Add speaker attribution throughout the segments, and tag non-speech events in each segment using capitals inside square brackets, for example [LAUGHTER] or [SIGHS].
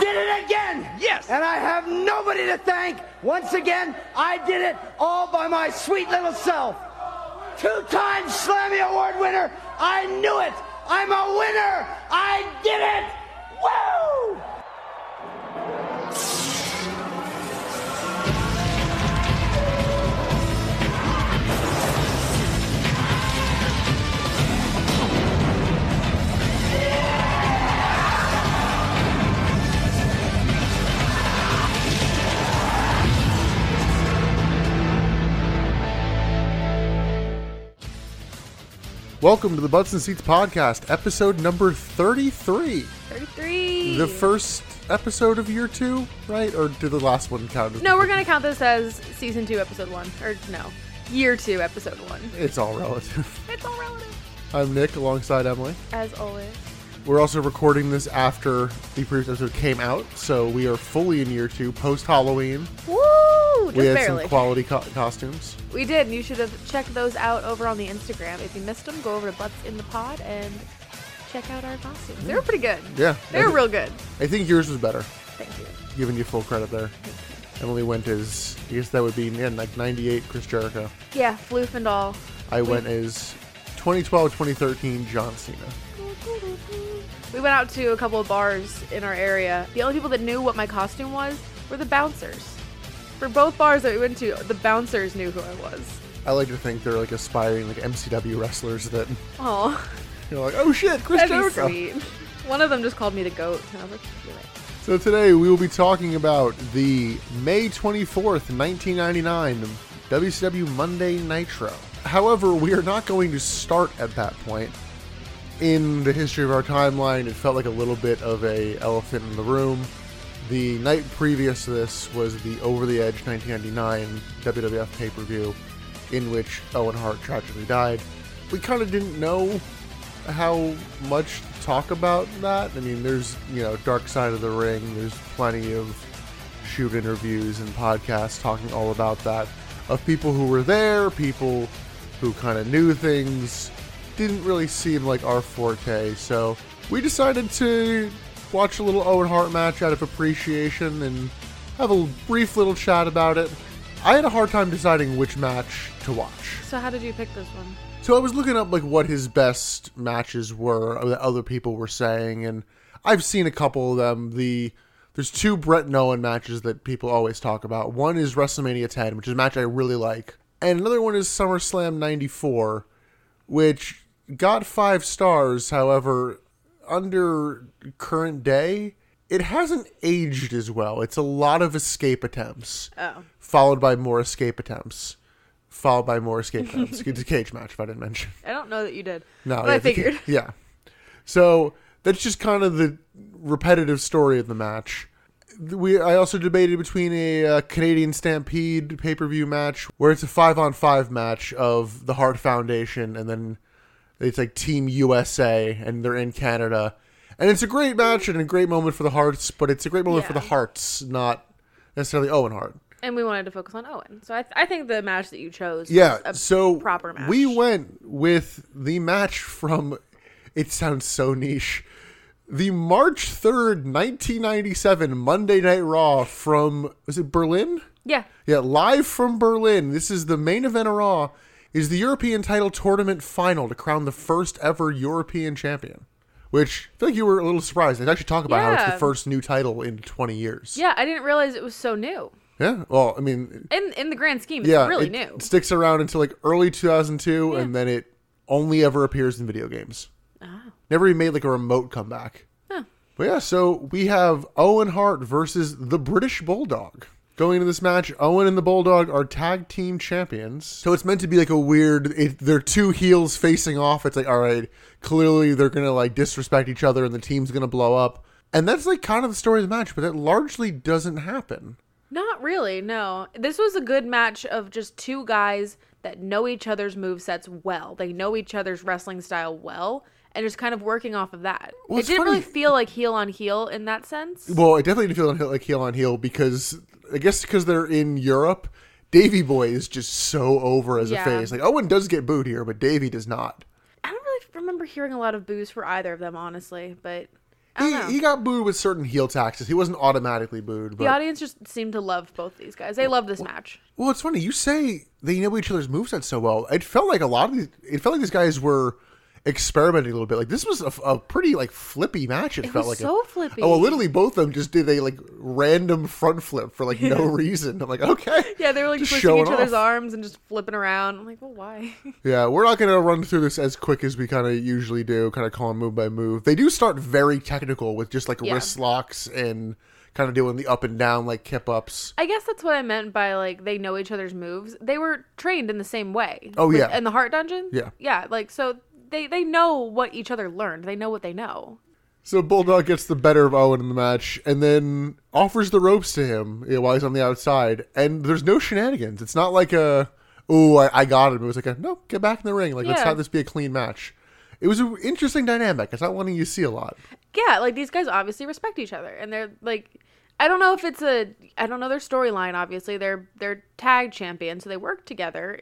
Speaker 1: it again.
Speaker 2: Yes.
Speaker 1: And I have nobody to thank. Once again, I did it all by my sweet little self. Two time Slammy Award winner. I knew it. I'm a winner. I did it. Woo!
Speaker 3: Welcome to the Butts and Seats podcast, episode number 33.
Speaker 4: 33.
Speaker 3: The first episode of year two, right? Or did the last one count? as-
Speaker 4: no, we're gonna count this as season two, episode one, or no, year two, episode one.
Speaker 3: [LAUGHS] It's all relative. [LAUGHS]
Speaker 4: It's all relative,
Speaker 3: I'm Nick alongside Emily.
Speaker 4: as always.
Speaker 3: We're also recording this after the previous episode came out, so we are fully in year two, post Halloween.
Speaker 4: Woo! Just
Speaker 3: We had
Speaker 4: barely.
Speaker 3: some quality co- costumes.
Speaker 4: we did. and You should have checked those out over on the Instagram. If you missed them, go over to Butts in the Pod and check out our costumes. They were pretty good.
Speaker 3: Yeah.
Speaker 4: they were
Speaker 3: I thi-
Speaker 4: real good.
Speaker 3: I think yours was better,
Speaker 4: Thank you.
Speaker 3: giving you full credit there. Emily went as, I guess that would be, yeah, like 98 Chris Jericho.
Speaker 4: Yeah, floof and all.
Speaker 3: I went as 2012 2013 John Cena.
Speaker 4: We went out to a couple of bars in our area. The only people that knew what my costume was were the bouncers. For both bars that we went to, the bouncers knew who I was.
Speaker 3: I like to think they're like aspiring like MCW wrestlers that
Speaker 4: [LAUGHS] Oh,
Speaker 3: you're like, oh shit, Chris
Speaker 4: that'd be
Speaker 3: Jericho.
Speaker 4: sweet. One of them just called me the goat, and I was like, "You're right."
Speaker 3: So today we will be talking about the May 24th, 1999 WCW Monday Nitro. However, we are not going to start at that point. In the history of our timeline, it felt like a little bit of a elephant in the room. The night previous to this was the Over the Edge 1999 WWF pay-per-view in which Owen Hart tragically died. We kind of didn't know how much to talk about that. I mean, there's, you know, Dark Side of the Ring, there's plenty of shoot interviews and podcasts talking all about that of people who were there, people who kind of knew things. Didn't really seem like our forte, so we decided to watch a little Owen Hart match out of appreciation and have a brief little chat about it. I had a hard time deciding which match to watch.
Speaker 4: So how did you pick this one?
Speaker 3: So I was looking up like what his best matches were or that other people were saying, and I've seen a couple of them. The there's two Brett Owen matches that people always talk about. One is WrestleMania 10, which is a match I really like, and another one is SummerSlam '94, which got five stars. However, under current day, it hasn't aged as well. It's a lot of escape attempts, followed by more escape attempts followed by more escape
Speaker 4: [LAUGHS]
Speaker 3: attempts. it's a cage match, if I didn't mention. [LAUGHS]
Speaker 4: I don't know that you did.
Speaker 3: No,
Speaker 4: but
Speaker 3: yeah,
Speaker 4: I
Speaker 3: the ca-
Speaker 4: figured.
Speaker 3: yeah. So that's just kind of the repetitive story of the match. We I also debated between a uh, Canadian Stampede pay per view match where it's a five on five match of the Hart Foundation and then it's like Team USA and they're in Canada. And it's a great match and a great moment for the Hearts, but it's a great moment for the
Speaker 4: Yeah.
Speaker 3: Hearts, not necessarily Owen Hart.
Speaker 4: And we wanted to focus on Owen, so I, th- I think the match that you chose.
Speaker 3: Yeah,
Speaker 4: was a
Speaker 3: so
Speaker 4: proper match.
Speaker 3: We went with the match from. It sounds so niche. The March third, nineteen ninety seven, Monday Night Raw from was it Berlin?
Speaker 4: yeah,
Speaker 3: Yeah, live from Berlin. This is the main event of Raw. Is the European title tournament final to crown the first ever European champion? Which I feel like you were a little surprised. They actually talk about how it's the
Speaker 4: Yeah.
Speaker 3: first new title in twenty years.
Speaker 4: yeah. I didn't realize it was so new.
Speaker 3: Yeah. Well, I mean,
Speaker 4: In in the grand scheme, it's
Speaker 3: yeah,
Speaker 4: really
Speaker 3: it
Speaker 4: new.
Speaker 3: Sticks around until like early 2002, and then it only ever appears in video games.
Speaker 4: Ah.
Speaker 3: Never even made like a remote comeback. But yeah, so we have Owen Hart versus the British Bulldog. Going into this match, Owen and the Bulldog are tag team champions. So it's meant to be like a weird. It, they're two heels facing off. It's like, all right, clearly they're gonna like disrespect each other, and the team's gonna blow up. And that's like kind of the story of the match, but that largely doesn't happen.
Speaker 4: Not really, no. This was a good match of just two guys that know each other's movesets well. They know each other's wrestling style well and just kind of working off of that.
Speaker 3: Well,
Speaker 4: it
Speaker 3: it's
Speaker 4: didn't really
Speaker 3: funny-
Speaker 4: feel like heel on heel in that sense.
Speaker 3: Well, I definitely didn't feel on heel- like heel on heel because I guess because they're in Europe, Davy Boy is just so over as a
Speaker 4: Yeah.
Speaker 3: face. Like Owen does get booed here, but Davy does not.
Speaker 4: I don't really remember hearing a lot of boos for either of them, honestly, but don't
Speaker 3: He,
Speaker 4: know.
Speaker 3: he got booed with certain heel taxes. He wasn't automatically booed, but
Speaker 4: The audience just seemed to love both these guys. They love this match.
Speaker 3: well, it's funny. You say they know each other's movesets so well. It felt like a lot of these. It felt like these guys were experimenting a little bit. Like this was a, a pretty like flippy match. It,
Speaker 4: It
Speaker 3: felt
Speaker 4: was
Speaker 3: like
Speaker 4: so
Speaker 3: a,
Speaker 4: flippy.
Speaker 3: Oh, well, literally both of them just did a like random front flip for like
Speaker 4: [LAUGHS]
Speaker 3: no reason. I'm like, okay,
Speaker 4: Yeah, they were like
Speaker 3: Just
Speaker 4: twisting
Speaker 3: showing
Speaker 4: each other's
Speaker 3: off.
Speaker 4: arms and just flipping around. I'm like, well, why? [LAUGHS]
Speaker 3: Yeah, we're not going to run through this as quick as we kind of usually do, kind of calling move by move. They do start very technical with just like
Speaker 4: Yeah.
Speaker 3: wrist locks and kind of doing the up and down like kip ups.
Speaker 4: I guess that's what I meant by like they know each other's moves. They were trained in the same way.
Speaker 3: Oh,
Speaker 4: Like,
Speaker 3: yeah.
Speaker 4: in the Heart Dungeon.
Speaker 3: Yeah.
Speaker 4: yeah, like so they they know what each other learned. They know what they know.
Speaker 3: So Bulldog gets the better of Owen in the match and then offers the ropes to him you know, while he's on the outside. And there's no shenanigans. It's not like a, oh, I, I got him. It was like a, no, get back in the ring. Like, let's
Speaker 4: Yeah.
Speaker 3: have this be a clean match. It was an interesting dynamic. It's not one you see a lot.
Speaker 4: Yeah, like these guys obviously respect each other, and they're like, I don't know if it's a, I don't know their storyline. Obviously, they're they're tag champions, so they work together,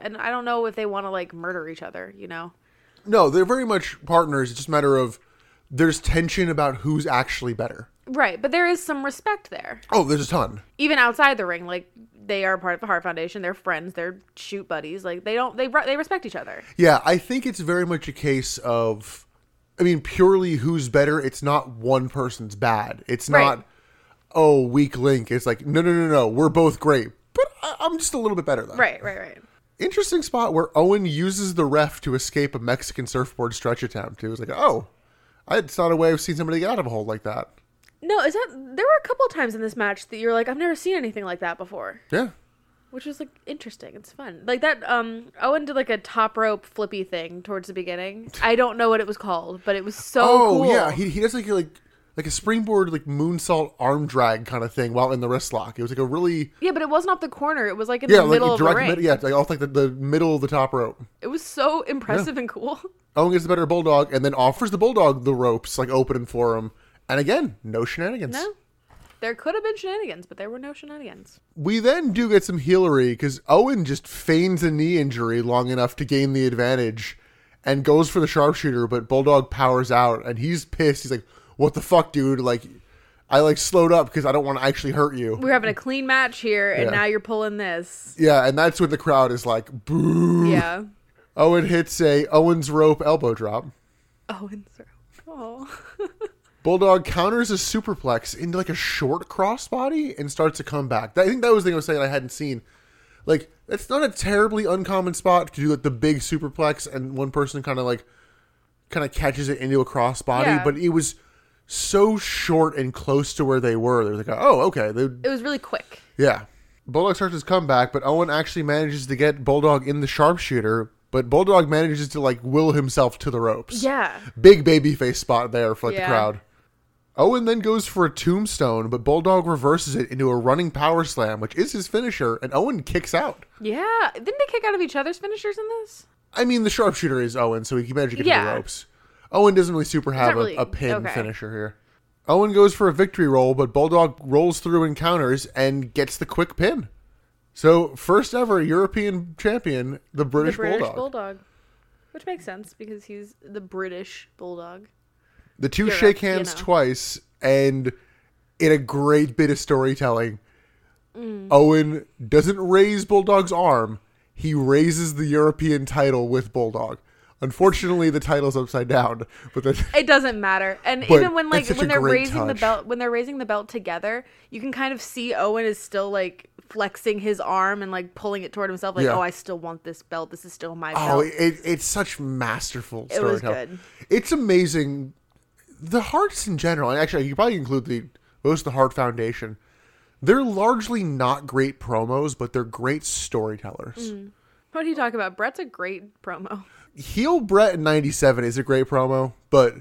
Speaker 4: and I don't know if they want to like murder each other. You know?
Speaker 3: No, they're very much partners. It's just a matter of there's tension about who's actually better.
Speaker 4: Right, but there is some respect there,
Speaker 3: Oh, there's a ton.
Speaker 4: even outside the ring. Like they are part of the Heart Foundation. They're friends. They're shoot buddies. Like they don't they re- they respect each other.
Speaker 3: Yeah, I think it's very much a case of, I mean, purely who's better. It's not one person's bad. It's
Speaker 4: Right.
Speaker 3: not, oh, weak link. It's like, no, no, no, no. We're both great, but I- I'm just a little bit better, though.
Speaker 4: Right, right, right.
Speaker 3: Interesting spot where Owen uses the ref to escape a Mexican surfboard stretch attempt. It was like, oh, I- it's not a way I've seen somebody get out of a hole like that.
Speaker 4: No, is that there were a couple times in this match that you're like, I've never seen anything like that before,
Speaker 3: Yeah.
Speaker 4: which was like interesting. It's fun, like that. Um, Owen did like a top rope flippy thing towards the beginning. I don't know what it was called, but it was so.
Speaker 3: Oh
Speaker 4: cool.
Speaker 3: yeah, he, he does like a- like like a springboard like moonsault arm drag kind of thing while in the wrist lock. It was like a really
Speaker 4: yeah, but it wasn't off the corner. It was like in
Speaker 3: yeah
Speaker 4: the
Speaker 3: like
Speaker 4: middle of the
Speaker 3: direct
Speaker 4: ring.
Speaker 3: mid- yeah like off like the, the middle of the top rope.
Speaker 4: It was so impressive
Speaker 3: [LAUGHS]
Speaker 4: and cool.
Speaker 3: Owen gets the better bulldog and then offers the bulldog the ropes like opening for him. And again, no shenanigans.
Speaker 4: No, there could have been shenanigans, but there were no shenanigans.
Speaker 3: We then do get some healery because Owen just feigns a knee injury long enough to gain the advantage and goes for the sharpshooter, but Bulldog powers out and he's pissed. He's like, "What the fuck, dude? Like, I like slowed up because I don't want to actually hurt you."
Speaker 4: We're having a clean match here, and
Speaker 3: Yeah.
Speaker 4: now you're pulling this.
Speaker 3: Yeah, and that's when the crowd is like, boo.
Speaker 4: [LAUGHS] Yeah,
Speaker 3: Owen hits a Owens rope elbow drop.
Speaker 4: Owen's. Oh,
Speaker 3: Bulldog counters a superplex into like a short crossbody and starts a comeback. That- I think that was the thing I was saying I hadn't seen. Like, that's not a terribly uncommon spot to do like the big superplex and one person kind of like kind of catches it into a crossbody,
Speaker 4: Yeah.
Speaker 3: but it was so short and close to where they were. They're like, oh, okay. They,
Speaker 4: it was really quick.
Speaker 3: Yeah. Bulldog starts his comeback, but Owen actually manages to get Bulldog in the sharpshooter, but Bulldog manages to like will himself to the ropes.
Speaker 4: Yeah.
Speaker 3: Big babyface spot there for like the
Speaker 4: Yeah.
Speaker 3: crowd. Owen then goes for a tombstone, but Bulldog reverses it into a running power slam, which is his finisher, and Owen kicks out.
Speaker 4: Yeah. Didn't they kick out of each other's finishers in this?
Speaker 3: I mean, the sharpshooter is Owen, so he managed to get to
Speaker 4: Yeah.
Speaker 3: the ropes. Owen doesn't really super have a,
Speaker 4: really-
Speaker 3: a pin
Speaker 4: okay.
Speaker 3: finisher here. Owen goes for a victory roll, but Bulldog rolls through and counters and gets the quick pin. So, first ever European champion, the British,
Speaker 4: the British
Speaker 3: Bulldog.
Speaker 4: Which makes sense because he's the British Bulldog.
Speaker 3: The two
Speaker 4: Europe,
Speaker 3: shake
Speaker 4: you
Speaker 3: hands
Speaker 4: know.
Speaker 3: twice, and in a great bit of storytelling,
Speaker 4: Mm.
Speaker 3: Owen doesn't raise Bulldog's arm, he raises the European title with Bulldog. Unfortunately, the title's upside down, but the,
Speaker 4: It doesn't matter. And
Speaker 3: But
Speaker 4: even when
Speaker 3: that's
Speaker 4: like
Speaker 3: such a
Speaker 4: when they're
Speaker 3: great
Speaker 4: raising the
Speaker 3: touch.
Speaker 4: belt when they're raising the belt together, you can kind of see Owen is still like flexing his arm and like pulling it toward himself like,
Speaker 3: Yeah.
Speaker 4: "Oh, I still want this belt. This is still my
Speaker 3: Oh,
Speaker 4: belt."
Speaker 3: it, it, it's such masterful
Speaker 4: It was
Speaker 3: storytelling.
Speaker 4: good.
Speaker 3: It's amazing. The hearts in general, and actually, you could probably include the most of the Heart Foundation. They're largely not great promos, but they're great storytellers.
Speaker 4: Mm. what are you talking about? Brett's a great promo.
Speaker 3: Heel Brett in '97 is a great promo, but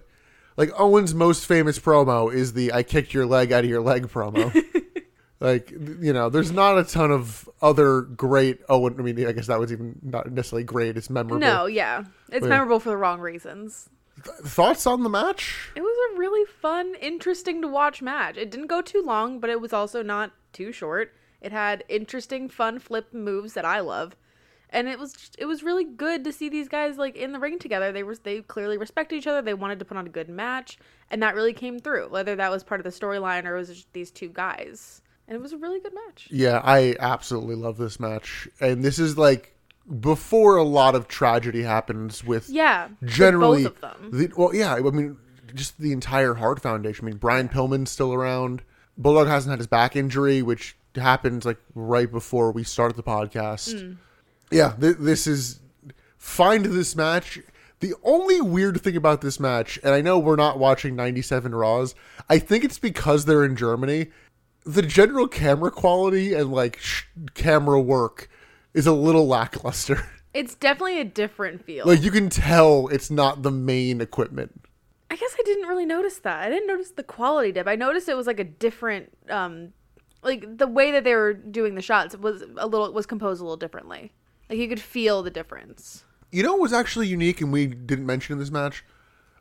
Speaker 3: like Owen's most famous promo is the "I kicked your leg out of your leg"
Speaker 4: [LAUGHS]
Speaker 3: promo. like you know, there's not a ton of other great Owen. I mean, I guess that was even not necessarily great. It's memorable.
Speaker 4: No, yeah. It's
Speaker 3: Wait.
Speaker 4: memorable for the wrong reasons.
Speaker 3: Thoughts on the match?
Speaker 4: It was a really fun, interesting to watch match. It didn't go too long, but it was also not too short. It had interesting, fun flip moves that I love. and it was just, it was really good to see these guys like in the ring together. They were they clearly respected each other. They wanted to put on a good match, and that really came through. Whether that was part of the storyline or it was just these two guys, and it was a really good match.
Speaker 3: Yeah, I absolutely love this match. And this is like before a lot of tragedy happens with
Speaker 4: Yeah, with
Speaker 3: generally
Speaker 4: both of them.
Speaker 3: The, well, yeah, I mean just the entire Hart Foundation. I mean Brian Pillman's still around. Bulldog hasn't had his back injury, which happened like right before we started the podcast.
Speaker 4: Mm.
Speaker 3: Yeah, th- this is find this match. The only weird thing about this match, and I know we're not watching 97 Raws, I think it's because they're in Germany. The general camera quality and like sh- camera work is a little lackluster. [LAUGHS]
Speaker 4: It's definitely a different feel.
Speaker 3: Like you can tell it's not the main equipment.
Speaker 4: I guess I didn't really notice that. I didn't notice the quality dip. I noticed it was like a different, um, like the way that they were doing the shots was a little was composed a little differently. Like you could feel the difference.
Speaker 3: You know what was actually unique and we didn't mention in this match?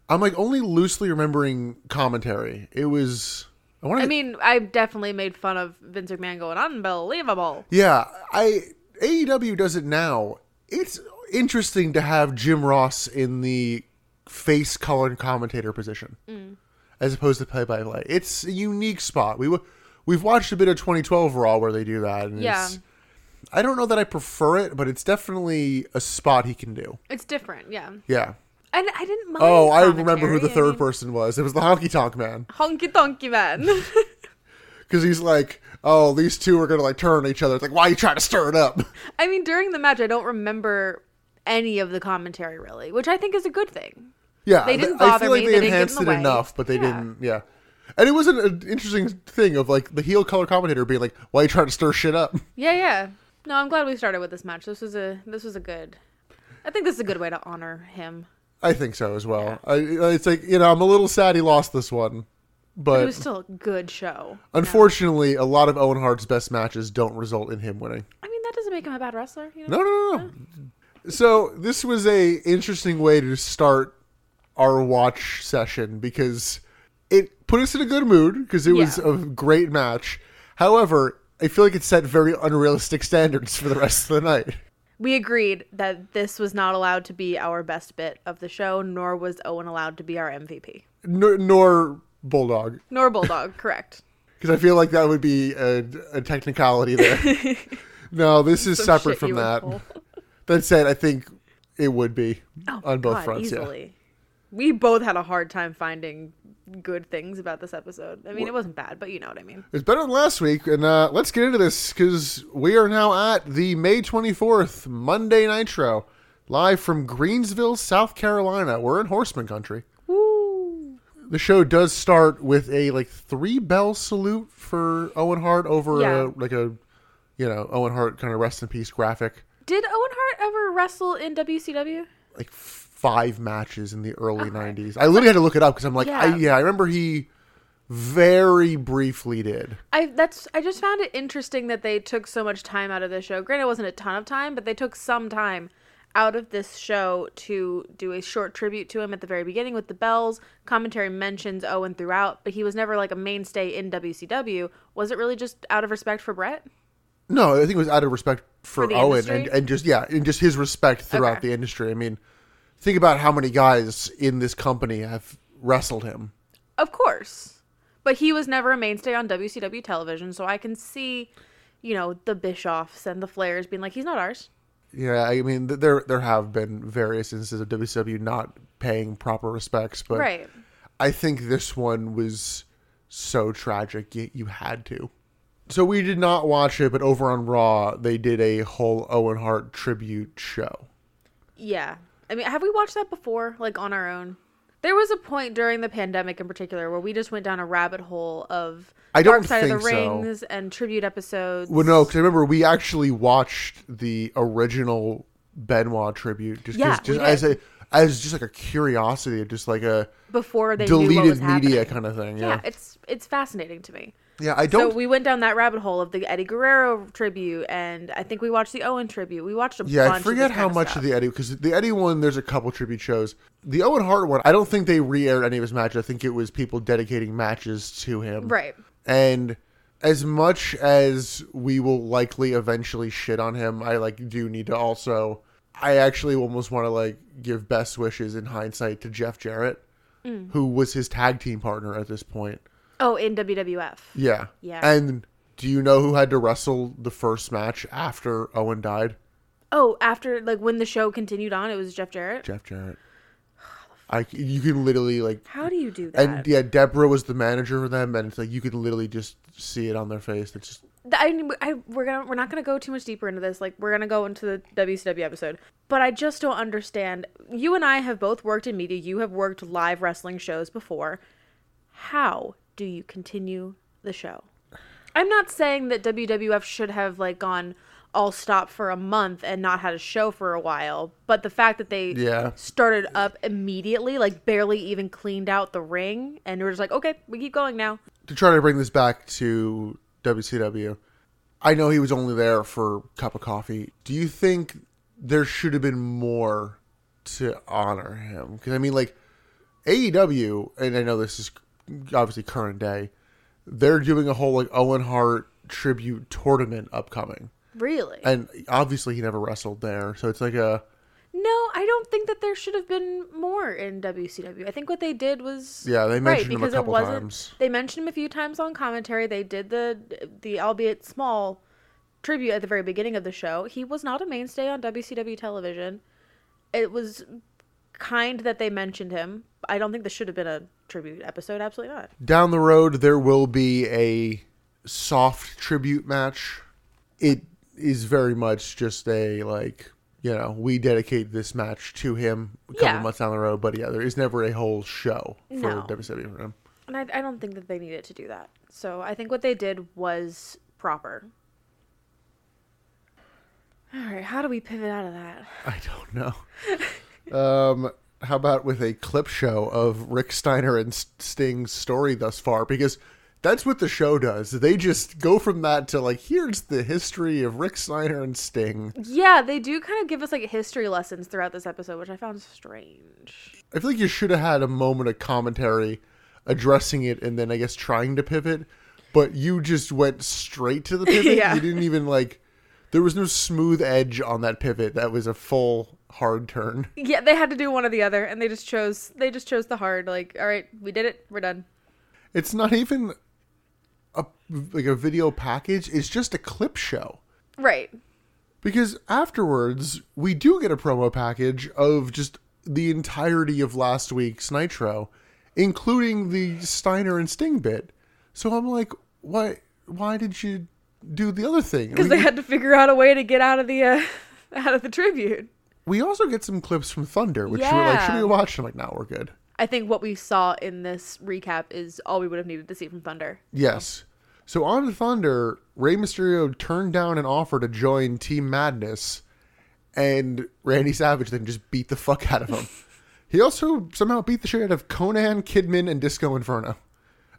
Speaker 3: I'm like only loosely remembering commentary. It was I want to
Speaker 4: I mean, I definitely made fun of Vince McMahon going unbelievable.
Speaker 3: Yeah, I AEW does it now. It's interesting to have Jim Ross in the face color and commentator position
Speaker 4: Mm.
Speaker 3: as opposed to play by play. It's a unique spot. We w- we've watched a bit of 2012 Raw where they do that and
Speaker 4: Yeah.
Speaker 3: it's, I don't know that I prefer it, but it's definitely a spot he can do.
Speaker 4: It's different, yeah.
Speaker 3: Yeah.
Speaker 4: And I didn't mind.
Speaker 3: Oh, I
Speaker 4: commentary.
Speaker 3: remember who the
Speaker 4: I
Speaker 3: third
Speaker 4: mean,
Speaker 3: person was. It was the honky tonk man.
Speaker 4: Honky Tonky Man. [LAUGHS]
Speaker 3: Because he's like, oh, these two are going to like turn on each other. It's like, why are you trying to stir it up? [LAUGHS]
Speaker 4: I mean, during the match, I don't remember any of the commentary really, which I think is a good thing.
Speaker 3: Yeah,
Speaker 4: They
Speaker 3: th-
Speaker 4: didn't
Speaker 3: I
Speaker 4: bother
Speaker 3: feel like
Speaker 4: me.
Speaker 3: they
Speaker 4: They didn't get
Speaker 3: enhanced
Speaker 4: in the
Speaker 3: it
Speaker 4: way.
Speaker 3: enough, but they
Speaker 4: Yeah.
Speaker 3: didn't. Yeah, and it was an, an interesting thing of like the heel color commentator being like, "Why are you trying to stir shit up?"
Speaker 4: Yeah, yeah. No, I'm glad we started with this match. This was a this was a good. I think this is a good way to honor him.
Speaker 3: I think so as well. I, it's like you know, I'm a little sad he lost this one,
Speaker 4: It
Speaker 3: but
Speaker 4: was still a good show.
Speaker 3: unfortunately, a lot of Owen Hart's best matches don't result in him winning.
Speaker 4: I mean, that doesn't make him a bad wrestler. You know?
Speaker 3: No, no, no, no. So this was a interesting way to start our watch session because it put us in a good mood because it was
Speaker 4: Yeah.
Speaker 3: a great match. However, I feel like it set very unrealistic standards for the rest of the night.
Speaker 4: We agreed that this was not allowed to be our best bit of the show, nor was Owen allowed to be our MVP.
Speaker 3: Nor, nor Bulldog,
Speaker 4: Nor Bulldog, [LAUGHS] correct.
Speaker 3: because I feel like that would be a, a technicality
Speaker 4: [LAUGHS]
Speaker 3: there. no, this is
Speaker 4: Some
Speaker 3: separate
Speaker 4: shit you
Speaker 3: from
Speaker 4: would
Speaker 3: that.
Speaker 4: pull.
Speaker 3: That said, I think it would be
Speaker 4: Oh,
Speaker 3: on both
Speaker 4: God,
Speaker 3: fronts. Yeah.
Speaker 4: Easily. We both had a hard time finding good things about this episode. I mean, it wasn't bad, but you know what I mean.
Speaker 3: It's better than last week, and uh, let's get into this because we are now at the May 24th Monday Nitro, live from Greensville, South Carolina. We're in Horseman Country.
Speaker 4: Woo!
Speaker 3: The show does start with a like three bell salute for Owen Hart over a,
Speaker 4: Yeah.
Speaker 3: like a you know Owen Hart kind of rest in peace graphic,
Speaker 4: Did Owen Hart ever wrestle in WCW?
Speaker 3: like five matches in the early 90s. I literally had to look it up because I'm like, I,
Speaker 4: Yeah.
Speaker 3: yeah, I remember he very briefly did.
Speaker 4: I that's I just found it interesting that they took so much time out of this show. Granted, it wasn't a ton of time, but they took some time out of this show to do a short tribute to him at the very beginning with the bells. Commentary mentions Owen throughout, but he was never like a mainstay in WCW. Was it really just out of respect for Brett?
Speaker 3: No, I think it was out of respect for,
Speaker 4: the
Speaker 3: Owen
Speaker 4: industry?
Speaker 3: and, and just yeah, and just his respect throughout
Speaker 4: Okay.
Speaker 3: the industry. I mean, think about how many guys in this company have wrestled him.
Speaker 4: Of course. But he was never a mainstay on WCW television, so I can see, you know, the Bischoffs and the Flairs being like, he's not ours.
Speaker 3: Yeah, I mean, th- there there have been various instances of WCW not paying proper respects, but
Speaker 4: Right.
Speaker 3: I think this one was so tragic yet you had to. So we did not watch it, but over on Raw they did a whole Owen Hart tribute show.
Speaker 4: Yeah. I mean, have we watched that before, like on our own? There was a point during the pandemic in particular where we just went down a rabbit hole of
Speaker 3: I don't
Speaker 4: Dark Side of the
Speaker 3: think so.
Speaker 4: Rings and tribute episodes.
Speaker 3: Well, no, because I remember we actually watched the original Benoit tribute just, 'cause-
Speaker 4: Yeah,
Speaker 3: just
Speaker 4: we
Speaker 3: as a
Speaker 4: did.
Speaker 3: as just like a curiosity, just like a
Speaker 4: before they knew what was
Speaker 3: deleted
Speaker 4: happening.
Speaker 3: media kind of thing.
Speaker 4: yeah.
Speaker 3: Yeah, yeah.
Speaker 4: it's it's fascinating to me.
Speaker 3: I don't.
Speaker 4: So we went down that rabbit hole of the Eddie Guerrero tribute, and I think we watched the Owen tribute. We watched a
Speaker 3: yeah, I
Speaker 4: bunch of
Speaker 3: forget
Speaker 4: this
Speaker 3: how
Speaker 4: kind of
Speaker 3: much
Speaker 4: stuff.
Speaker 3: of the Eddie because the Eddie one. There's a couple tribute shows. The Owen Hart one. I don't think they re-aired any of his matches. I think it was people dedicating matches to him.
Speaker 4: Right.
Speaker 3: And as much as we will likely eventually shit on him, I like do need to also. I actually almost want to like give best wishes in hindsight to Jeff Jarrett,
Speaker 4: Mm.
Speaker 3: who was his tag team partner at this point.
Speaker 4: Oh, in WWF.
Speaker 3: Yeah.
Speaker 4: Yeah.
Speaker 3: And do you know who had to wrestle the first match after Owen died?
Speaker 4: Oh, after like when the show continued on, it was Jeff Jarrett.
Speaker 3: Jeff Jarrett. I you can literally like
Speaker 4: How do you do that?
Speaker 3: and yeah, Deborah was the manager for them, and it's like you could literally just see it on their face. It's just
Speaker 4: Th- I, I we're gonna we're not gonna go too much deeper into this. Like we're gonna go into the WCW episode, but I just don't understand. You and I have both worked in media. You have worked live wrestling shows before. How do you continue the show? I'm not saying that WWF should have like gone all stop for a month and not had a show for a while, but the fact that they
Speaker 3: Yeah.
Speaker 4: started up immediately, like barely even cleaned out the ring, and we're just like, okay, we keep going now.
Speaker 3: to try to bring this back to WCW. I know he was only there for a cup of coffee. Do you think there should have been more to honor him? Because I mean, like AEW, and I know this is obviously current day. They're doing a whole like Owen Hart tribute tournament upcoming,
Speaker 4: Really?
Speaker 3: and obviously he never wrestled there, so it's like a
Speaker 4: No, I don't think that there should have been more in WCW. I think what they did was
Speaker 3: Yeah, they mentioned him a
Speaker 4: because it
Speaker 3: couple
Speaker 4: wasn't-
Speaker 3: times.
Speaker 4: They mentioned him a few times on commentary. They did the the albeit small tribute at the very beginning of the show. He was not a mainstay on WCW television. It was kind that they mentioned him. I don't think this should have been a tribute episode. Absolutely not.
Speaker 3: down the road there will be a soft tribute match it is very much just a like you know we dedicate this match to him a couple
Speaker 4: Yeah.
Speaker 3: months down the road but yeah there is never a whole show for E
Speaker 4: No.
Speaker 3: wwe for him
Speaker 4: And I, I don't think that they needed to do that. So I think what they did was proper. All right, how do we pivot out of that?
Speaker 3: i don't know [LAUGHS] um how about with a clip show of rick steiner and S- sting's story thus far because that's what the show does they just go from that to like here's the history of rick steiner and sting
Speaker 4: Yeah, they do kind of give us like history lessons throughout this episode, which I found strange.
Speaker 3: I feel like you should have had a moment of commentary addressing it and then I guess trying to pivot, but you just went straight to the pivot.
Speaker 4: Yeah.
Speaker 3: You didn't even like there was no smooth edge on that pivot. That was a full hard turn.
Speaker 4: Yeah, they had to do one or the other, and they just chose they just chose the hard. Like, all right, we did it, we're done.
Speaker 3: It's not even a like a video package. It's just a clip show.
Speaker 4: Right.
Speaker 3: Because afterwards, we do get a promo package of just the entirety of last week's Nitro, including the Steiner and Sting bit. So I'm like, why? Why did you do the other thing? I
Speaker 4: Because
Speaker 3: mean,
Speaker 4: they had to figure out a way to get out of the uh, [LAUGHS] out of the tribute.
Speaker 3: we also get some clips from Thunder, which we were like, should
Speaker 4: Yeah.
Speaker 3: we watch? I'm like, no, we're good.
Speaker 4: I think what we saw in this recap is all we would have needed to see from Thunder.
Speaker 3: Yes. So on to Thunder, Rey Mysterio turned down an offer to join Team Madness, and Randy Savage then just beat the fuck out of him. he also somehow beat the shit out of Conan, Kidman, and Disco Inferno.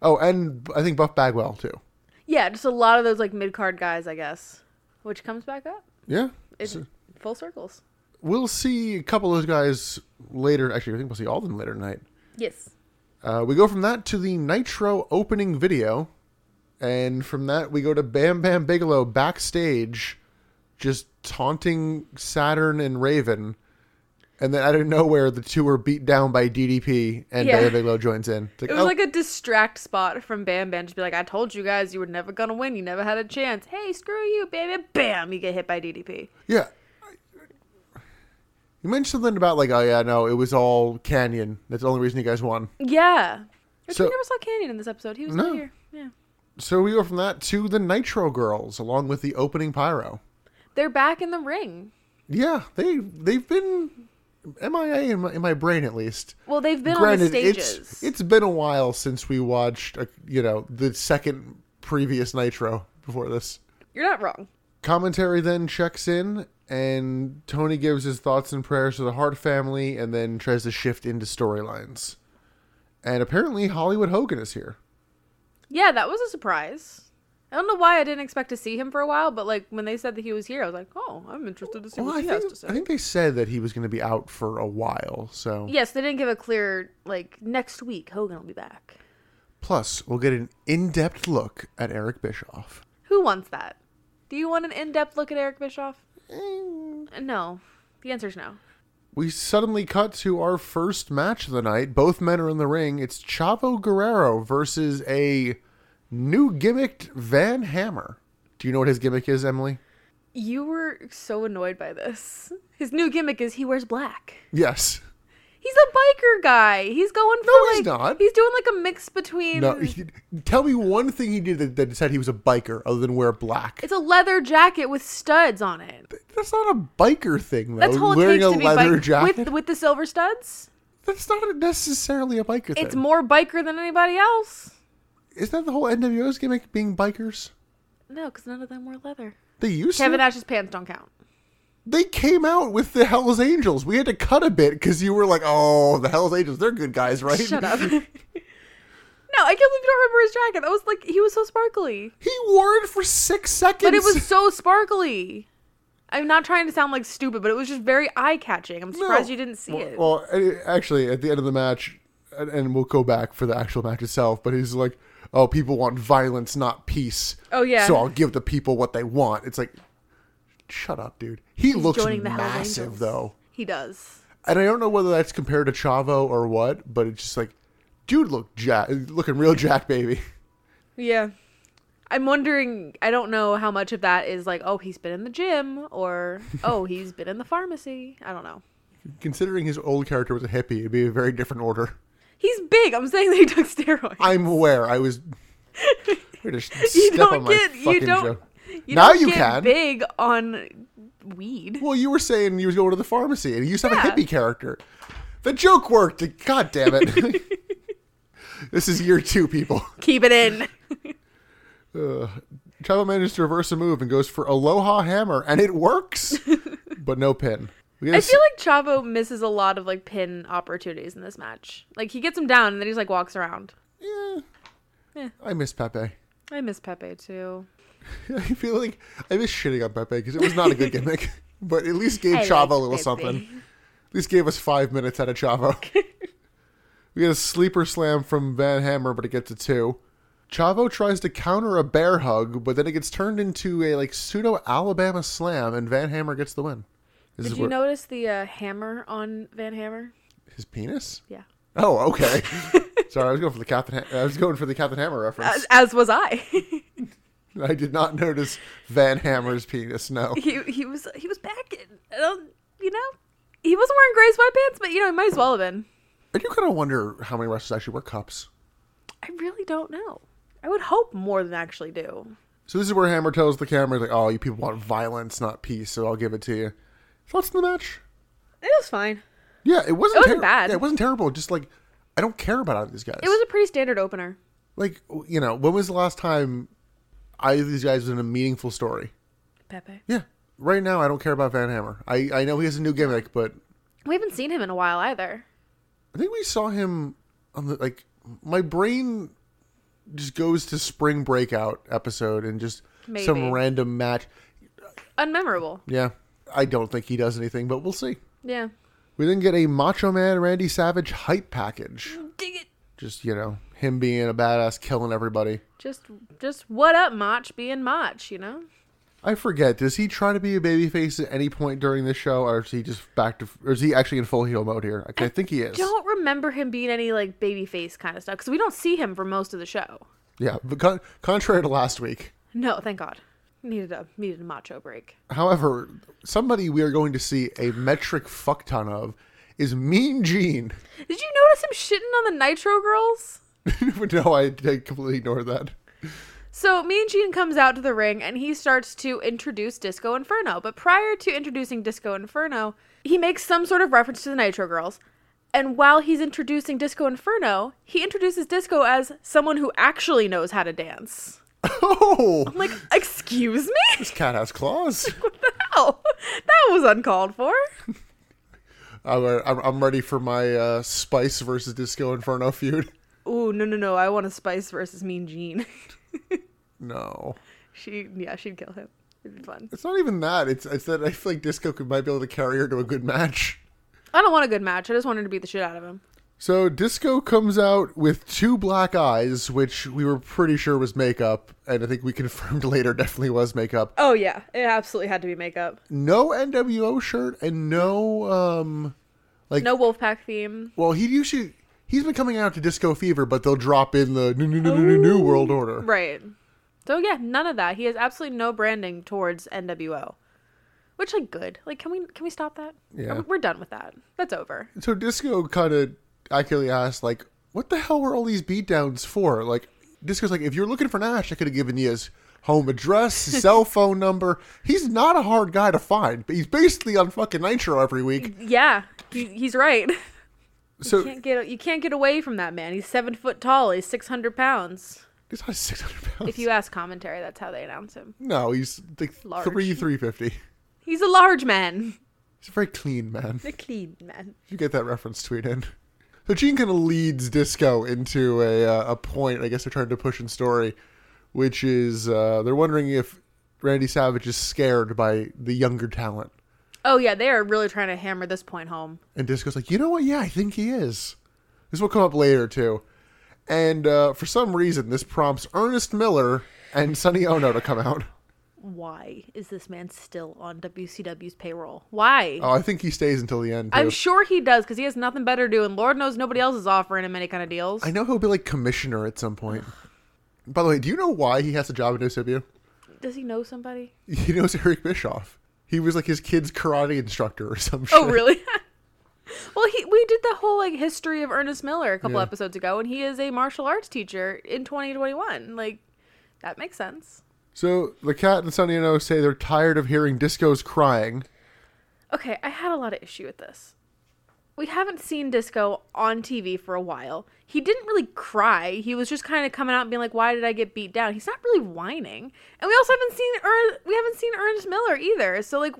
Speaker 3: Oh, and I think Buff Bagwell too.
Speaker 4: Yeah, just a lot of those like mid card guys, I guess, which comes back up.
Speaker 3: Yeah.
Speaker 4: It's
Speaker 3: So
Speaker 4: full circles.
Speaker 3: we'll see a couple of those guys later. Actually, I think we'll see all of them later tonight.
Speaker 4: Yes.
Speaker 3: Uh, we go from that to the Nitro opening video, and from that we go to Bam Bam Bigelow backstage, just taunting Saturn and Raven, and then out of nowhere the two are beat down by DDP, and
Speaker 4: Yeah.
Speaker 3: Bam Bam Bigelow joins in. It's like,
Speaker 4: It was
Speaker 3: oh,
Speaker 4: like a distract spot from Bam Bam. Just be like, I told you guys you were never gonna win. You never had a chance. Hey, screw you, baby. Bam, you get hit by DDP.
Speaker 3: yeah. You mentioned something about like, oh yeah, no, it was all Canyon. That's the only reason you guys won.
Speaker 4: Yeah. Which
Speaker 3: So-
Speaker 4: we never saw Canyon in this episode. He was not
Speaker 3: No.
Speaker 4: here. Yeah.
Speaker 3: So we go from that to the Nitro Girls, along with the opening pyro.
Speaker 4: They're back in the ring.
Speaker 3: Yeah, they they've been MIA in my, in my brain at least.
Speaker 4: Well, they've been on the stages.
Speaker 3: it's it's been a while since we watched, uh you know, the second previous Nitro before this.
Speaker 4: You're not wrong.
Speaker 3: Commentary then checks in, and Tony gives his thoughts and prayers to the Hart family, and then tries to shift into storylines. And apparently, Hollywood Hogan is here.
Speaker 4: Yeah, that was a surprise. I don't know why I didn't expect to see him for a while, but like when they said that he was here, I was like, oh, I'm interested to see
Speaker 3: Well,
Speaker 4: what
Speaker 3: I
Speaker 4: he
Speaker 3: think,
Speaker 4: has to say.
Speaker 3: I think they said that he was going to be out for a while, so
Speaker 4: Yes, they didn't give a clear like next week Hogan will be back.
Speaker 3: Plus, we'll get an in depth look at Eric Bischoff.
Speaker 4: Who wants that? Do you want an in depth look at Eric Bischoff? Eh, No. The answer's no.
Speaker 3: We suddenly cut to our first match of the night. Both men are in the ring. It's Chavo Guerrero versus a new gimmicked Van Hammer. Do you know what his gimmick is, Emily?
Speaker 4: You were so annoyed by this. His new gimmick is he wears black.
Speaker 3: Yes.
Speaker 4: He's a biker guy. He's going for
Speaker 3: No,
Speaker 4: like
Speaker 3: he's not.
Speaker 4: he's doing like a mix between
Speaker 3: No. he- tell me one thing he did that, that said he was a biker other than wear black.
Speaker 4: it's a leather jacket with studs on it.
Speaker 3: That's not a biker thing, though.
Speaker 4: That's all it
Speaker 3: Wearing
Speaker 4: takes
Speaker 3: a
Speaker 4: to be
Speaker 3: leather
Speaker 4: biker
Speaker 3: jacket.
Speaker 4: with with the silver studs.
Speaker 3: That's not necessarily a biker
Speaker 4: It's
Speaker 3: thing.
Speaker 4: more biker than anybody else.
Speaker 3: Isn't that the whole NWO's gimmick being bikers?
Speaker 4: No, because none of them were leather.
Speaker 3: They used
Speaker 4: Kevin
Speaker 3: to.
Speaker 4: Nash's pants
Speaker 3: [LAUGHS]
Speaker 4: don't count.
Speaker 3: they came out with the Hell's Angels. We had to cut a bit because you were like, "Oh, the Hell's Angels, they're good guys, right?"
Speaker 4: Shut up. [LAUGHS] no, I can't believe you don't remember his jacket. That was like he was so sparkly.
Speaker 3: [LAUGHS] He wore it for six seconds.
Speaker 4: But it was so sparkly. I'm not trying to sound like stupid, but it was just very eye catching.
Speaker 3: [LAUGHS]
Speaker 4: I'm
Speaker 3: No.
Speaker 4: surprised you didn't see
Speaker 3: well,
Speaker 4: it.
Speaker 3: Well, a- actually, at the end of the match, and, and we'll go back for the actual match itself. But he's like, "Oh, people want violence, not peace."
Speaker 4: Oh, yeah.
Speaker 3: So I'll give the people what they want. It's like, shut up, dude. He looks
Speaker 4: joining the Hells
Speaker 3: massive
Speaker 4: Angels.
Speaker 3: though.
Speaker 4: he does.
Speaker 3: and I don't know whether that's compared to Chavo or what, but it's just like, dude, look jack, looking real jack, baby. [LAUGHS]
Speaker 4: Yeah. I'm wondering, I don't know how much of that is like, oh, he's been in the gym
Speaker 3: [LAUGHS]
Speaker 4: or, oh, he's been in the pharmacy. I don't know.
Speaker 3: Considering his old character was a hippie, it'd be a very different order.
Speaker 4: He's big. I'm saying that he took steroids.
Speaker 3: I'm aware. I was.
Speaker 4: [LAUGHS]
Speaker 3: Wait, just step
Speaker 4: you
Speaker 3: on
Speaker 4: don't
Speaker 3: my
Speaker 4: get,
Speaker 3: fucking
Speaker 4: you don't,
Speaker 3: joke.
Speaker 4: you
Speaker 3: Now
Speaker 4: don't
Speaker 3: you
Speaker 4: get
Speaker 3: can.
Speaker 4: big on weed.
Speaker 3: Well, you were saying you was going to the pharmacy, and you used to have
Speaker 4: Yeah.
Speaker 3: a hippie character. The joke worked. God damn
Speaker 4: [LAUGHS]
Speaker 3: it! this is year two, people.
Speaker 4: Keep
Speaker 3: [LAUGHS]
Speaker 4: it in.
Speaker 3: Chavo manages to reverse a move and goes for Aloha Hammer, and it works,
Speaker 4: [LAUGHS]
Speaker 3: but no pin. We get a
Speaker 4: I
Speaker 3: s-
Speaker 4: feel like Chavo misses a lot of like pin opportunities in this match. Like he gets him down and then he's like walks around.
Speaker 3: Yeah.
Speaker 4: Yeah.
Speaker 3: I miss Pepe.
Speaker 4: I miss Pepe too.
Speaker 3: [LAUGHS] I feel like I miss shitting on Pepe because it was not a good gimmick, [LAUGHS] but at least gave
Speaker 4: I
Speaker 3: Chavo
Speaker 4: liked
Speaker 3: a little
Speaker 4: Pepe.
Speaker 3: something. At least gave us five minutes out of
Speaker 4: [LAUGHS]
Speaker 3: Chavo. we get a sleeper slam from Van Hammer, but it gets a two. Chavo tries to counter a bear hug, but then it gets turned into a like pseudo Alabama slam, and Van Hammer gets the win. This
Speaker 4: Did
Speaker 3: is
Speaker 4: you
Speaker 3: where-
Speaker 4: notice the uh, hammer on Van Hammer?
Speaker 3: his penis?
Speaker 4: Yeah.
Speaker 3: Oh,
Speaker 4: [LAUGHS]
Speaker 3: okay. Sorry, I was going for the Captain. Ha- I was going for the Captain Hammer reference.
Speaker 4: As, as was I. [LAUGHS] Uh,
Speaker 3: I did not notice Van Hammer's penis.
Speaker 4: [LAUGHS]
Speaker 3: No.
Speaker 4: he he was he was back in, I don't- you know. He wasn't wearing gray sweatpants, but you know, he might as well have been.
Speaker 3: I do kind of wonder how many wrestlers actually wear cups.
Speaker 4: I really don't know. I would hope more than actually do.
Speaker 3: So this is where Hammer tells the camera, like, "Oh, you people want violence, not peace, so I'll give it to you." Thoughts on the match?
Speaker 4: It was fine.
Speaker 3: Yeah, it wasn't.
Speaker 4: It wasn't
Speaker 3: terri-
Speaker 4: bad.
Speaker 3: Yeah, it wasn't terrible. Just like I don't care about either of these guys.
Speaker 4: It was a pretty standard opener.
Speaker 3: like you know, when was the last time either of these guys was in a meaningful story?
Speaker 4: Pepe.
Speaker 3: Yeah, right now I don't care about Van Hammer. I I know he has a new gimmick, but
Speaker 4: We haven't seen him in a while either.
Speaker 3: I think we saw him on the like my brain just goes to spring breakout episode and just
Speaker 4: Maybe.
Speaker 3: some random match.
Speaker 4: Unmemorable.
Speaker 3: Yeah, I don't think he does anything, but we'll see.
Speaker 4: Yeah.
Speaker 3: We then get a Macho Man Randy Savage hype package.
Speaker 4: Dig it.
Speaker 3: Just, you know, him being a badass, killing everybody.
Speaker 4: Just just what up, Mach being Mach, you know?
Speaker 3: I forget, does he try to be a babyface at any point during the show, or is he just back to, or is he actually in full heel mode here? Okay, I think he is.
Speaker 4: Don't remember him being any like baby face kind of stuff because we don't see him for most of the show.
Speaker 3: Yeah, but con- contrary to last week.
Speaker 4: No, thank God. Needed a needed a macho break.
Speaker 3: However, somebody we are going to see a metric fuck ton of is Mean Gene. [LAUGHS]
Speaker 4: Did you notice him shitting on the Nitro girls?
Speaker 3: no, I, I completely ignored that. [LAUGHS]
Speaker 4: So Mean Gene comes out to the ring and he starts to introduce Disco Inferno. But prior to introducing Disco Inferno, he makes some sort of reference to the Nitro Girls. And while he's introducing Disco Inferno, he introduces Disco as someone who actually knows how to dance.
Speaker 3: Oh!
Speaker 4: I'm [LAUGHS] like, excuse [LAUGHS] me?
Speaker 3: This cat has claws.
Speaker 4: What the hell? [LAUGHS] That was uncalled for.
Speaker 3: I'm, uh, I'm, I'm ready for my uh, Spice versus Disco Inferno feud. [LAUGHS]
Speaker 4: Ooh, no, no, no. I want a Spice versus Mean Gene. [LAUGHS]
Speaker 3: No.
Speaker 4: she, yeah, she'd kill him. It'd be fun.
Speaker 3: It's not even that. It's it's that I feel like Disco could might be able to carry her to a good match.
Speaker 4: I don't want a good match. I just want her to beat the shit out of him.
Speaker 3: So Disco comes out with two black eyes, which we were pretty sure was makeup, and I think we [LAUGHS] confirmed later definitely was makeup.
Speaker 4: Oh yeah, it absolutely had to be makeup.
Speaker 3: No NWO shirt and no um like
Speaker 4: No Wolfpack theme.
Speaker 3: well he usually he's been coming out to Disco Fever, but they'll drop in the new new new new, new, new world order.
Speaker 4: Right. So yeah, none of that. He has absolutely no branding towards NWO. Which like good. Like can we can we stop that?
Speaker 3: Yeah.
Speaker 4: Are we- We're done with that. That's over.
Speaker 3: So Disco kind of accurately asked, like, what the hell were all these beatdowns for? Like, Disco's like, if you're looking for Nash, I could have given you his home address,
Speaker 4: [LAUGHS]
Speaker 3: his cell phone number. He's not a hard guy to find, but he's basically on fucking Nitro every week.
Speaker 4: Yeah. He, he's right. [LAUGHS] you
Speaker 3: So
Speaker 4: can't get you can't get away from that man. He's seven foot tall, he's six hundred pounds.
Speaker 3: he's not 600 pounds.
Speaker 4: If you ask commentary, that's how they announce him.
Speaker 3: no, he's like
Speaker 4: Large.
Speaker 3: three 350.
Speaker 4: He's a large man.
Speaker 3: He's a very clean man.
Speaker 4: A clean man.
Speaker 3: If you get that reference, tweet in. So Gene kind of leads Disco into a uh, a point. I guess they're trying to push in story, which is uh, they're wondering if Randy Savage is scared by the younger talent.
Speaker 4: Oh yeah, they are really trying to hammer this point home.
Speaker 3: And Disco's like, you know what? Yeah, I think he is. This will come up later too. And uh, for some reason, this prompts Ernest Miller and Sonny Ono to come out.
Speaker 4: Why is this man still on WCW's payroll? Why?
Speaker 3: Oh, I think he stays until the end. Too.
Speaker 4: I'm sure he does because he has nothing better to do, and Lord knows nobody else is offering him any kind of deals.
Speaker 3: I know he'll be like commissioner at some point. By the way, do you know why he has a job in E? WCW?
Speaker 4: Does he know somebody?
Speaker 3: he knows Eric Bischoff. He was like his kid's karate instructor or some shit.
Speaker 4: [LAUGHS] Oh, really? [LAUGHS] well, he we did the whole like history of Ernest Miller a couple
Speaker 3: Yeah.
Speaker 4: episodes ago, and he is a martial arts teacher in 2021. Like, that makes sense.
Speaker 3: So the cat and Sonny and O say they're tired of hearing discos crying.
Speaker 4: Okay, I had a lot of issue with this. We haven't seen Disco on TV for a while. He didn't really cry. He was just kind of coming out and being like, "Why did I get beat down?" He's not really whining. And we also haven't seen Ern- we haven't seen Ernest Miller either. So like,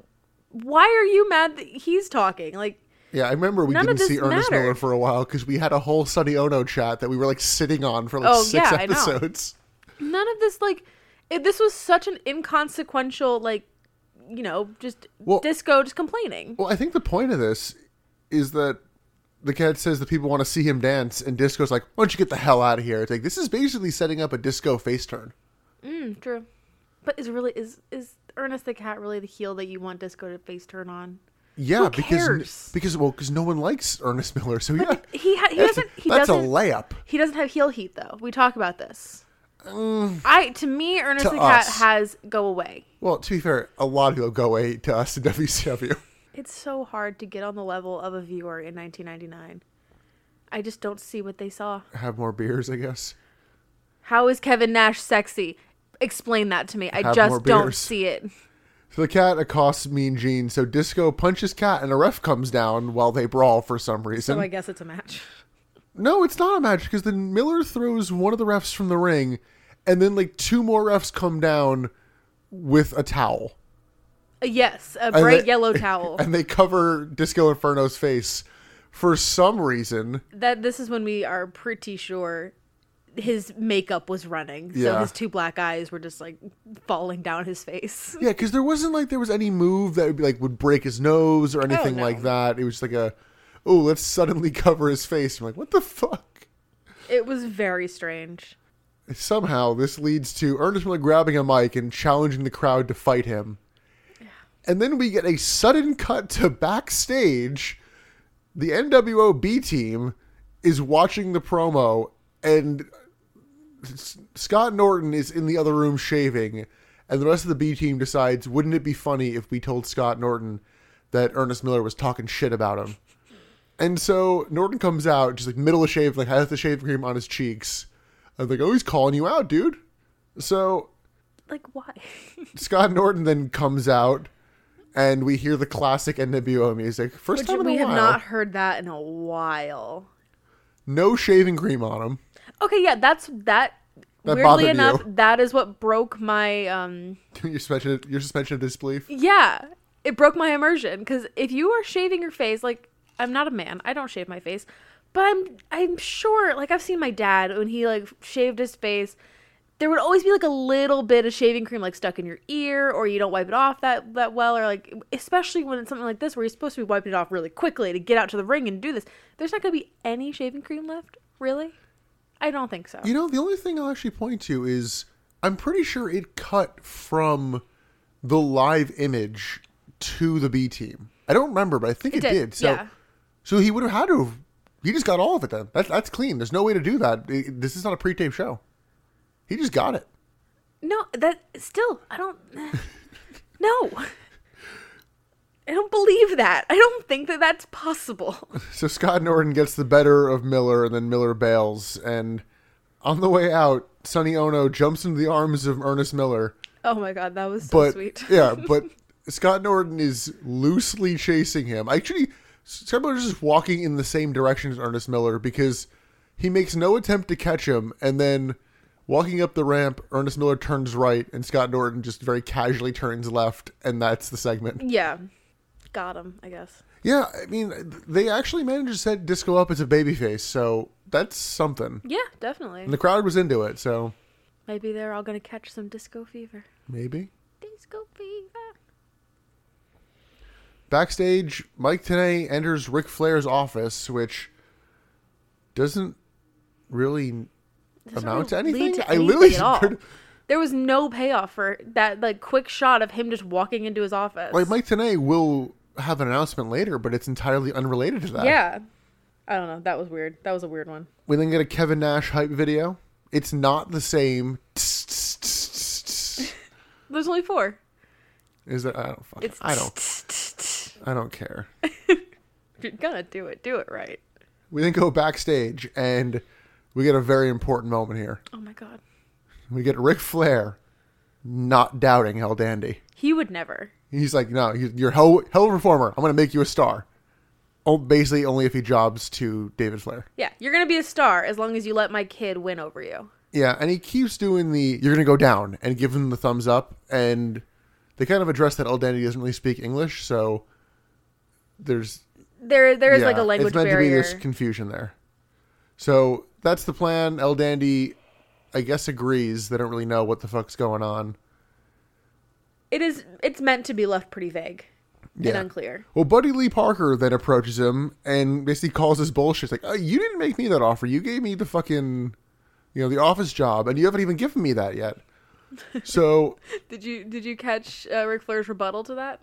Speaker 4: why are you mad that he's talking? Like,
Speaker 3: Yeah, I remember we
Speaker 4: None of
Speaker 3: didn't see
Speaker 4: this
Speaker 3: Ernest Miller
Speaker 4: mattered.
Speaker 3: for a while because we had a whole Sonny Ono chat that we were like sitting on for like
Speaker 4: Oh,
Speaker 3: six
Speaker 4: yeah, I know.
Speaker 3: episodes.
Speaker 4: none of this like it, this was such an inconsequential like you know just
Speaker 3: Well-
Speaker 4: disco just complaining
Speaker 3: Well, I think the point of this is that the cat says that people want to see him dance, and Disco's like, "Why don't you get the hell out of here?" It's like this is basically setting up a disco face turn.
Speaker 4: Mm, true but is really is is ernest the cat really the heel that you want disco to face turn on
Speaker 3: Yeah,
Speaker 4: Who
Speaker 3: because
Speaker 4: cares?
Speaker 3: because well, because no one likes Ernest Miller, so yeah,
Speaker 4: he ha- he
Speaker 3: that's,
Speaker 4: doesn't he
Speaker 3: that's
Speaker 4: doesn't
Speaker 3: a layup.
Speaker 4: he doesn't have heel heat though we talk about this i to me ernest
Speaker 3: Mm. To
Speaker 4: the cat
Speaker 3: us.
Speaker 4: has go away
Speaker 3: Well, to be fair, a lot of people go away to us in [LAUGHS] WCW.
Speaker 4: it's so hard to get on the level of a viewer in 1999 i just don't see what they saw
Speaker 3: Have more beers, I guess.
Speaker 4: How is Kevin Nash sexy? Explain that to me. I
Speaker 3: Have more
Speaker 4: just don't
Speaker 3: beers.
Speaker 4: see it.
Speaker 3: So the cat accosts Mean Gene, so Disco punches Cat, and a ref comes down while they brawl for some reason.
Speaker 4: Oh, guess it's a match.
Speaker 3: no, it's not a match because then Miller throws one of the refs from the ring, and then like two more refs come down with a towel.
Speaker 4: Uh, yes, a
Speaker 3: And
Speaker 4: bright
Speaker 3: they- [LAUGHS]
Speaker 4: yellow towel.
Speaker 3: And they cover Disco Inferno's face for some reason.
Speaker 4: that this is when we are pretty sure his makeup was running. So
Speaker 3: Yeah.
Speaker 4: his two black eyes were just like falling down his face. [LAUGHS]
Speaker 3: Yeah, because there wasn't like there was any move that would be like would break his nose or anything
Speaker 4: no.
Speaker 3: like that. It was just like a, oh, let's suddenly [LAUGHS] cover his face. I'm like, what the fuck?
Speaker 4: It was very strange.
Speaker 3: Somehow this leads to Ernest Miller grabbing a mic and challenging the crowd to fight him. And then we get a sudden cut to backstage. The NWO B team is watching the promo, and S- Scott Norton is in the other room shaving. And the rest of the B team decides, wouldn't it be funny if we told Scott Norton that Ernest Miller was talking shit about him? And so Norton comes out, just like middle of shave, like has the shave cream on his cheeks. I was like, oh, he's calling you out, dude. So
Speaker 4: Like why?
Speaker 3: Scott Norton then comes out, and we hear the classic NWO music. First
Speaker 4: Which
Speaker 3: time in
Speaker 4: we
Speaker 3: a
Speaker 4: have
Speaker 3: while.
Speaker 4: not heard that in a while.
Speaker 3: No shaving cream on him.
Speaker 4: Okay, yeah, that's that.
Speaker 3: That bothered
Speaker 4: weirdly
Speaker 3: you.
Speaker 4: enough, that is what broke my um
Speaker 3: [LAUGHS] your suspension, of, your suspension of disbelief.
Speaker 4: Yeah, it broke my immersion because if you are shaving your face, like I'm not a man, I don't shave my face, but I'm I'm sure, like I've seen my dad when he like shaved his face, there would always be like a little bit of shaving cream like stuck in your ear or you don't wipe it off that that well or like especially when it's something like this where you're supposed to be wiping it off really quickly to get out to the ring and do this there's not going to be any shaving cream left really i don't think so
Speaker 3: You know, the only thing I'll actually point to is I'm pretty sure it cut from the live image to the B team. I don't remember, but I think it,
Speaker 4: did,
Speaker 3: did. So,
Speaker 4: yeah.
Speaker 3: so he would have had to. Have, he just got all of it then. That's that's clean. There's no way to do that. It- this is not a pre-tape show. He just got it. [LAUGHS]
Speaker 4: no that still i [LAUGHS] don't no i don't believe that i don't think that that's possible
Speaker 3: So Scott Norton gets the better of Miller, and then Miller bails. And on the way out, Sonny Ono jumps into the arms of Ernest Miller.
Speaker 4: [LAUGHS] oh my god that was so
Speaker 3: but
Speaker 4: sweet
Speaker 3: [LAUGHS] yeah,
Speaker 4: [LAUGHS]
Speaker 3: but Scott Norton is loosely chasing him. Actually, Scott Norton is just walking in the same direction as Ernest Miller because he makes no attempt to catch him, and then walking up the ramp, Ernest Miller turns right, and Scott Norton just very casually turns left, and that's the segment.
Speaker 4: yeah got him i guess
Speaker 3: Yeah, I mean, they actually managed to set Disco up as a babyface, so that's something.
Speaker 4: yeah definitely
Speaker 3: And the crowd was into it, so
Speaker 4: maybe they're all going to catch some disco fever
Speaker 3: maybe.
Speaker 4: disco fever
Speaker 3: Backstage, Mike Tenay enters Ric Flair's office, which doesn't really amount
Speaker 4: really
Speaker 3: to
Speaker 4: lead
Speaker 3: anything.
Speaker 4: to
Speaker 3: I literally
Speaker 4: anything at
Speaker 3: heard-
Speaker 4: all. There was no payoff for that like quick shot of him just walking into his office.
Speaker 3: like Mike Tenay will have an announcement later, but it's entirely unrelated to that.
Speaker 4: yeah. I don't know. That was weird. That was a weird one.
Speaker 3: We then get a Kevin Nash hype video. It's not the same. Is
Speaker 4: There's only four.
Speaker 3: that I don't fucking,
Speaker 4: It's
Speaker 3: I don't I don't care.
Speaker 4: If you're gonna do it, do it right.
Speaker 3: We then go backstage and we get a very important moment here.
Speaker 4: Oh my god.
Speaker 3: We get Ric Flair not doubting Hell Dandy.
Speaker 4: He would never.
Speaker 3: He's like, no, you- you're a hell, hell of a performer. I'm going to make you a star. Oh, basically, only if he jobs to David Flair.
Speaker 4: Yeah, you're gonna be a star as long as you let my kid win over you.
Speaker 3: Yeah, and he keeps doing the, you're going to go down, and give him the thumbs up. And they kind of address that El Dandy doesn't really speak English, so there's
Speaker 4: There there is like
Speaker 3: Yeah,
Speaker 4: a language
Speaker 3: it's meant
Speaker 4: barrier.
Speaker 3: to be this confusion there. So that's the plan. El Dandy, I guess, agrees. They don't really know what the fuck's going on.
Speaker 4: it is it's meant to be left pretty vague. And
Speaker 3: Yeah.
Speaker 4: unclear.
Speaker 3: Well, Buddy Lee Parker then approaches him and basically calls his bullshit. Like, oh, you didn't make me that offer. You gave me the fucking, you know, the office job, and you haven't even given me that yet. So,
Speaker 4: Did you did you catch uh, Ric Flair's rebuttal to that?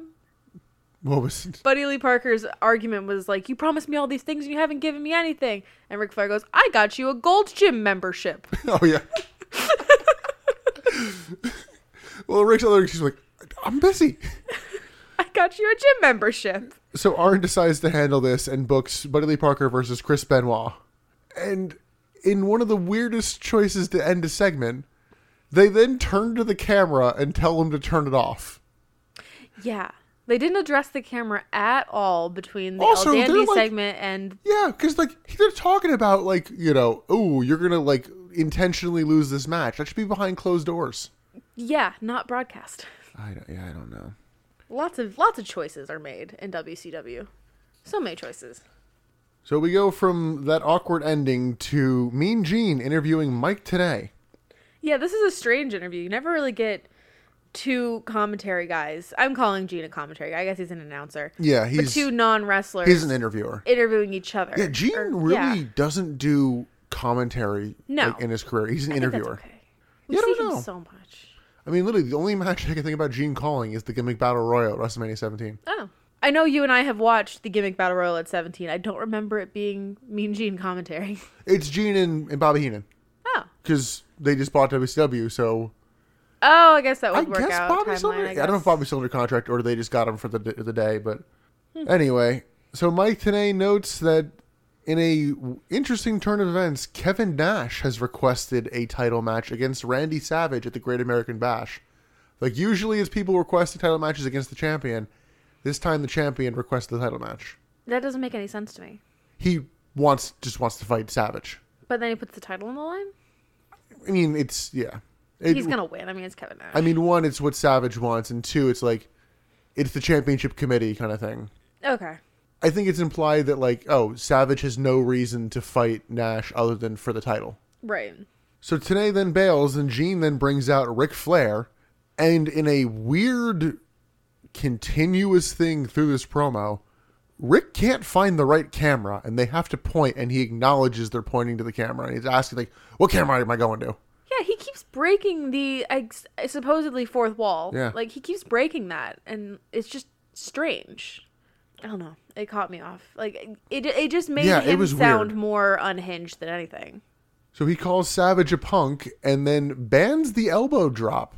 Speaker 3: what was? [LAUGHS]
Speaker 4: Buddy Lee Parker's argument was like, "You promised me all these things and you haven't given me anything." And Ric Flair goes, "I got you a Gold's Gym membership."
Speaker 3: [LAUGHS] Oh yeah. well, Rick's other excuse was like, I'm busy.
Speaker 4: I got you a gym membership.
Speaker 3: So Arn decides to handle this and books Buddy Lee Parker versus Chris Benoit. And in one of the weirdest choices to end a segment, they then turn to the camera and tell him to turn it off.
Speaker 4: Yeah. They didn't address the camera at all between the
Speaker 3: Also,
Speaker 4: El
Speaker 3: they're
Speaker 4: Dandy
Speaker 3: like-
Speaker 4: segment and
Speaker 3: Yeah, because like they're talking about like you know, oh, you're gonna like intentionally lose this match. That should be behind closed doors.
Speaker 4: yeah, not broadcast. [LAUGHS]
Speaker 3: I don't, yeah, I don't know.
Speaker 4: Lots of lots of choices are made in WCW. So many choices.
Speaker 3: So we go from that awkward ending to Mean Gene interviewing Mike today.
Speaker 4: Yeah, this is a strange interview. You never really get two commentary guys. I'm calling Gene a commentary guy. I guess he's an announcer.
Speaker 3: Yeah,
Speaker 4: But
Speaker 3: he's
Speaker 4: two non-wrestlers
Speaker 3: he's an interviewer.
Speaker 4: interviewing each other.
Speaker 3: Yeah, Gene
Speaker 4: Or-
Speaker 3: really
Speaker 4: yeah.
Speaker 3: doesn't do commentary
Speaker 4: No.
Speaker 3: like, in his career. He's an
Speaker 4: I think that's
Speaker 3: interviewer.
Speaker 4: okay. We
Speaker 3: Yeah, I
Speaker 4: see
Speaker 3: don't
Speaker 4: him
Speaker 3: know.
Speaker 4: so much.
Speaker 3: I mean, literally, the only match I can think about Gene calling is the gimmick battle royal at WrestleMania 17.
Speaker 4: Oh. I know you and I have watched the gimmick battle royal at 17. I don't remember it being Mean Gene commentary.
Speaker 3: It's Gene and, and Bobby Heenan
Speaker 4: Oh.
Speaker 3: because they just bought WCW, so
Speaker 4: [LAUGHS] Oh, I guess that would
Speaker 3: I
Speaker 4: work
Speaker 3: guess
Speaker 4: out.
Speaker 3: Bobby
Speaker 4: timeline,
Speaker 3: Silver.
Speaker 4: I,
Speaker 3: I, don't know if
Speaker 4: guess.
Speaker 3: Bobby's still under contract or they just got him for the the day. But anyway, so Mike Tenay notes that in a w- interesting turn of events, Kevin Nash has requested a title match against Randy Savage at the Great American Bash. Like usually, it's people requesting title matches against the champion. This time, the champion requests the title match.
Speaker 4: That doesn't make any sense to me.
Speaker 3: He wants just wants to fight Savage.
Speaker 4: But then he puts the title on the line?
Speaker 3: I mean, it's yeah. It-
Speaker 4: He's going to win. I mean, it's Kevin Nash.
Speaker 3: I mean, one, it's what Savage wants, and two, it's like it's the championship committee kind of thing.
Speaker 4: okay.
Speaker 3: I think it's implied that like, oh, Savage has no reason to fight Nash other than for the title.
Speaker 4: Right.
Speaker 3: So Tanae then bails, and Gene then brings out Ric Flair, and in a weird, continuous thing through this promo, Rick can't find the right camera, and they have to point, and he acknowledges they're pointing to the camera, and he's asking like, "What camera am I going to?"
Speaker 4: Yeah, he keeps breaking the I s- supposedly fourth wall.
Speaker 3: Yeah.
Speaker 4: Like he keeps breaking that and it's just strange. I don't know. It caught me off. Like it it just made
Speaker 3: Yeah, it
Speaker 4: him
Speaker 3: was
Speaker 4: sound
Speaker 3: weird.
Speaker 4: more unhinged than anything.
Speaker 3: So he calls Savage a punk, and then bans the elbow drop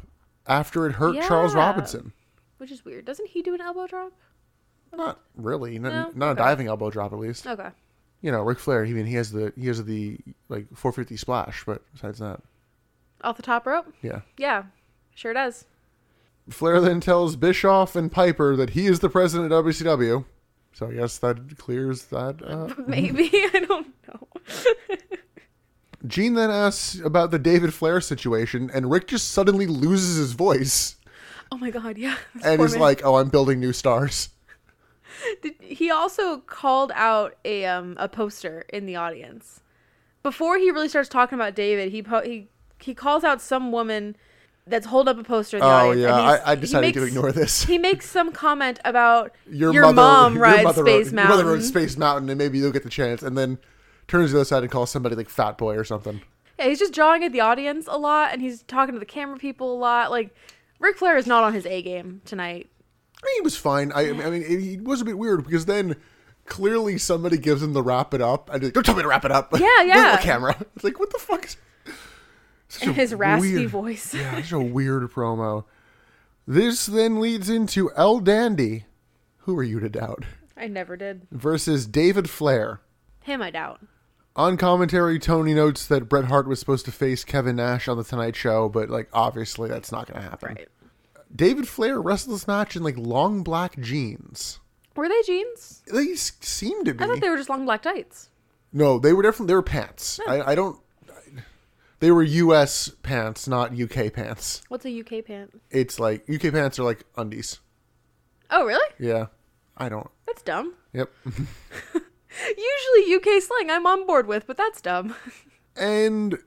Speaker 3: after it hurt Charles
Speaker 4: Yeah.
Speaker 3: Robinson.
Speaker 4: Which is weird. Doesn't he do an elbow drop?
Speaker 3: Not really, not,
Speaker 4: No?
Speaker 3: not a
Speaker 4: Okay.
Speaker 3: diving elbow drop at least.
Speaker 4: Okay.
Speaker 3: You know, Ric Flair. Even he has the he has the like 450 splash, but besides that,
Speaker 4: Off the top rope?
Speaker 3: yeah.
Speaker 4: Yeah. Sure does. [LAUGHS]
Speaker 3: Flair then tells Bischoff and Piper that he is the president of WCW. So I guess that clears that. Up.
Speaker 4: Maybe. [LAUGHS] I don't know.
Speaker 3: Gene then asks about the David Flair situation, and Rick just suddenly loses his voice
Speaker 4: oh my god, yeah. This
Speaker 3: and
Speaker 4: poor
Speaker 3: is
Speaker 4: man.
Speaker 3: like, "Oh, I'm building new stars."
Speaker 4: Did, he also called out a um a poster in the audience. Before he really starts talking about David, he po- he he calls out some woman that's holding up a poster in the
Speaker 3: Oh,
Speaker 4: audience. and
Speaker 3: yeah,
Speaker 4: he's-
Speaker 3: I- I
Speaker 4: he
Speaker 3: decided to ignore this.
Speaker 4: He makes some comment about
Speaker 3: [LAUGHS] Your,
Speaker 4: your,
Speaker 3: mother,
Speaker 4: mom
Speaker 3: your
Speaker 4: rides
Speaker 3: mother
Speaker 4: Space
Speaker 3: rode,
Speaker 4: Mountain.
Speaker 3: Your mother rode Space Mountain, and maybe you'll get the chance. And then turns to the other side and calls somebody like Fat Boy or something.
Speaker 4: yeah, he's just jawing at the audience a lot, and he's talking to the camera people a lot. Like Ric Flair is not on his A game tonight.
Speaker 3: I mean, he was fine. I, I mean, it, it was a bit weird because then clearly somebody gives him the wrap it up. And he's like, don't tell me to wrap it up. [LAUGHS] Look at
Speaker 4: yeah.
Speaker 3: the camera. It's like, what the fuck is. Such
Speaker 4: And
Speaker 3: a
Speaker 4: [LAUGHS] his raspy
Speaker 3: weird-
Speaker 4: voice.
Speaker 3: yeah, such a weird promo. This then leads into El Dandy, who are you to doubt,
Speaker 4: I never did
Speaker 3: versus David Flair.
Speaker 4: him. I doubt.
Speaker 3: On commentary, Tony notes that Bret Hart was supposed to face Kevin Nash on the Tonight Show, but like obviously that's not going to happen.
Speaker 4: Right?
Speaker 3: David Flair wrestled this match in like long black jeans.
Speaker 4: Were they jeans?
Speaker 3: They s- seem to be.
Speaker 4: I thought they were Oh. just long black tights.
Speaker 3: No, they were definitely they were pants. I, I don't. They were U.S. pants, not U.K. pants.
Speaker 4: What's a UK pant?
Speaker 3: It's like U.K. pants are like undies.
Speaker 4: Oh, really?
Speaker 3: Yeah, I don't.
Speaker 4: That's dumb.
Speaker 3: Yep. [LAUGHS]
Speaker 4: Usually UK slang I'm on board with, but that's dumb. [LAUGHS]
Speaker 3: and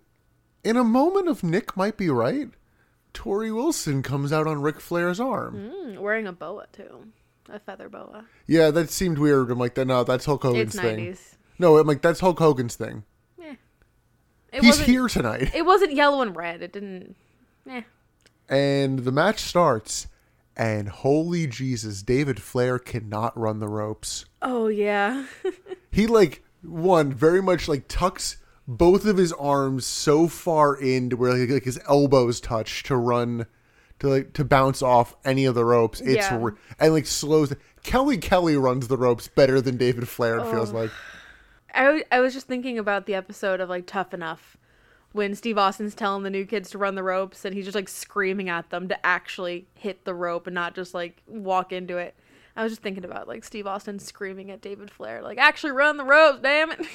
Speaker 3: in a moment of Nick might be right, Tori Wilson comes out on Ric Flair's arm.
Speaker 4: Mm, wearing a boa too. A feather boa.
Speaker 3: Yeah, that seemed weird. I'm like, no, that's Hulk Hogan's
Speaker 4: It's
Speaker 3: thing.
Speaker 4: 90s.
Speaker 3: No, I'm like, that's Hulk Hogan's thing.
Speaker 4: Eh. It
Speaker 3: He's
Speaker 4: wasn't
Speaker 3: here tonight.
Speaker 4: [LAUGHS] it wasn't yellow and red. It didn't eh.
Speaker 3: And the match starts, and holy Jesus, David Flair cannot run the ropes.
Speaker 4: Oh yeah. [LAUGHS]
Speaker 3: He like one very much like tucks both of his arms so far in to where like, like, his elbows touch to run to like to bounce off any of the ropes. It's
Speaker 4: Yeah.
Speaker 3: r- and like slows. Kelly Kelly runs the ropes better than David Flair. It feels like
Speaker 4: I, w- I was just thinking about the episode of like Tough Enough when Steve Austin's telling the new kids to run the ropes and he's just like screaming at them to actually hit the rope and not just like walk into it. I was just thinking about like Steve Austin screaming at David Flair, like, actually run the ropes, damn it. [LAUGHS] that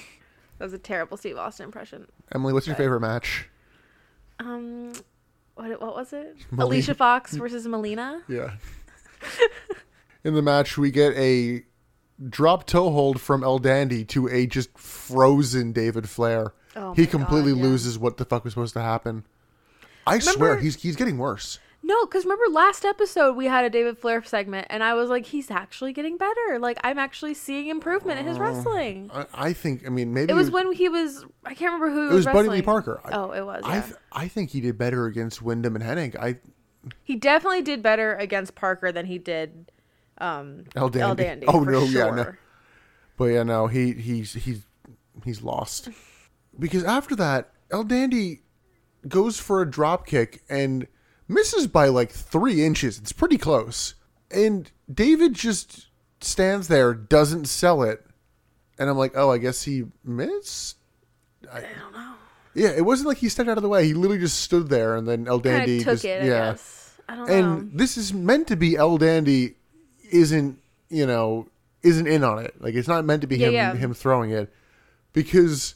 Speaker 4: was a terrible Steve Austin impression.
Speaker 3: Emily, what's your favorite match?
Speaker 4: Um, what, what was it?
Speaker 3: [LAUGHS] Melina.
Speaker 4: Alicia Fox versus Melina.
Speaker 3: Yeah. In the match, we get a drop toe hold from El Dandy to a just frozen David Flair.
Speaker 4: Oh
Speaker 3: he
Speaker 4: my God,
Speaker 3: completely
Speaker 4: yeah.
Speaker 3: loses what the fuck was supposed to happen. I swear,
Speaker 4: Remember-
Speaker 3: he's he's getting worse.
Speaker 4: No, because remember last episode we had a David Flair segment, and I was like, he's actually getting better. Like, I'm actually seeing improvement
Speaker 3: Oh.
Speaker 4: in his wrestling.
Speaker 3: I, I think. I mean, maybe
Speaker 4: It was when he was. I can't remember who.
Speaker 3: Uh, it was Buddy Lee
Speaker 4: wrestling.
Speaker 3: Parker. I-
Speaker 4: oh, it was.
Speaker 3: I
Speaker 4: yeah.
Speaker 3: th- I think he did better against Wyndham and Hennig. I
Speaker 4: he definitely did better against Parker than he did. Um,
Speaker 3: El Dandy.
Speaker 4: El Dandy.
Speaker 3: [LAUGHS] Oh,
Speaker 4: for
Speaker 3: no,
Speaker 4: sure.
Speaker 3: yeah, no. But yeah, no, he he's he's he's lost. Because after that, El Dandy goes for a drop kick and misses by like three inches. It's pretty close. And David just stands there, doesn't sell it, and I'm like, oh, I guess he missed. I, don't know. Yeah, it wasn't like he stepped out of the way. He literally just stood there, and then El
Speaker 4: Kinda
Speaker 3: Dandy
Speaker 4: took
Speaker 3: just
Speaker 4: it. I
Speaker 3: yeah.
Speaker 4: guess. I don't
Speaker 3: And
Speaker 4: know.
Speaker 3: this is meant to be El Dandy isn't, you know, isn't in on it. Like it's not meant to be
Speaker 4: Yeah,
Speaker 3: him
Speaker 4: yeah.
Speaker 3: him throwing it. Because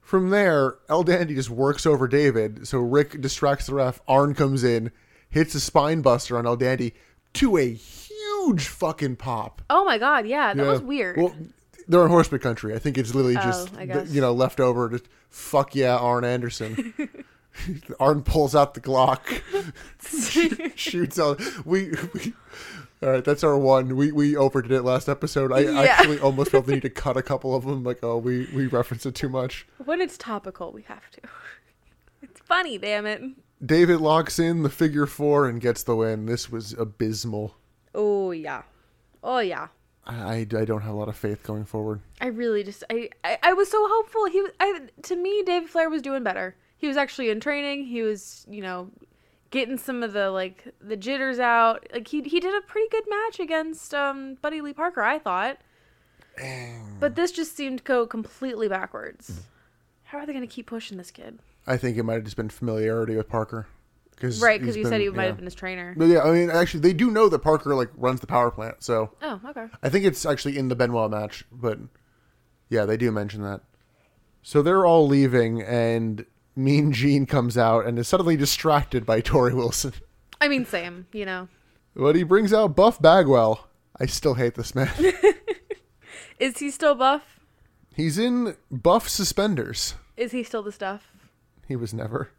Speaker 3: from there, El Dandy just works over David. So Rick distracts the ref. Arn comes in, hits a spine buster on El Dandy to a huge fucking pop.
Speaker 4: Oh my god, yeah, that
Speaker 3: Yeah.
Speaker 4: was weird. Oh,
Speaker 3: Well, they're in horseback country. I think it's literally just
Speaker 4: I
Speaker 3: the-
Speaker 4: guess. [LAUGHS]
Speaker 3: you know left over. Just fuck yeah, Arn Anderson. Arn pulls out the Glock, shoots out. We, we, all right, that's our one. We we overdid it last episode. I
Speaker 4: Yeah.
Speaker 3: actually almost felt the need to cut a couple of them. Like, oh, we we reference it too much.
Speaker 4: [LAUGHS] When it's topical, we have to. [LAUGHS] It's funny, damn it.
Speaker 3: David locks in the figure four and gets the win. This was abysmal.
Speaker 4: Oh yeah, oh yeah.
Speaker 3: I, I I don't have a lot of faith going forward.
Speaker 4: I really just I, I I was so hopeful. He was I to me David Flair was doing better. He was actually in training. He was you know getting some of the like the jitters out. Like he he did a pretty good match against um Buddy Lee Parker. I thought. But this just seemed to go completely backwards. How are they going to keep pushing this kid?
Speaker 3: I think it might have just been familiarity with Parker. Cause
Speaker 4: Right,
Speaker 3: he's
Speaker 4: because you said
Speaker 3: been-
Speaker 4: he might
Speaker 3: yeah.
Speaker 4: have been his trainer.
Speaker 3: But yeah, I mean, actually, they do know that Parker like runs the power plant, so
Speaker 4: Oh, okay.
Speaker 3: I think it's actually in the Benoit match. But yeah, they do mention that. So they're all leaving, and Mean Gene comes out and is suddenly distracted by Tori Wilson.
Speaker 4: I mean, same. You know,
Speaker 3: But he brings out Buff Bagwell. I still hate this man.
Speaker 4: is he still buff?
Speaker 3: He's in buff suspenders.
Speaker 4: Is he still the stuff?
Speaker 3: He was never.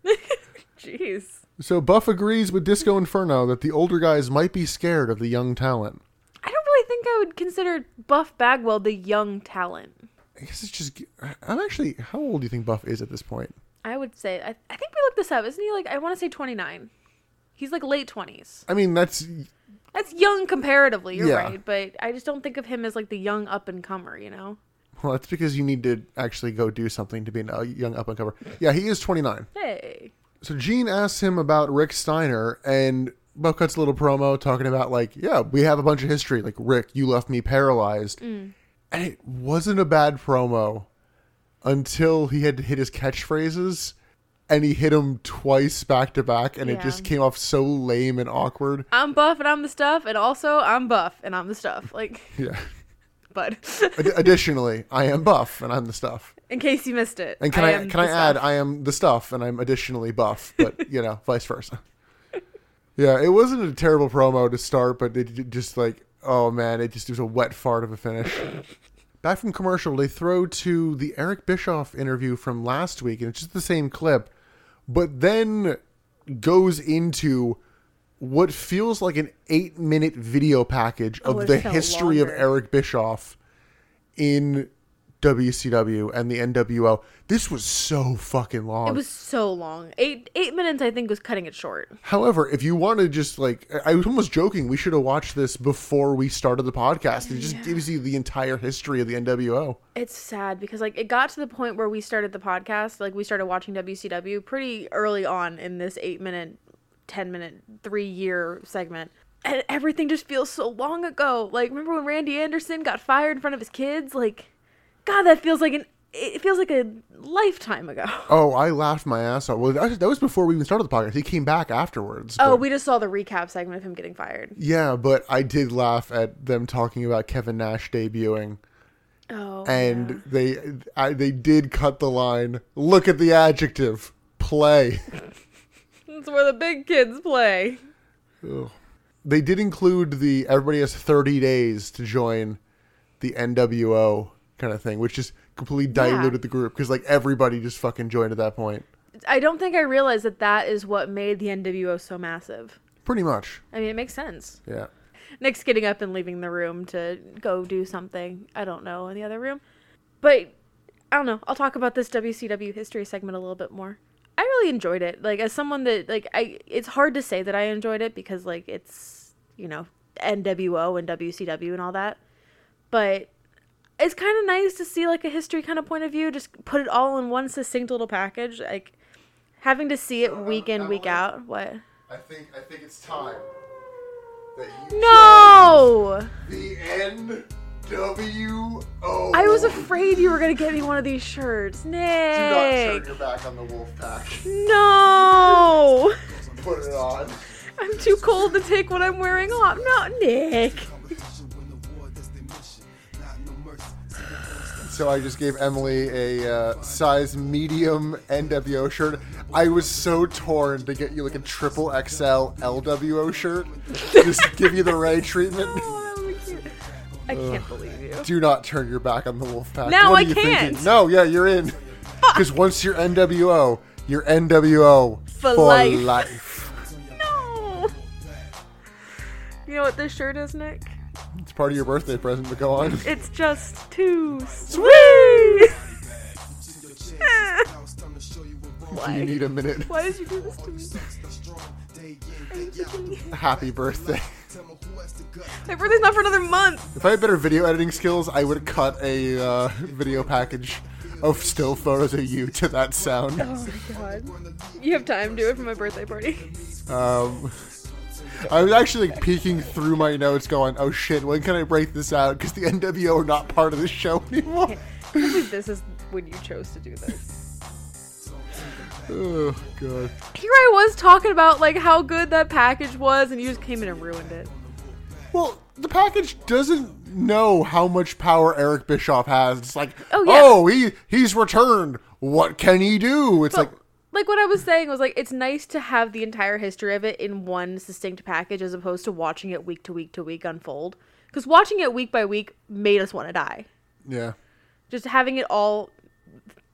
Speaker 4: Jeez.
Speaker 3: So Buff agrees with Disco Inferno that the older guys might be scared of the young talent.
Speaker 4: I don't really think I would consider Buff Bagwell the young talent.
Speaker 3: I guess it's just. I'm actually. How old do you think Buff is at this point?
Speaker 4: I would say I, I think we looked this up. Isn't he like I want to say 29? He's like late 20s.
Speaker 3: I mean, that's.
Speaker 4: That's young comparatively, you're
Speaker 3: Yeah.
Speaker 4: right, but I just don't think of him as like the young up and comer, you know.
Speaker 3: Well, that's because you need to actually go do something to be a young up and comer. Yeah, he is 29.
Speaker 4: Hey.
Speaker 3: So Gene asks him about Rick Steiner, and Buff cuts a little promo talking about, like, yeah, we have a bunch of history. Like, Rick, you left me paralyzed. And it wasn't a bad promo until he had to hit his catchphrases, and he hit him twice back to back, and it
Speaker 4: Yeah.
Speaker 3: just came off so lame and awkward.
Speaker 4: I'm buff and I'm the stuff and also I'm buff and I'm the stuff. Like [LAUGHS]
Speaker 3: Yeah.
Speaker 4: but
Speaker 3: Ad- additionally, I am Buff, and I'm the stuff.
Speaker 4: [LAUGHS] in case you missed it.
Speaker 3: And can I,
Speaker 4: am
Speaker 3: can I
Speaker 4: the
Speaker 3: add
Speaker 4: stuff.
Speaker 3: I am the stuff and I'm additionally buff, but [LAUGHS] you know, vice versa. Yeah, it wasn't a terrible promo to start, but it j- just like oh man, it just was a wet fart of a finish. Back from commercial, they throw to the Eric Bischoff interview from last week, and it's just the same clip, but then goes into what feels like an eight minute video package of
Speaker 4: Oh, it
Speaker 3: the
Speaker 4: felt
Speaker 3: history of
Speaker 4: longer.
Speaker 3: Eric Bischoff in WCW and the NWO. This was so fucking long.
Speaker 4: It was so long. 8 8 minutes I think was cutting it short.
Speaker 3: However, if you want to just like, I- I was almost joking. We should have watched this before we started the podcast. It just gives you the entire history of the NWO.
Speaker 4: It's sad because like it got to the point where we started the podcast, like we started watching WCW pretty early on in this 8 minute, 10 minute, 3 year segment. And everything just feels so long ago. Like remember when Randy Anderson got fired in front of his kids? Like god, that feels like an it feels like a lifetime ago. [LAUGHS]
Speaker 3: Oh, I laughed my ass off. Well, that was, that was before we even started the podcast. He came back afterwards.
Speaker 4: Oh,
Speaker 3: but-
Speaker 4: we just saw the recap segment of him getting fired.
Speaker 3: yeah, but I did laugh at them talking about Kevin Nash debuting,
Speaker 4: Oh.
Speaker 3: and they I, they did cut the line. Look at the adjective play. [LAUGHS]
Speaker 4: That's where the big kids play.
Speaker 3: they did include the everybody has 30 days to join the NWO kind of thing, which just completely
Speaker 4: Yeah.
Speaker 3: diluted the group because like everybody just fucking joined at that point,
Speaker 4: I don't think I realized that that is what made the NWO so massive.
Speaker 3: pretty much.
Speaker 4: I mean, it makes sense.
Speaker 3: Yeah,
Speaker 4: Nick's getting up and leaving the room to go do something. I don't know in the other room. But I don't know. I'll talk about this WCW history segment a little bit more. I really enjoyed it. Like as someone that like I it's hard to say that I enjoyed it because like it's, you know, NWO and WCW and all that. But it's kind of nice to see like a history kind of point of view, just put it all in one succinct little package. Like having to see it week in, week out. What?
Speaker 3: I think I think it's time that you
Speaker 4: No!
Speaker 3: the NWO.
Speaker 4: I was afraid you were gonna get me one of these shirts. Nick.
Speaker 3: your back on the wolf pack.
Speaker 4: No. [LAUGHS]
Speaker 3: Put it on.
Speaker 4: I'm too cold to take what I'm wearing off. No, Nick.
Speaker 3: [LAUGHS] So I just gave Emily a uh, size medium NWO shirt. I was so torn to get you like a triple XL LWO shirt. [LAUGHS] just give you the Ray
Speaker 4: [LAUGHS]
Speaker 3: treatment.
Speaker 4: [LAUGHS] Oh, that would be cute. I can't believe you.
Speaker 3: Do not turn your back on the Wolfpack.
Speaker 4: Now
Speaker 3: What are
Speaker 4: I
Speaker 3: you thinking?
Speaker 4: can't.
Speaker 3: No, yeah, you're in. Because once you're NWO, Your NWO
Speaker 4: For life.
Speaker 3: life.
Speaker 4: [LAUGHS] No. You know what this shirt is, Nick?
Speaker 3: It's part of your birthday present, but go on.
Speaker 4: It's just too
Speaker 3: You
Speaker 4: sweet. Why?
Speaker 3: need a minute.
Speaker 4: [LAUGHS] Why did you do this to me?
Speaker 3: Happy birthday.
Speaker 4: My birthday's not for another month.
Speaker 3: If I had better video editing skills, I would cut a uh, video package of still photos of you to that
Speaker 4: [LAUGHS]
Speaker 3: sound.
Speaker 4: Oh my god. You have time to do it for my birthday party.
Speaker 3: Um, I was actually like, peeking through my notes, going, "Oh shit, when can I break this out?" Because the NWO are not part of the show
Speaker 4: [LAUGHS]
Speaker 3: anymore.
Speaker 4: this is when you chose to do this.
Speaker 3: oh god.
Speaker 4: Here I was talking about like how good that package was, and you just came in and ruined it.
Speaker 3: Well, the package doesn't know how much power Eric Bischoff has. It's like,
Speaker 4: Oh,
Speaker 3: oh,
Speaker 4: yeah.
Speaker 3: he he's returned. What can he do? It's like,
Speaker 4: Like what I was saying was like it's nice to have the entire history of it in one succinct package as opposed to watching it week to week to week unfold. Because watching it week by week made us want to die.
Speaker 3: yeah,
Speaker 4: Just having it all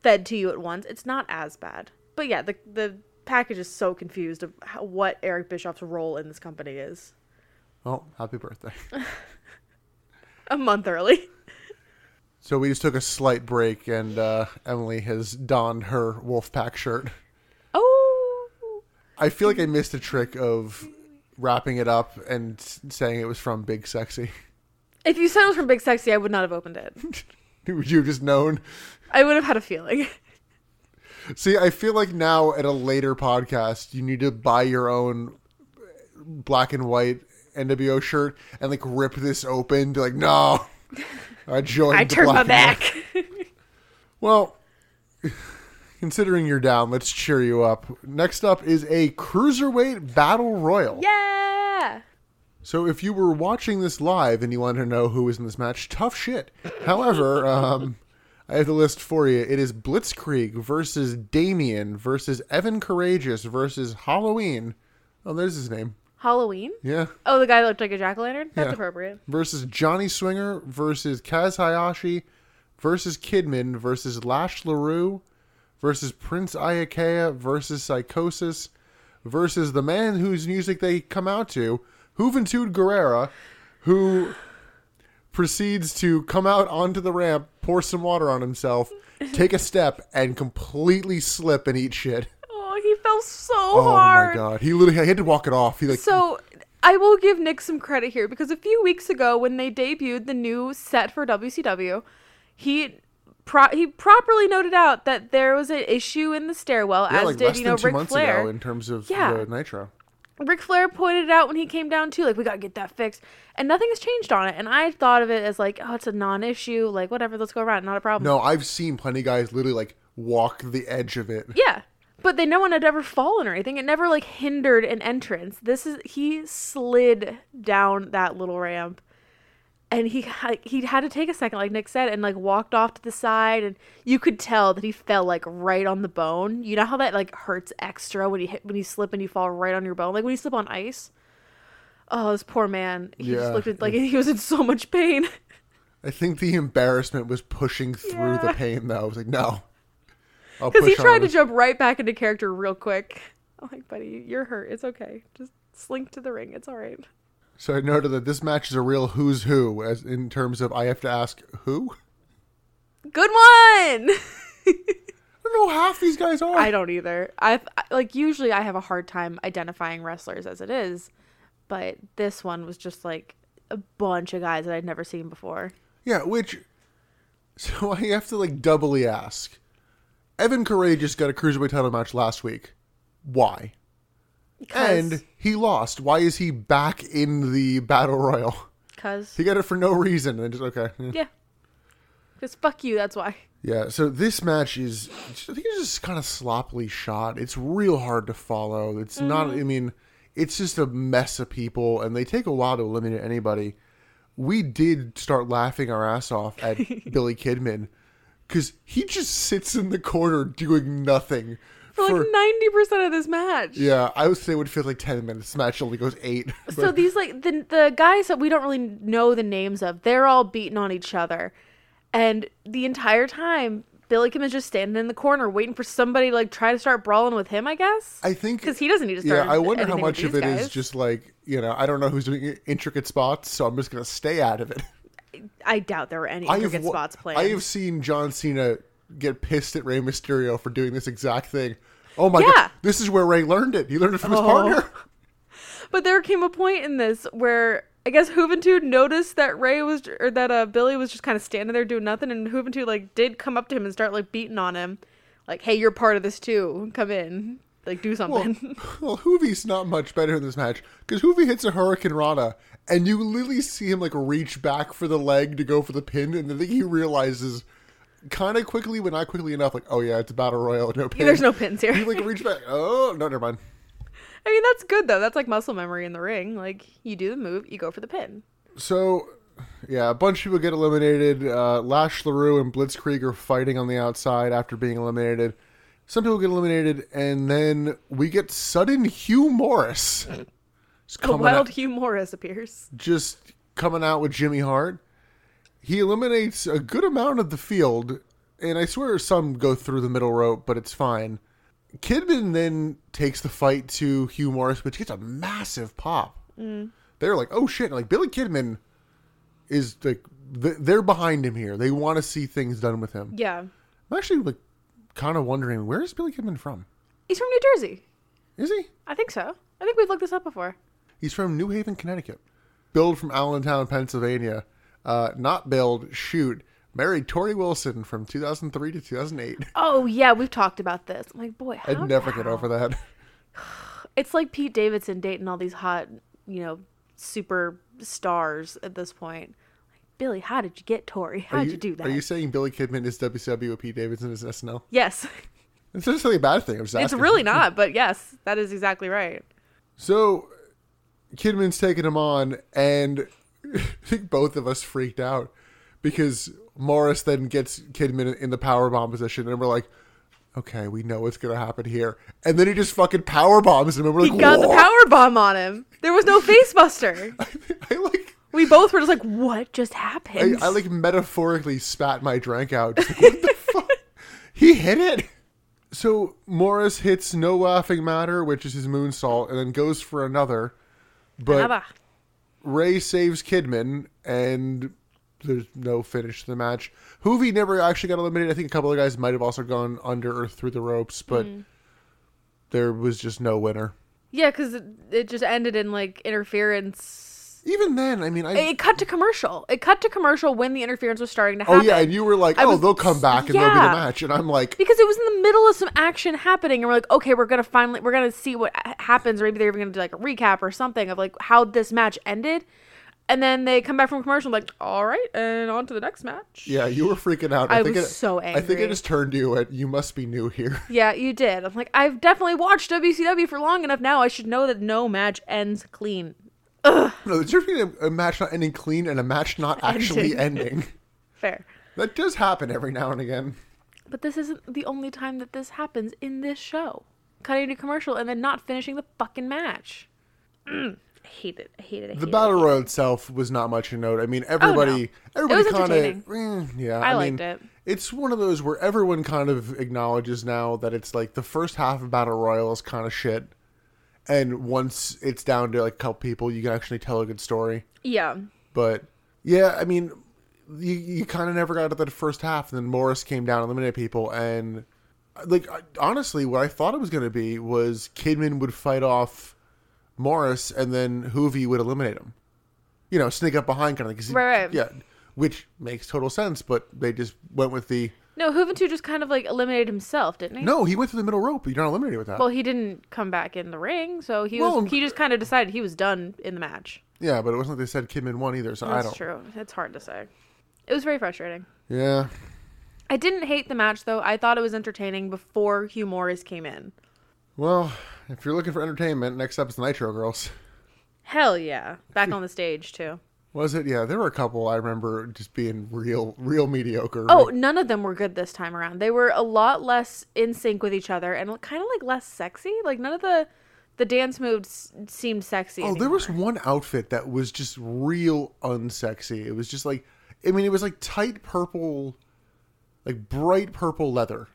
Speaker 4: fed to you at once, it's not as bad. But yeah, the the package is so confused of how, what Eric Bischoff's role in this company is.
Speaker 3: well, happy birthday.
Speaker 4: A month early.
Speaker 3: so we just took a slight break, and uh, Emily has donned her Wolfpack shirt.
Speaker 4: Oh,
Speaker 3: I feel like I missed a trick of wrapping it up and s- saying it was from Big Sexy. [LAUGHS]
Speaker 4: if you said it was from Big Sexy, I would not have opened it.
Speaker 3: Would you have just known?
Speaker 4: I would have had a feeling.
Speaker 3: See, I feel like now at a later podcast, you need to buy your own black and white NWO shirt and like rip this open. To like,
Speaker 4: [LAUGHS]
Speaker 3: no, I joined.
Speaker 4: I
Speaker 3: the
Speaker 4: turned my
Speaker 3: black and white."
Speaker 4: back. [LAUGHS]
Speaker 3: Well, considering you're down, let's cheer you up. Next up is a cruiserweight battle royal.
Speaker 4: yeah.
Speaker 3: So if you were watching this live and you want to know who was in this match, tough shit. However, um, I have the list for you. It is Blitzkrieg versus Damien versus Evan Courageous versus Halloween. Oh, there's his name.
Speaker 4: Halloween?
Speaker 3: Yeah.
Speaker 4: Oh, the guy that looked like a jack o' lantern? That's
Speaker 3: Yeah.
Speaker 4: appropriate.
Speaker 3: Versus Johnny Swinger versus Kaz Hayashi versus Kidman versus Lash LaRue versus Prince Ayakea versus Psychosis versus the man whose music they come out to, Juventud Guerrera, who proceeds to come out onto the ramp, pour some water on himself, take a step, and completely slip and eat shit.
Speaker 4: Oh, he fell so
Speaker 3: Oh
Speaker 4: hard.
Speaker 3: my god. He literally he had to walk it off. He like
Speaker 4: So I will give Nick some credit here because a few weeks ago when they debuted the new set for WCW, he pro- he properly noted out that there was an issue in the stairwell,
Speaker 3: yeah,
Speaker 4: as
Speaker 3: like
Speaker 4: did
Speaker 3: less
Speaker 4: you
Speaker 3: than
Speaker 4: know
Speaker 3: two
Speaker 4: Ric
Speaker 3: months
Speaker 4: Flair.
Speaker 3: ago in terms of
Speaker 4: Yeah.
Speaker 3: the Nitro.
Speaker 4: Ric Flair pointed it out when he came down too, like we gotta get that fixed, and nothing has changed on it. And I thought of it as like, oh, it's a non-issue, like whatever, let's go around, not a problem.
Speaker 3: No, I've seen plenty of guys literally like walk the edge of it.
Speaker 4: [LAUGHS] Yeah. But they no one had ever fallen or anything. It never like hindered an entrance. This is he slid down that little ramp. And he ha- he had to take a second, like Nick said, and like walked off to the side, and you could tell that he fell like right on the bone. You know how that like hurts extra when you hit when you slip and you fall right on your bone, like when you slip on ice. Oh, this poor man. He just
Speaker 3: Yeah.
Speaker 4: looked at, like [LAUGHS] he was in so much pain.
Speaker 3: I think the embarrassment was pushing through
Speaker 4: Yeah.
Speaker 3: the pain though. I was like, no. I'll
Speaker 4: Because he
Speaker 3: push on.
Speaker 4: tried to jump right back into character real quick. I'm like, buddy, you're hurt. It's okay. Just slink to the ring. It's all right.
Speaker 3: So I noted that this match is a real who's who as in terms of I have to ask who?
Speaker 4: Good one.
Speaker 3: I don't know who half these guys are.
Speaker 4: I don't either. I like usually I have a hard time identifying wrestlers as it is, but this one was just like a bunch of guys that I'd never seen before.
Speaker 3: Yeah, which [LAUGHS] so I have to like doubly ask. Evan Courageous got a cruiserweight title match last week. Why?
Speaker 4: 'Cause-
Speaker 3: And he lost. Why is he back in the battle royal? [LAUGHS]
Speaker 4: Cause
Speaker 3: He got it for no reason and just okay. yeah.
Speaker 4: yeah, cause fuck you. That's why.
Speaker 3: Yeah, so this match is I think it's just kind of sloppily shot. It's real hard to follow. It's not
Speaker 4: Mm-hmm.
Speaker 3: I mean, it's just a mess of people and they take a while to eliminate anybody. We did start laughing our ass off
Speaker 4: [LAUGHS]
Speaker 3: at Billy Kidman cuz he just sits in the corner doing nothing
Speaker 4: For like ninety percent of this match.
Speaker 3: yeah, I would say it would feel like 10 minutes. This match only goes 8.
Speaker 4: So these like the the guys that we don't really know the names of, they're all beating on each other, and the entire time Billy Kim is just standing in the corner waiting for somebody to like try to start brawling with him, I guess.
Speaker 3: I think
Speaker 4: Because he doesn't need to
Speaker 3: Yeah,
Speaker 4: start.
Speaker 3: I wonder how
Speaker 4: anything with
Speaker 3: much of
Speaker 4: these
Speaker 3: it is
Speaker 4: guys.
Speaker 3: just like you know I don't know who's doing intricate spots, so I'm just gonna stay out of it.
Speaker 4: I doubt there were any
Speaker 3: I
Speaker 4: intricate
Speaker 3: wa-
Speaker 4: spots planned.
Speaker 3: I have seen John Cena get pissed at Rey Mysterio for doing this exact thing. Oh my
Speaker 4: Yeah. Oh.
Speaker 3: god, this is where Rey learned it. He learned it from his partner. [LAUGHS]
Speaker 4: But there came a point in this where I guess Juventud noticed that Ray was or that uh, Billy was just kind of standing there doing nothing, and Juventud like did come up to him and start like beating on him, like, "Hey, you're part of this too. Come in, like, do
Speaker 3: Well, [LAUGHS]
Speaker 4: something."
Speaker 3: well, Hoovy's not much better in this match because Hoovy hits a Hurricane Rana, and you literally see him like reach back for the leg to go for the pin, and then he realizes kind of quickly, but not quickly enough. Like, oh yeah, it's a battle royal, no pin.
Speaker 4: There's no pins here.
Speaker 3: He like reached back. Oh no, never mind.
Speaker 4: I mean, that's good though. That's like muscle memory in the ring. Like, you do the move, you go for the pin.
Speaker 3: So, yeah, a bunch of people get eliminated. Uh, Lash LaRue and Blitzkrieg are fighting on the outside after being eliminated. Some people get eliminated, and then we get sudden Hugh Morris. Just
Speaker 4: A
Speaker 3: coming,
Speaker 4: wild
Speaker 3: out,
Speaker 4: Hugh Morris appears.
Speaker 3: just coming out with Jimmy Hart. He eliminates a good amount of the field, and I swear some go through the middle rope, but it's fine. Kidman then takes the fight to Hugh Morris, which gets a massive pop. They're like, oh shit! Like Billy Kidman is like th- they're behind him here. They want to see things done with him.
Speaker 4: Yeah,
Speaker 3: I'm actually like kind of wondering where is Billy Kidman from?
Speaker 4: he's from New Jersey.
Speaker 3: Is he?
Speaker 4: I think so. I think we've looked this up before.
Speaker 3: He's from New Haven, Connecticut. Billed from Allentown, Pennsylvania. Uh, not billed, shoot. Married Tori Wilson from 2003 to 2008.
Speaker 4: Oh yeah, we've talked about this. I'm like, boy,
Speaker 3: [LAUGHS]
Speaker 4: how
Speaker 3: I'd never get
Speaker 4: how-
Speaker 3: over that.
Speaker 4: It's like Pete Davidson dating all these hot, you know, super stars at this point. Like, Billy, how did you get Tori? How
Speaker 3: Are
Speaker 4: did you,
Speaker 3: you,
Speaker 4: do that?
Speaker 3: Are you saying Billy Kidman is WWP Davidson is SNL?
Speaker 4: yes. [LAUGHS]
Speaker 3: It's not necessarily a bad thing. I'm just
Speaker 4: It's
Speaker 3: asking.
Speaker 4: really not, but yes, that is
Speaker 3: [LAUGHS]
Speaker 4: exactly right.
Speaker 3: So Kidman's taking him on, and [LAUGHS] I think both of us freaked out because Morris then gets Kidman in the power bomb position, and we're like, okay, we know what's gonna happen here. And then he just fucking power bombs him, and we're
Speaker 4: He
Speaker 3: like,
Speaker 4: got the
Speaker 3: "Whoa!"
Speaker 4: power bomb on him. There was no face
Speaker 3: [LAUGHS]
Speaker 4: buster.
Speaker 3: I like.
Speaker 4: We both were just like, what just
Speaker 3: I,
Speaker 4: happened?
Speaker 3: I like metaphorically spat my drink out. Just like,
Speaker 4: [LAUGHS]
Speaker 3: what the fuck? He hit it. So Morris hits no laughing matter, which is his moonsault, and then goes for another. But
Speaker 4: Nada.
Speaker 3: Ray saves Kidman, and there's no finish to the match. Hoovy never actually got eliminated. I think a couple of guys might have also gone under or through the ropes, but
Speaker 4: Mm.
Speaker 3: there was just no winner.
Speaker 4: Yeah, because it, it just ended in like interference.
Speaker 3: Even then, I mean, I
Speaker 4: It cut to commercial. It cut to commercial when the interference was starting to
Speaker 3: oh
Speaker 4: happen.
Speaker 3: yeah, and you were like,
Speaker 4: I
Speaker 3: oh,
Speaker 4: was-
Speaker 3: they'll come back and they'll be
Speaker 4: Yeah.
Speaker 3: the match, and I'm like,
Speaker 4: because it was in the middle of some action happening and we're like okay we're gonna finally we're gonna see what ha- happens or maybe they're even gonna do like a recap or something of like how this match ended and then they come back from commercial like all right and on to the next match
Speaker 3: yeah, you were freaking out.
Speaker 4: I was so
Speaker 3: I think I
Speaker 4: angry.
Speaker 3: just turned to you at you must be new here. [LAUGHS]
Speaker 4: Yeah, you did i'm like i've definitely watched wcw for long enough now i should know that no match ends clean
Speaker 3: no, there's between a, a match not ending clean and a match
Speaker 4: [LAUGHS]
Speaker 3: not actually ending.
Speaker 4: fair
Speaker 3: That does happen every now and again.
Speaker 4: but this isn't the only time that this happens in this show cutting to commercial and then not finishing the fucking match Mm. I hate it. I hate it. I hate
Speaker 3: The
Speaker 4: it.
Speaker 3: battle royal itself was not much to note. I mean, everybody, everybody
Speaker 4: Oh, was
Speaker 3: kind of, yeah.
Speaker 4: I
Speaker 3: mean,
Speaker 4: liked it.
Speaker 3: It's one of those where everyone kind of acknowledges now that it's like the first half of battle royal is kind of shit, and once it's down to like a couple people, you can actually tell a good story.
Speaker 4: Yeah.
Speaker 3: But yeah, I mean, you you kind of never got to that first half, and then Morris came down and eliminated people, and like I- honestly, what I thought it was going to be was Kidman would fight off Morris, and then Hoovy would eliminate him. You know, sneak up behind kind of thing. 'cause he-
Speaker 4: Right, right.
Speaker 3: Yeah, which makes total sense, but they just went with the
Speaker 4: No, Juventud just kind of like eliminated himself, didn't he?
Speaker 3: no. He went through the middle rope. You're not eliminated with that.
Speaker 4: Well, he didn't come back in the ring, so he
Speaker 3: Well,
Speaker 4: was he just kind of decided he was done in the match.
Speaker 3: yeah, but it wasn't like they said Kidman won either, so I
Speaker 4: That's
Speaker 3: don't.
Speaker 4: true. It's hard to say. It was very frustrating.
Speaker 3: Yeah,
Speaker 4: I didn't hate the match though. I thought it was entertaining before Hugh Morris came in.
Speaker 3: well, if you're looking for entertainment, next up is Nitro Girls.
Speaker 4: Hell yeah.
Speaker 3: [LAUGHS]
Speaker 4: Back on the stage too.
Speaker 3: Was it? Yeah, there were a couple I remember just being real, real mediocre.
Speaker 4: Oh, none of them were good this time around. They were a lot less in sync with each other and kind of like less sexy. Like none of the the dance moves seemed sexy.
Speaker 3: oh, there
Speaker 4: anymore.
Speaker 3: was one outfit that was just real unsexy. It was just like, I mean, it was like tight purple, like bright purple leather.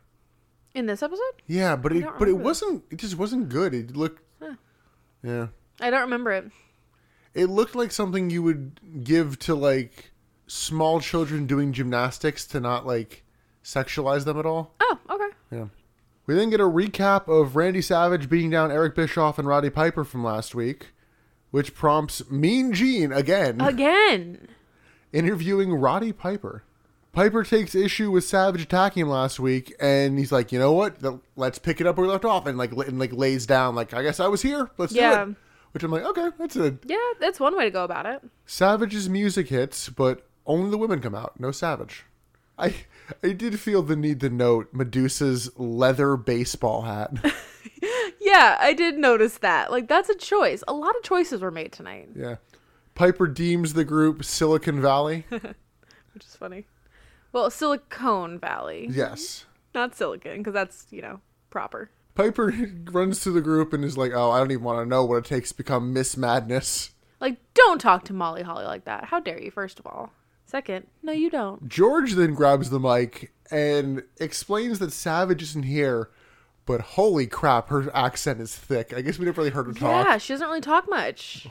Speaker 4: In this episode?
Speaker 3: Yeah, but it
Speaker 4: don't
Speaker 3: but it
Speaker 4: remember that.
Speaker 3: wasn't. It just wasn't good. It looked. Yeah,
Speaker 4: I don't remember it.
Speaker 3: it looked like something you would give to like small children doing gymnastics to not like sexualize them at all.
Speaker 4: Oh,
Speaker 3: [SIGHS]
Speaker 4: okay.
Speaker 3: Yeah. We then get a recap of Randy Savage beating down Eric Bischoff and Roddy Piper from last week, which prompts Mean Gene again
Speaker 4: Again.
Speaker 3: interviewing Roddy Piper. Piper takes issue with Savage attacking him last week, and he's like, "You know what? Th- Let's pick it up where we left off," and like, la- and like lays down, like, "I guess I was here. Let's
Speaker 4: Yeah.
Speaker 3: do it." Which I'm like, "Okay, that's it."
Speaker 4: Yeah, that's one way to go about it.
Speaker 3: Savage's music hits, but only the women come out. No Savage. I I did feel the need to note Medusa's leather baseball hat.
Speaker 4: Yeah, I did notice that. Like, that's a choice. A lot of choices were made tonight,
Speaker 3: yeah. Piper deems the group Silicon
Speaker 4: [LAUGHS]
Speaker 3: Valley.
Speaker 4: which is funny. Well, Silicon Valley,
Speaker 3: Yes.
Speaker 4: not Silicon, because that's, you know, proper.
Speaker 3: Piper [LAUGHS] runs to the group and is like, "Oh, I don't even want to know what it takes to become Miss Madness."
Speaker 4: Like, don't talk to Molly Holly like that. How dare you, first of all. Second, no, you don't.
Speaker 3: George then grabs the mic and explains that Savage isn't here, but holy crap, her accent is thick. I guess we never really heard her talk.
Speaker 4: Yeah, she doesn't really talk much.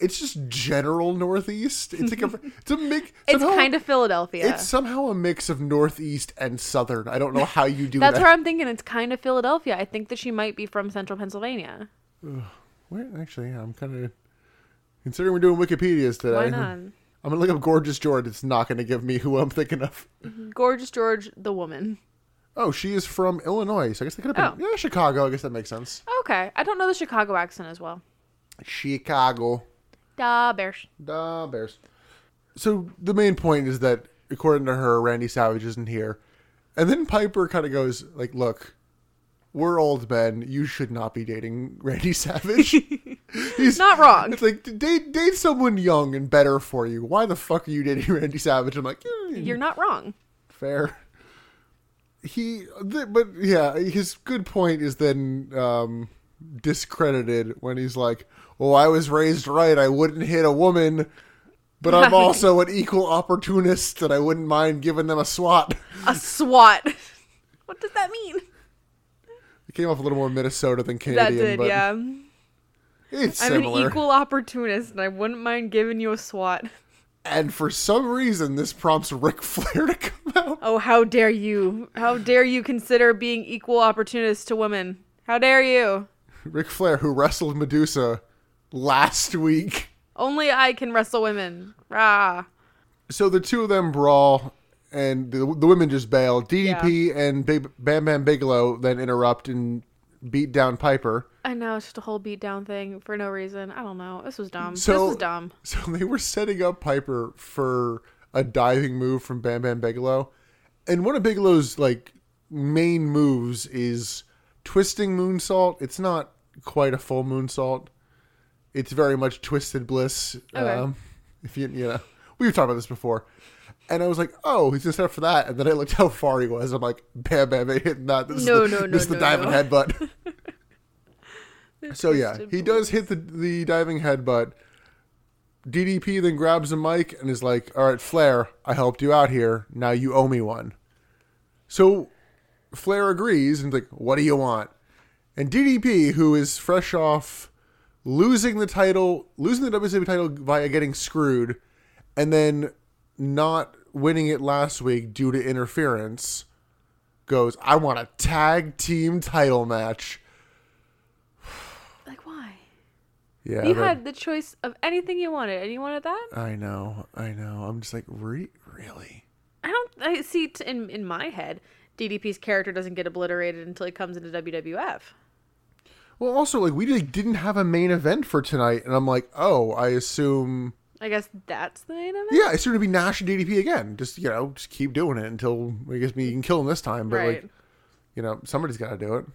Speaker 3: It's just general Northeast. It's
Speaker 4: [LAUGHS]
Speaker 3: like a, it's a mix.
Speaker 4: It's
Speaker 3: somehow-
Speaker 4: kind of Philadelphia.
Speaker 3: It's somehow a mix of Northeast and Southern. I don't know how you do
Speaker 4: That's
Speaker 3: that.
Speaker 4: where I'm thinking. It's kind of Philadelphia. I think that she might be from central Pennsylvania.
Speaker 3: Where, actually, yeah, I'm kind of considering we're doing Wikipedia's today.
Speaker 4: Why not?
Speaker 3: I'm gonna look up gorgeous George. It's not gonna give me who I'm thinking of.
Speaker 4: Gorgeous George, the woman.
Speaker 3: Oh, she is from Illinois, so I guess they could have
Speaker 4: Oh.
Speaker 3: been. Yeah, Chicago. I guess that makes sense.
Speaker 4: Okay. I don't know the Chicago accent as well.
Speaker 3: Chicago.
Speaker 4: Da Bears.
Speaker 3: Da Bears. So the main point is that, according to her, Randy Savage isn't here. And then Piper kind of goes, like, look, we're old men. You should not be dating [LAUGHS] Randy
Speaker 4: [LAUGHS]
Speaker 3: Savage. He's
Speaker 4: Not wrong.
Speaker 3: It's like, date, date someone young and better for you. Why the fuck are you dating [LAUGHS] Randy Savage? I'm like, "Eh,
Speaker 4: You're not wrong.
Speaker 3: fair. He, th- but yeah, his good point is then um, discredited when he's like, "Oh, I was raised right. I wouldn't hit a woman, but
Speaker 4: [LAUGHS]
Speaker 3: I'm also an equal opportunist, and I wouldn't mind giving them a swat."
Speaker 4: A SWAT. [LAUGHS] what does that mean?
Speaker 3: It came off a little more Minnesota than
Speaker 4: That
Speaker 3: Canadian,
Speaker 4: did,
Speaker 3: but
Speaker 4: yeah.
Speaker 3: it's
Speaker 4: I'm
Speaker 3: similar.
Speaker 4: an equal opportunist and I wouldn't mind giving you a SWAT.
Speaker 3: And for some reason, this prompts Ric Flair to come out.
Speaker 4: Oh, how dare you? How dare you consider being equal opportunists to women? How dare you?
Speaker 3: Ric Flair, who wrestled Medusa last week.
Speaker 4: Only I can wrestle women. Rah.
Speaker 3: so the two of them brawl and the, the women just bail ddp and Big, bam bam bigelow then interrupt and beat down piper
Speaker 4: I know it's just a whole beat down thing for no reason. I don't know. This was dumb.
Speaker 3: so
Speaker 4: this was dumb.
Speaker 3: so they were setting up piper for a diving move from bam bam bigelow and one of bigelow's like main moves is twisting moonsault it's not quite a full moonsault it's very much twisted bliss
Speaker 4: Okay.
Speaker 3: um, if you you know we've talked about this before and i was like oh he's gonna set up for that and then i looked how far he was i'm like bam bam bam hitting that this
Speaker 4: No,
Speaker 3: is the,
Speaker 4: no, no,
Speaker 3: this is the
Speaker 4: no,
Speaker 3: diving
Speaker 4: no. [LAUGHS]
Speaker 3: headbutt [LAUGHS] so yeah
Speaker 4: Twisted
Speaker 3: he does hit the, the diving headbutt ddp then grabs a mic and is like all right flair i helped you out here now you owe me one so Flair agrees and is like, "What do you want?" And DDP, who is fresh off losing the title, losing the WWE title via getting screwed, and then not winning it last week due to interference, goes, "I want a tag team title match."
Speaker 4: Like why?
Speaker 3: Yeah,
Speaker 4: You
Speaker 3: that-
Speaker 4: had the choice of anything you wanted, and you wanted that.
Speaker 3: I know, I know. I'm just like, re- really?
Speaker 4: I don't. I see. T- in in my head, DDP's character doesn't get obliterated until he comes into WWF.
Speaker 3: Well, also like we like, didn't have a main event for tonight, and I'm like, oh, I assume.
Speaker 4: I guess that's the main event.
Speaker 3: Yeah, it's going to be Nash and DDP again. Just you know, just keep doing it until I guess you can kill him this time. But
Speaker 4: right.
Speaker 3: like, you know, somebody's got to do it.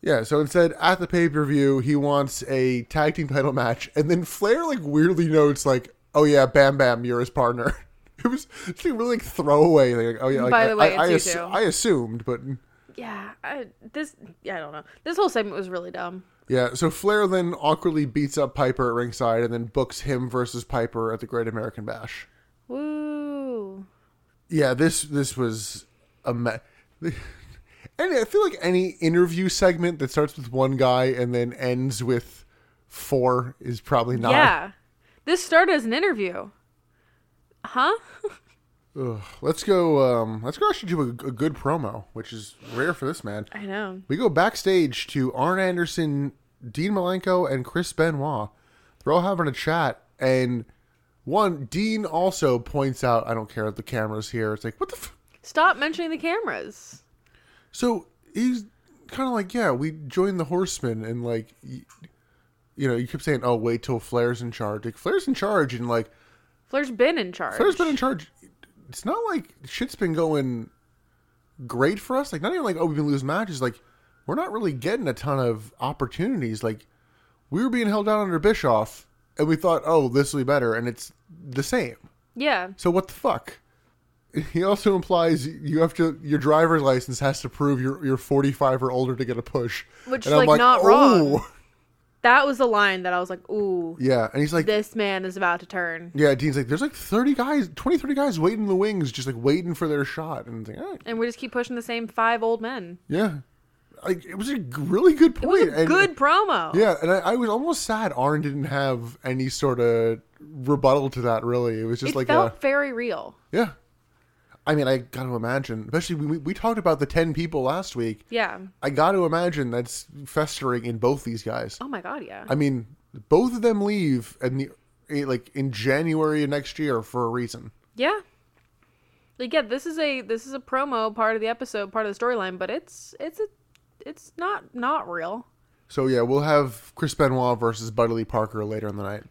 Speaker 3: Yeah. So instead, at the pay per view, he wants a tag team title match, and then Flair like weirdly notes like, "Oh yeah, Bam Bam, you're his partner." [LAUGHS] It was it's like really like throwaway. Like, oh yeah. Like,
Speaker 4: By
Speaker 3: I-
Speaker 4: the way,
Speaker 3: I, I,
Speaker 4: it's you
Speaker 3: assu-
Speaker 4: two.
Speaker 3: I assumed, but
Speaker 4: yeah. I, this. Yeah. I don't know. This whole segment was really dumb.
Speaker 3: yeah. So Flair then awkwardly beats up Piper at ringside, and then books him versus Piper at the Great American Bash.
Speaker 4: Woo.
Speaker 3: Yeah, this this was ima- and I feel like any interview segment that starts with one guy and then ends with four is probably not.
Speaker 4: Yeah. This started as an interview. Huh?
Speaker 3: Let's go. Um, let's go actually do a, a good promo, which is rare for this man.
Speaker 4: I know.
Speaker 3: We go backstage to Arn Anderson, Dean Malenko, and Chris Benoit. They're all having a chat, and one Dean also points out, "I don't care that the camera's here." It's like, what the? F-?
Speaker 4: Stop mentioning the cameras.
Speaker 3: So he's kind of like, "Yeah, we joined the Horsemen," and like, y- you know, you keep saying, "Oh, wait till Flair's in charge." Like, Flair's in charge, and like,
Speaker 4: Flair's been in charge.
Speaker 3: Flair's been in charge. It's not like shit's been going great for us. Like, not even like, oh, we've been losing matches. Like, we're not really getting a ton of opportunities. Like, we were being held down under Bischoff, and we thought, oh, this will be better, and it's the same.
Speaker 4: yeah.
Speaker 3: So what the fuck? He also implies you have to your driver's license has to prove you're you're 45 or older to get a push,
Speaker 4: Which is,
Speaker 3: And I'm
Speaker 4: like, not wrong.
Speaker 3: "Oh."
Speaker 4: That was the line that I was like, ooh,
Speaker 3: Yeah, and he's like,
Speaker 4: this man is about to turn.
Speaker 3: yeah, Dean's like, there's like 30 guys, 20, 30 guys waiting in the wings, just like waiting for their shot, and it's like, all right,
Speaker 4: And we just keep pushing the same five old men.
Speaker 3: Yeah, like it was a g- really good
Speaker 4: It was
Speaker 3: point.
Speaker 4: a
Speaker 3: and-
Speaker 4: good promo.
Speaker 3: Yeah, and I, I was almost sad Arn didn't have any sort of rebuttal to that. Really, it was just
Speaker 4: it
Speaker 3: like uh,
Speaker 4: felt
Speaker 3: a
Speaker 4: very real.
Speaker 3: yeah. I mean, I got to imagine, especially we, we we talked about the ten people last week.
Speaker 4: Yeah.
Speaker 3: I got to imagine that's festering in both these guys.
Speaker 4: Oh my god, yeah.
Speaker 3: I mean, both of them leave, and the eh, like in January of next year for a reason.
Speaker 4: yeah. Like yeah, this is a this is a promo part of the episode, part of the storyline, but it's it's a it's not not real.
Speaker 3: So yeah, we'll have Chris Benoit versus Buddy Lee Parker later in the night.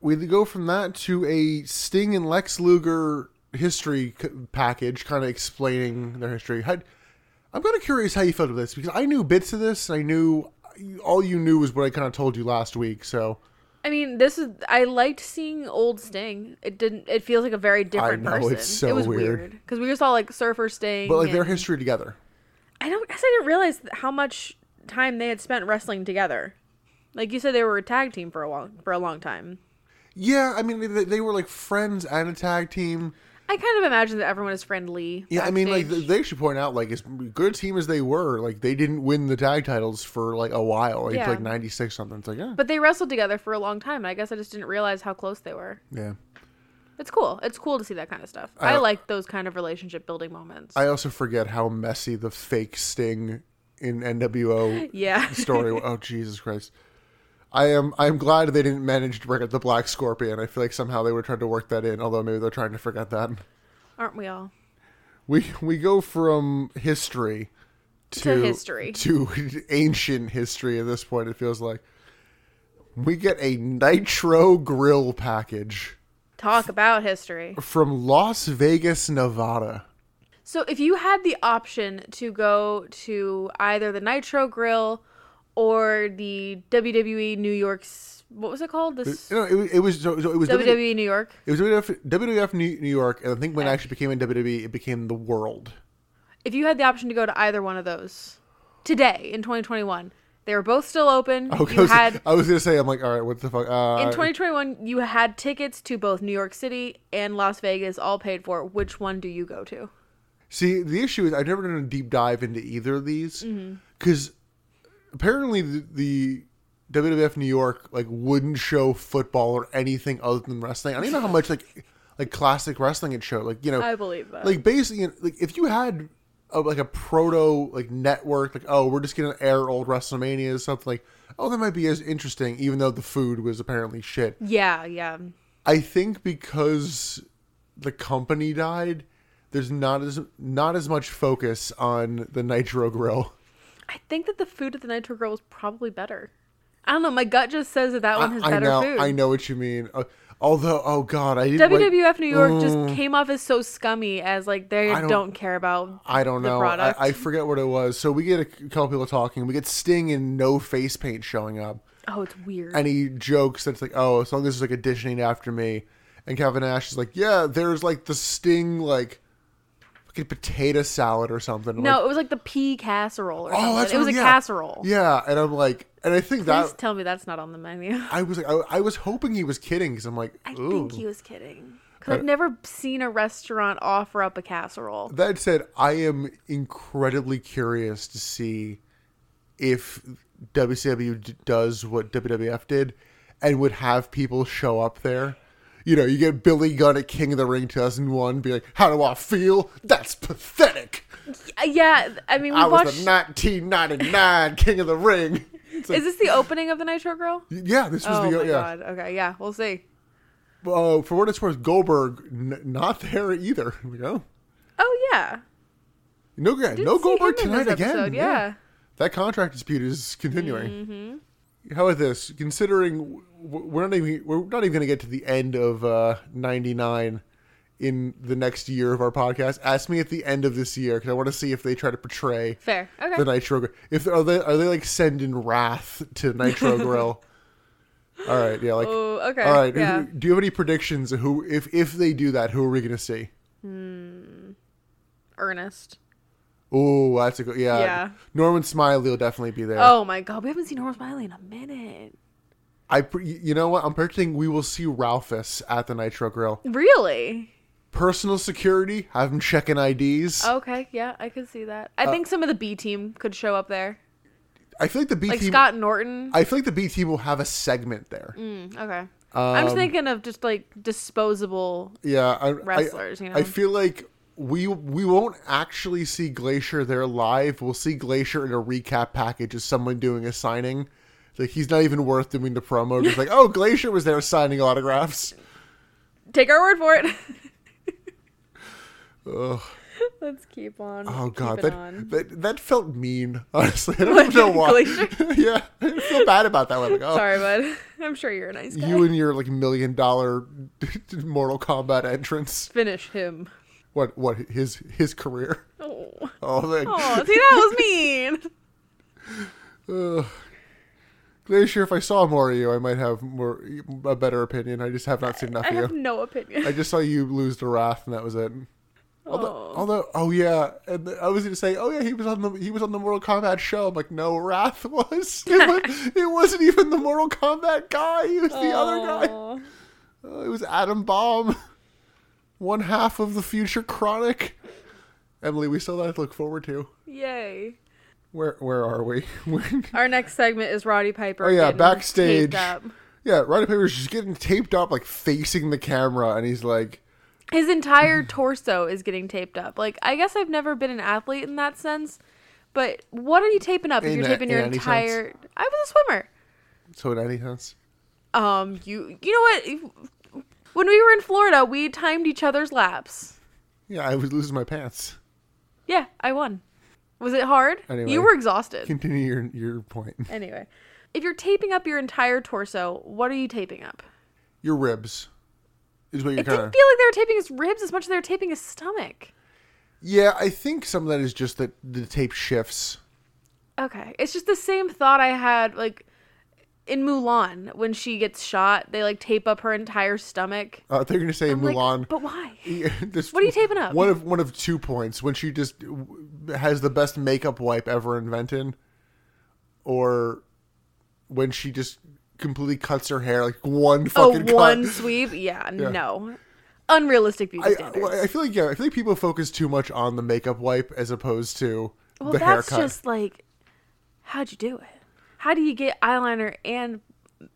Speaker 3: We go from that to a Sting and Lex Luger history c- package, kind of explaining their history. How, I'm kind of curious how you felt about this because I knew bits of this, and I knew all you knew was what I kind of told you last week. So
Speaker 4: I mean, this is I liked seeing old Sting. It didn't it feels like a very different
Speaker 3: know,
Speaker 4: person.
Speaker 3: it's so
Speaker 4: it was
Speaker 3: weird.
Speaker 4: weird cuz we just saw like Surfer Sting.
Speaker 3: but like their
Speaker 4: and-
Speaker 3: history together.
Speaker 4: I don't guess I didn't realize how much time they had spent wrestling together. Like you said they were a tag team for a long for a long time.
Speaker 3: Yeah, I mean they, they were like friends and a tag team.
Speaker 4: I kind of imagine that everyone is friendly.
Speaker 3: Yeah, I mean, like
Speaker 4: backstage.
Speaker 3: th- they should point out, like as good a team as they were, like they didn't win the tag titles for like a while, like,
Speaker 4: Yeah.
Speaker 3: like ninety six something. It's like yeah,
Speaker 4: But they wrestled together for a long time, and I guess I just didn't realize how close they were.
Speaker 3: yeah.
Speaker 4: It's cool. It's cool to see that kind of stuff. I, like those kind of relationship building moments.
Speaker 3: I also forget how messy the fake Sting in
Speaker 4: [LAUGHS]
Speaker 3: NWO
Speaker 4: yeah.
Speaker 3: story. wa- oh Jesus Christ! I am I am glad they didn't manage to bring up the Black Scorpion. I feel like somehow they were trying to work that in, although maybe they're trying to forget that.
Speaker 4: Aren't we all?
Speaker 3: We we go from history to,
Speaker 4: history.
Speaker 3: to ancient history at this point. It feels like we get a Nitro Grill package
Speaker 4: Talk about history.
Speaker 3: from Las Vegas, Nevada.
Speaker 4: So, if you had the option to go to either the Nitro Grill or the WWE New York's, what was it called? This
Speaker 3: You know, it, was- it was so- so it was E.
Speaker 4: WWE E New York.
Speaker 3: It was E, WWF, WWF New New York, and I think when it actually became in WWE, it became the World.
Speaker 4: If you had the option to go to either one of those today in 2021, they were both still open.
Speaker 3: Okay, [LAUGHS] I
Speaker 4: you
Speaker 3: was,
Speaker 4: had
Speaker 3: I was gonna say, Oh, I'm like, all right, what the fuck? Uh,
Speaker 4: In 2021, you had tickets to both New York City and Las Vegas, all paid for. Which one do you go to?
Speaker 3: see, the issue is I've never done a deep dive into either of these
Speaker 4: Mm-hmm.
Speaker 3: because apparently the, the WWF New York like wouldn't show football or anything other than wrestling. I don't even know how much like like classic wrestling it showed. Like you know,
Speaker 4: I believe that.
Speaker 3: like basically you know, like if you had a, like a proto like network like oh we're just gonna air old WrestleMania or something like oh that might be as interesting even though the food was apparently shit.
Speaker 4: yeah, yeah.
Speaker 3: I think because the company died, there's not as not as much focus on the Nitro Grill.
Speaker 4: [LAUGHS] I think that the food at the Nitro Grill was probably better. I don't know. My gut just says that that one has
Speaker 3: I
Speaker 4: better
Speaker 3: know
Speaker 4: food.
Speaker 3: I know what you mean. Uh, although oh god I didn't like-
Speaker 4: WWF New York just came off as so scummy as like they
Speaker 3: I don't-
Speaker 4: don't, care about.
Speaker 3: I don't
Speaker 4: the
Speaker 3: know. I,
Speaker 4: product.
Speaker 3: I forget what it was. So we get a couple people talking. We get Sting and no face paint showing up.
Speaker 4: oh, it's weird.
Speaker 3: and he jokes that's like, oh, as long as there's like a dish named after me. And Kevin Nash is like, yeah, there's like the sting, like fucking potato salad or something. I'm
Speaker 4: no,
Speaker 3: like,
Speaker 4: it was like the pea casserole or something.
Speaker 3: oh, that's
Speaker 4: it was
Speaker 3: what-
Speaker 4: a
Speaker 3: yeah.
Speaker 4: casserole.
Speaker 3: Yeah, and I'm like, and I think
Speaker 4: Please
Speaker 3: that
Speaker 4: tell me that's not on the menu. [LAUGHS]
Speaker 3: I was like, I, I was hoping he was kidding because I'm like,
Speaker 4: I
Speaker 3: ooh. Uh,
Speaker 4: think he was kidding. Because I've never seen a restaurant offer up a casserole.
Speaker 3: That said, I am incredibly curious to see if WCW d- does what WWF did and would have people show up there. You know, you get Billy Gunn at King of the Ring 2001, be like, how do I feel? That's pathetic.
Speaker 4: Uh, Yeah, I mean, we
Speaker 3: I
Speaker 4: watched.
Speaker 3: was the 1999 King of the
Speaker 4: [LAUGHS]
Speaker 3: Ring. It's like,
Speaker 4: Is this the opening of the Nitro Girl?
Speaker 3: yeah, this was
Speaker 4: Oh
Speaker 3: the,
Speaker 4: my
Speaker 3: yeah.
Speaker 4: god. Okay, yeah, we'll see.
Speaker 3: Uh, for what it's worth, Goldberg, n- not there either. [LAUGHS] We go.
Speaker 4: Oh yeah.
Speaker 3: No, yeah,
Speaker 4: Didn't
Speaker 3: no
Speaker 4: see
Speaker 3: Goldberg
Speaker 4: him in
Speaker 3: tonight
Speaker 4: this
Speaker 3: again.
Speaker 4: episode,
Speaker 3: yeah.
Speaker 4: yeah.
Speaker 3: that contract dispute is continuing.
Speaker 4: Mm-hmm.
Speaker 3: How about this? Considering w- we're not even we're not even going to get to the end of uh, ninety nine in the next year of our podcast. Ask me at the end of this year because I want to see if they try to portray
Speaker 4: Fair. Okay.
Speaker 3: the Nitro. Gr- If are they are they like sending wrath to
Speaker 4: [LAUGHS]
Speaker 3: Nitro Grill? All right, yeah, like
Speaker 4: Oh, okay,
Speaker 3: All right, who-
Speaker 4: yeah.
Speaker 3: do you have any predictions? of Who if if they do that, who are we going to see?
Speaker 4: Ernest.
Speaker 3: Oh, that's a good yeah.
Speaker 4: Yeah.
Speaker 3: Norman Smiley will definitely be there.
Speaker 4: Oh my god, we haven't seen Horace Miley in a minute.
Speaker 3: I pr- you know what? I'm predicting we will see Ralphus at the Nitro Grill.
Speaker 4: Really?
Speaker 3: Personal security, have him checking IDs.
Speaker 4: Okay, yeah, I could see that.
Speaker 3: Uh,
Speaker 4: I think some of the B team could show up there,
Speaker 3: I feel like the B
Speaker 4: like
Speaker 3: team.
Speaker 4: Scott Norton.
Speaker 3: I feel like the B team will have a segment there.
Speaker 4: Mm, okay. I'm
Speaker 3: Um,
Speaker 4: just thinking of just like disposable.
Speaker 3: Yeah, I, I-
Speaker 4: Wrestlers, you know?
Speaker 3: I feel like we we won't actually see Glacier there live. We'll see Glacier in a recap package as someone doing a signing. Like he's not even worth doing the promo. Just
Speaker 4: [LAUGHS]
Speaker 3: like, oh, Glacier was there signing autographs.
Speaker 4: Take our word for it. Let's keep on.
Speaker 3: Oh god,
Speaker 4: keeping
Speaker 3: that,
Speaker 4: on.
Speaker 3: that that felt mean. [LAUGHS] Honestly, I don't know why.
Speaker 4: Glacier?
Speaker 3: [LAUGHS] yeah, I feel bad about that one. Like, oh,
Speaker 4: Sorry, bud. [LAUGHS] I'm sure you're a nice guy.
Speaker 3: you and your like million dollar [LAUGHS] Mortal Kombat entrance.
Speaker 4: Finish
Speaker 3: [LAUGHS]
Speaker 4: him.
Speaker 3: What what his his career? [LAUGHS]
Speaker 4: Oh.
Speaker 3: Oh, like,
Speaker 4: Oh, see that was mean.
Speaker 3: Glacier. If I saw more of you, I might have more a better opinion. I just have not seen enough of
Speaker 4: I have
Speaker 3: you.
Speaker 4: no opinion.
Speaker 3: I just saw you lose to Wrath, and that was it. Although, [LAUGHS]
Speaker 4: Oh.
Speaker 3: although, oh yeah, and I was gonna say, oh yeah, he was on the he was on the Mortal Kombat show. I'm like, no, Wrath [LAUGHS] was. It,
Speaker 4: [LAUGHS]
Speaker 3: was, it wasn't even the Mortal Kombat guy. He was the
Speaker 4: Oh.
Speaker 3: other guy.
Speaker 4: Aw.
Speaker 3: Uh, it was Adam Bomb, one half of the future Chronic. Emily, we still have to look forward to.
Speaker 4: Yay.
Speaker 3: Where where are we? [LAUGHS] When-
Speaker 4: Our next segment is Roddy Piper.
Speaker 3: oh yeah,
Speaker 4: getting
Speaker 3: backstage.
Speaker 4: taped up.
Speaker 3: Yeah, Roddy Piper's just getting taped up, like facing the camera, and he's like, [LAUGHS]
Speaker 4: His entire torso is getting taped up. Like, I guess I've never been an athlete in that sense, but what are you taping up if
Speaker 3: In
Speaker 4: you're
Speaker 3: a-
Speaker 4: taping your
Speaker 3: in any
Speaker 4: entire? I was a swimmer.
Speaker 3: so in any sense.
Speaker 4: Um, you you know what? If- When we were in Florida, we timed each other's laps.
Speaker 3: Yeah, I was losing my pants.
Speaker 4: Yeah, I won. Was it hard?
Speaker 3: Anyway.
Speaker 4: you were exhausted.
Speaker 3: Continue your your point.
Speaker 4: Anyway, if you're taping up your entire torso, what are you taping up?
Speaker 3: Your ribs is what you're
Speaker 4: It didn't
Speaker 3: kind of.
Speaker 4: feel like they were taping his ribs as much as they were taping his stomach.
Speaker 3: Yeah, I think some of that is just that the tape shifts.
Speaker 4: Okay. It's just the same thought I had like in Mulan when she gets shot, they like tape up her entire stomach.
Speaker 3: Uh, they're gonna say
Speaker 4: I'm like,
Speaker 3: Mulan.
Speaker 4: but why?
Speaker 3: [LAUGHS] Yeah, this-
Speaker 4: What are you taping up?
Speaker 3: One of one of two points when she just w- has the best makeup wipe ever invented, or when she just completely cuts her hair like one
Speaker 4: Oh,
Speaker 3: fucking cut.
Speaker 4: one sweep? Yeah, no. Unrealistic beauty
Speaker 3: I,
Speaker 4: standards.
Speaker 3: I feel like yeah, I feel like people focus too much on the makeup wipe as opposed to
Speaker 4: well,
Speaker 3: the
Speaker 4: that's
Speaker 3: haircut.
Speaker 4: just like, how'd you do it? How do you get eyeliner and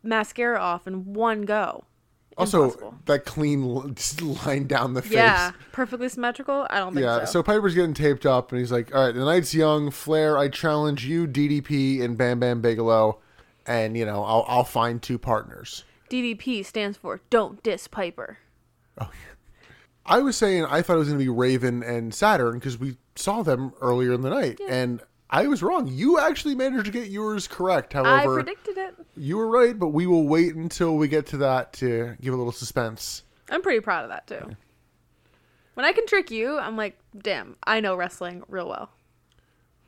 Speaker 4: mascara off in one go?
Speaker 3: also,
Speaker 4: Impossible.
Speaker 3: that clean l- [LAUGHS] just line down the face.
Speaker 4: Yeah, perfectly symmetrical. I don't think
Speaker 3: Yeah,
Speaker 4: so.
Speaker 3: so Piper's getting taped up, and he's like, "All right, the night's young. Flair, I challenge you, DDP, and Bam Bam Bigelow, and you know, I'll I'll find two partners."
Speaker 4: DDP stands for Don't Diss Piper.
Speaker 3: I was saying I thought it was going to be Raven and Saturn because we saw them earlier in the night, and I was wrong. You actually managed to get yours correct.
Speaker 4: I
Speaker 3: However,
Speaker 4: predicted it.
Speaker 3: you were right, but we will wait until we get to that to give a little suspense.
Speaker 4: I'm pretty proud of that too. When I can trick you, I'm like, damn, I know wrestling real well.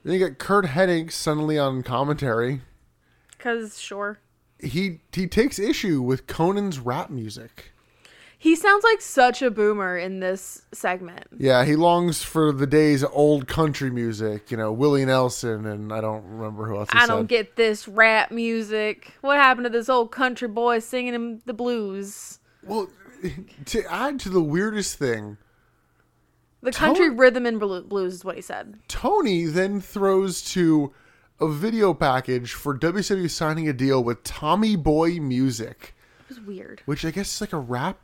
Speaker 3: Then you get Kurt Hennig suddenly on commentary.
Speaker 4: Cause sure,
Speaker 3: He he takes issue with Conan's rap music.
Speaker 4: he sounds like such a boomer in this segment.
Speaker 3: Yeah, he longs for the days of old country music, you know, Willie Nelson, and I don't remember who else he
Speaker 4: I
Speaker 3: said.
Speaker 4: don't get this rap music. What happened to this old country boy singing him the blues?
Speaker 3: Well, to add to the weirdest thing,
Speaker 4: The country rhythm and blu- blues is what he said.
Speaker 3: Tony then throws to a video package for WCW signing a deal with Tommy Boy Music,
Speaker 4: It was weird.
Speaker 3: which I guess is like a rap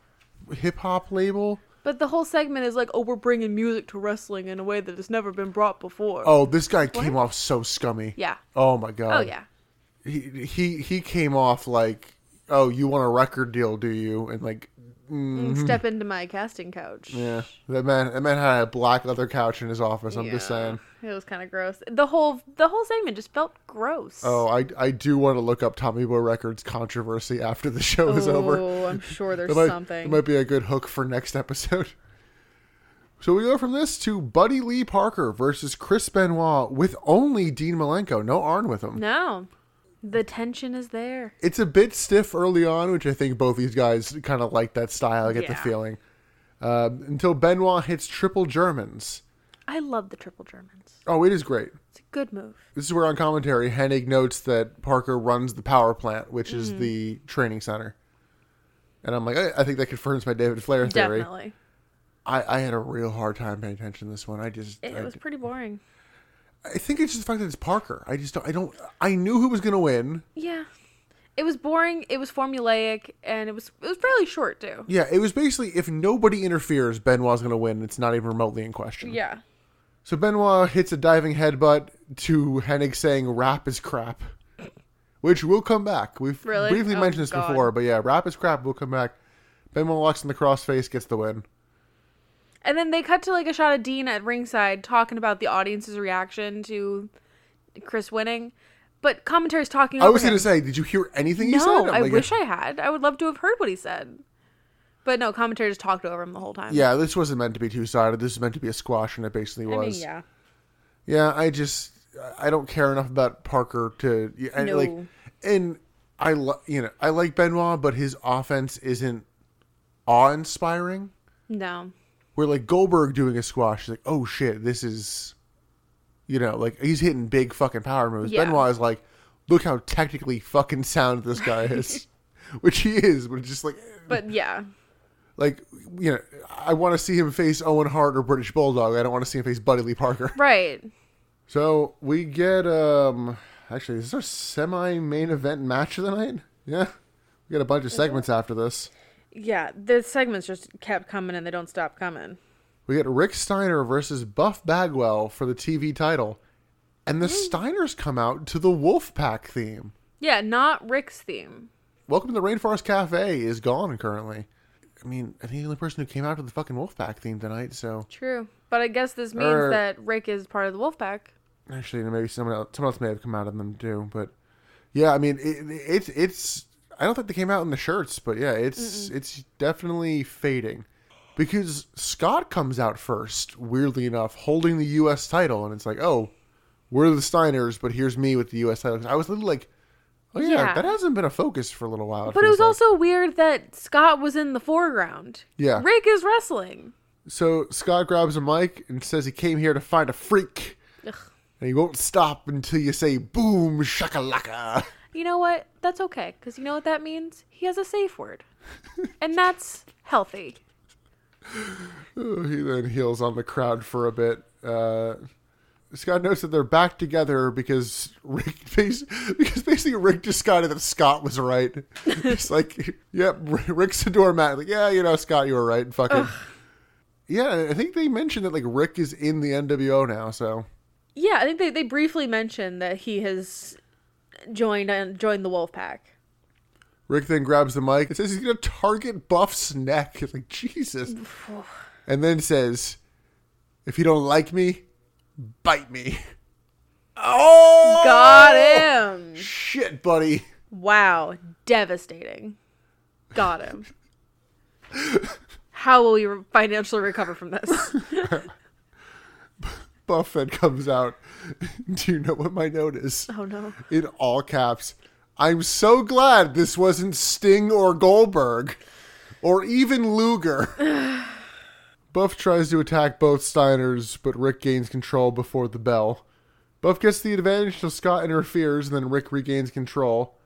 Speaker 3: hip hop label.
Speaker 4: But the whole segment is like, oh, we're bringing music to wrestling in a way that has never been brought before.
Speaker 3: Oh, this guy came off so scummy.
Speaker 4: Yeah.
Speaker 3: Oh my god.
Speaker 4: Oh, yeah.
Speaker 3: He he he came off like, "Oh, you want a record deal, do you?" And like,
Speaker 4: Step into my casting couch.
Speaker 3: Mm-hmm. yeah. That man that man had a black leather couch in his office. I'm just
Speaker 4: Yeah.
Speaker 3: saying.
Speaker 4: It was kind of gross. The whole the whole segment just felt gross.
Speaker 3: Oh, [LAUGHS] I I do want to look up Tommy Boy Records controversy after the show is over.
Speaker 4: Oh, I'm sure there's
Speaker 3: That might,
Speaker 4: something.
Speaker 3: that might be a good hook for next episode. So we go from this to Buddy Lee Parker versus Chris Benoit with only Dean Malenko, no Arn with him.
Speaker 4: No. The tension is there.
Speaker 3: It's a bit stiff early on, which I think both these guys kind of like that style. I get the
Speaker 4: Yeah.
Speaker 3: feeling. Um, until Benoit hits triple Germans.
Speaker 4: I love the triple Germans.
Speaker 3: Oh, it is great.
Speaker 4: It's a good move.
Speaker 3: This is where on commentary, Hennig notes that Parker runs the power plant, which is
Speaker 4: Mm.
Speaker 3: the training center. And I'm like, I, I think that confirms my David Flair theory.
Speaker 4: Definitely.
Speaker 3: I, I had a real hard time paying attention to this one. I just,
Speaker 4: It
Speaker 3: I,
Speaker 4: was pretty boring.
Speaker 3: I think it's just the fact that it's Parker. I just don't, I don't, I knew who was going to win.
Speaker 4: Yeah. It was boring, it was formulaic, and it was it was fairly short too.
Speaker 3: Yeah, it was basically if nobody interferes, Benoit's going to win. It's not even remotely in question.
Speaker 4: Yeah.
Speaker 3: So Benoit hits a diving headbutt to Hennig saying rap is crap, which will come back. We've
Speaker 4: Really?
Speaker 3: briefly
Speaker 4: Oh,
Speaker 3: mentioned this
Speaker 4: God.
Speaker 3: before, but yeah, rap is crap will come back. Benoit locks in the crossface, gets the win.
Speaker 4: And then they cut to like a shot of Dean at ringside talking about the audience's reaction to Chris winning. But commentary's talking
Speaker 3: I
Speaker 4: over
Speaker 3: was going
Speaker 4: him.
Speaker 3: to say, did you hear anything he
Speaker 4: No,
Speaker 3: said? I'm
Speaker 4: I
Speaker 3: like,
Speaker 4: wish I had. I would love to have heard what he said. But no, commentator just talked over him the whole time.
Speaker 3: Yeah, this wasn't meant to be two sided. This was meant to be a squash, and it basically
Speaker 4: I
Speaker 3: was.
Speaker 4: mean, yeah.
Speaker 3: Yeah, I just I don't care enough about Parker to and
Speaker 4: No.
Speaker 3: like and I lo- you know I like Benoit, but his offense isn't awe inspiring.
Speaker 4: No.
Speaker 3: Where like Goldberg doing a squash, is like oh shit, this is you know like he's hitting big fucking power moves.
Speaker 4: Yeah.
Speaker 3: Benoit is like, look how technically fucking sound this guy is, which he is, but it's just like
Speaker 4: But yeah.
Speaker 3: like you know I want to see him face Owen Hart or British Bulldog. I don't want to see him face Buddy Lee Parker. [LAUGHS]
Speaker 4: Right.
Speaker 3: So we get um actually is this our semi main event match of the night? Yeah. We got a bunch of segments after this.
Speaker 4: Yeah. The segments just kept coming and they don't stop coming.
Speaker 3: We get Rick Steiner versus Buff Bagwell for the TV title. And the Steiners come out to the Wolfpack theme.
Speaker 4: Yeah, not Rick's theme.
Speaker 3: Welcome to the Rainforest Cafe is gone currently. I mean, I think the only person who came out to the fucking Wolfpack theme tonight, so
Speaker 4: True. But I guess this means
Speaker 3: Er.
Speaker 4: that Rick is part of the Wolfpack.
Speaker 3: actually maybe someone else, someone else may have come out of them too but yeah i mean it, it's it's i don't think they came out in the shirts but yeah it's it's definitely fading because scott comes out first weirdly enough holding the us title and it's like oh we're the steiners but here's me with the us title 'Cause i was literally like oh yeah,
Speaker 4: Yeah.
Speaker 3: that hasn't been a focus for a little while
Speaker 4: But it
Speaker 3: feels
Speaker 4: was
Speaker 3: like.
Speaker 4: also weird that Scott was in the foreground.
Speaker 3: Yeah.
Speaker 4: Rick is wrestling.
Speaker 3: so scott grabs a mic and says he came here to find a freak
Speaker 4: Ugh.
Speaker 3: and he won't stop until you say boom shakalaka
Speaker 4: You know what? That's okay. Because you know what that means? He has a safe word. and that's healthy.
Speaker 3: Uh, He then heals on the crowd for a bit. Uh, Scott notes that they're back together because Rick, [LAUGHS] bas- because basically Rick decided that Scott was right. It's like, yep, [LAUGHS] Rick's a doormat. Like, yeah, you know, Scott, you were right. Fuck it. Yeah, I think they mentioned that like Rick is in the NWO now, so
Speaker 4: Yeah, I think they, they briefly mentioned that he has joined uh, joined the Wolfpack.
Speaker 3: Rick then grabs the mic and says he's going to target Buff's neck. It's like, Jesus. and then says, if you don't like me, bite me. [LAUGHS] Oh!
Speaker 4: Got him.
Speaker 3: Shit, buddy.
Speaker 4: Wow, devastating. Got him. How will you re- financially recover from this?
Speaker 3: Buff then comes out. [LAUGHS] Do you know what my note is?
Speaker 4: Oh no.
Speaker 3: In all caps. I'm so glad this wasn't Sting or Goldberg or even Luger.
Speaker 4: [SIGHS]
Speaker 3: Buff tries to attack both Steiners, but Rick gains control before the bell. Buff gets the advantage until Scott interferes, and then Rick regains control.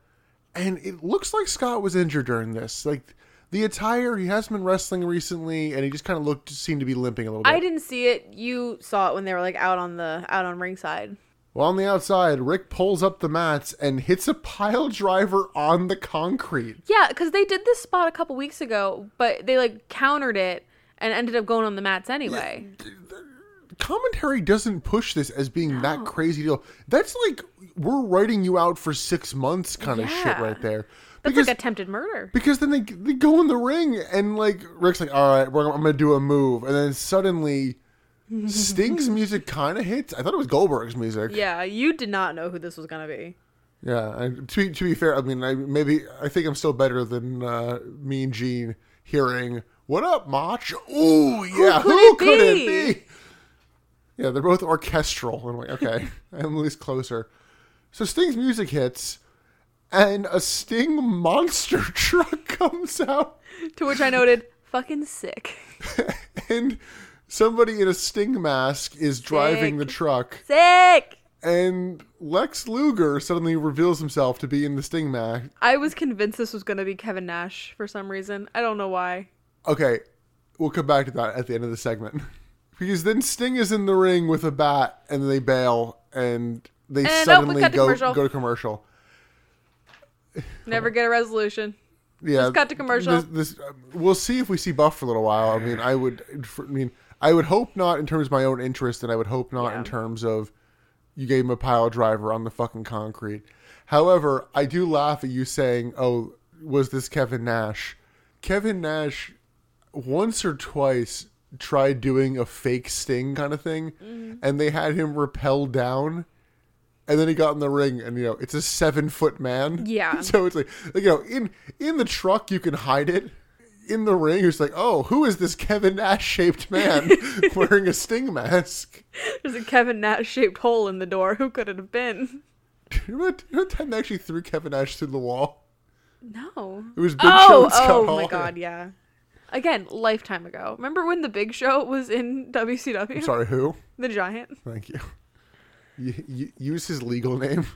Speaker 3: And it looks like Scott was injured during this. Like The attire, he hasn't been wrestling recently, and he just kind of looked, seemed to be limping a little bit.
Speaker 4: I didn't see it. You saw it when they were like out on the out on ringside.
Speaker 3: Well, on the outside, Rick pulls up the mats and hits a pile driver on the concrete.
Speaker 4: Yeah, because they did this spot a couple weeks ago, but they like countered it and ended up going on the mats anyway.
Speaker 3: Commentary doesn't push this as being that crazy deal. That's like we're writing you out for six months kind of shit
Speaker 4: Yeah.
Speaker 3: right there.
Speaker 4: That's
Speaker 3: because
Speaker 4: like attempted murder.
Speaker 3: because then they they go in the ring and like Rick's like, all right, we're, I'm gonna do a move, and then
Speaker 4: [LAUGHS]
Speaker 3: suddenly Sting's music kind of hits. I thought it was Goldberg's music.
Speaker 4: Yeah, you did not know who this was gonna be.
Speaker 3: Yeah, I, to, to be fair, I mean, I maybe I think I'm still better than uh, me and Gene hearing "What up, Mach?" Ooh, yeah,
Speaker 4: could
Speaker 3: who
Speaker 4: it
Speaker 3: could
Speaker 4: be?
Speaker 3: it be? Yeah, they're both orchestral. I'm like, okay, [LAUGHS] I'm at least closer. So Sting's music hits, and a Sting monster [LAUGHS] truck comes out,
Speaker 4: To which I noted, fucking sick,
Speaker 3: and somebody in a Sting mask is driving the
Speaker 4: Sick.
Speaker 3: truck.
Speaker 4: sick.
Speaker 3: And Lex Luger suddenly reveals himself to be in the Sting mask,
Speaker 4: I was convinced this was gonna be Kevin Nash for some reason. I don't know why.
Speaker 3: Okay, we'll come back to that at the end of the segment. [LAUGHS] Because then Sting is in the ring with a bat and they bail and they
Speaker 4: nope, oh, we
Speaker 3: suddenly
Speaker 4: cut to
Speaker 3: go
Speaker 4: commercial.
Speaker 3: go to commercial.
Speaker 4: Never
Speaker 3: Oh.
Speaker 4: get a resolution. [LAUGHS]
Speaker 3: Yeah.
Speaker 4: Just cut to commercial.
Speaker 3: This, this, uh, we'll see if we see Buff for a little while. I mean, I would for- I mean, I would hope not in terms of my own interest and I would hope not in
Speaker 4: Yeah.
Speaker 3: terms of you gave him a pile driver on the fucking concrete. However, I do laugh at you saying, "Oh, was this Kevin Nash?" Kevin Nash once or twice tried doing a fake sting kind of thing,
Speaker 4: Mm-hmm.
Speaker 3: and they had him rappel down, and then he got in the ring, and you know it's a seven foot man. [LAUGHS]
Speaker 4: Yeah.
Speaker 3: so it's like, like you know in in the truck you can hide it. In the ring, it's like, oh, who is this Kevin Nash shaped man
Speaker 4: [LAUGHS]
Speaker 3: wearing a sting mask? [LAUGHS]
Speaker 4: There's a Kevin Nash shaped hole in the door. Who could it have been?
Speaker 3: Remember, that- remember that time they actually threw Kevin Nash through the wall?
Speaker 4: No.
Speaker 3: It was Big
Speaker 4: Oh,
Speaker 3: Show's
Speaker 4: oh
Speaker 3: cut
Speaker 4: my
Speaker 3: off.
Speaker 4: god, yeah. Again, lifetime ago. Remember when the Big Show was in WCW?
Speaker 3: Sorry, who?
Speaker 4: The Giant.
Speaker 3: Thank you. Y- y- use his legal name.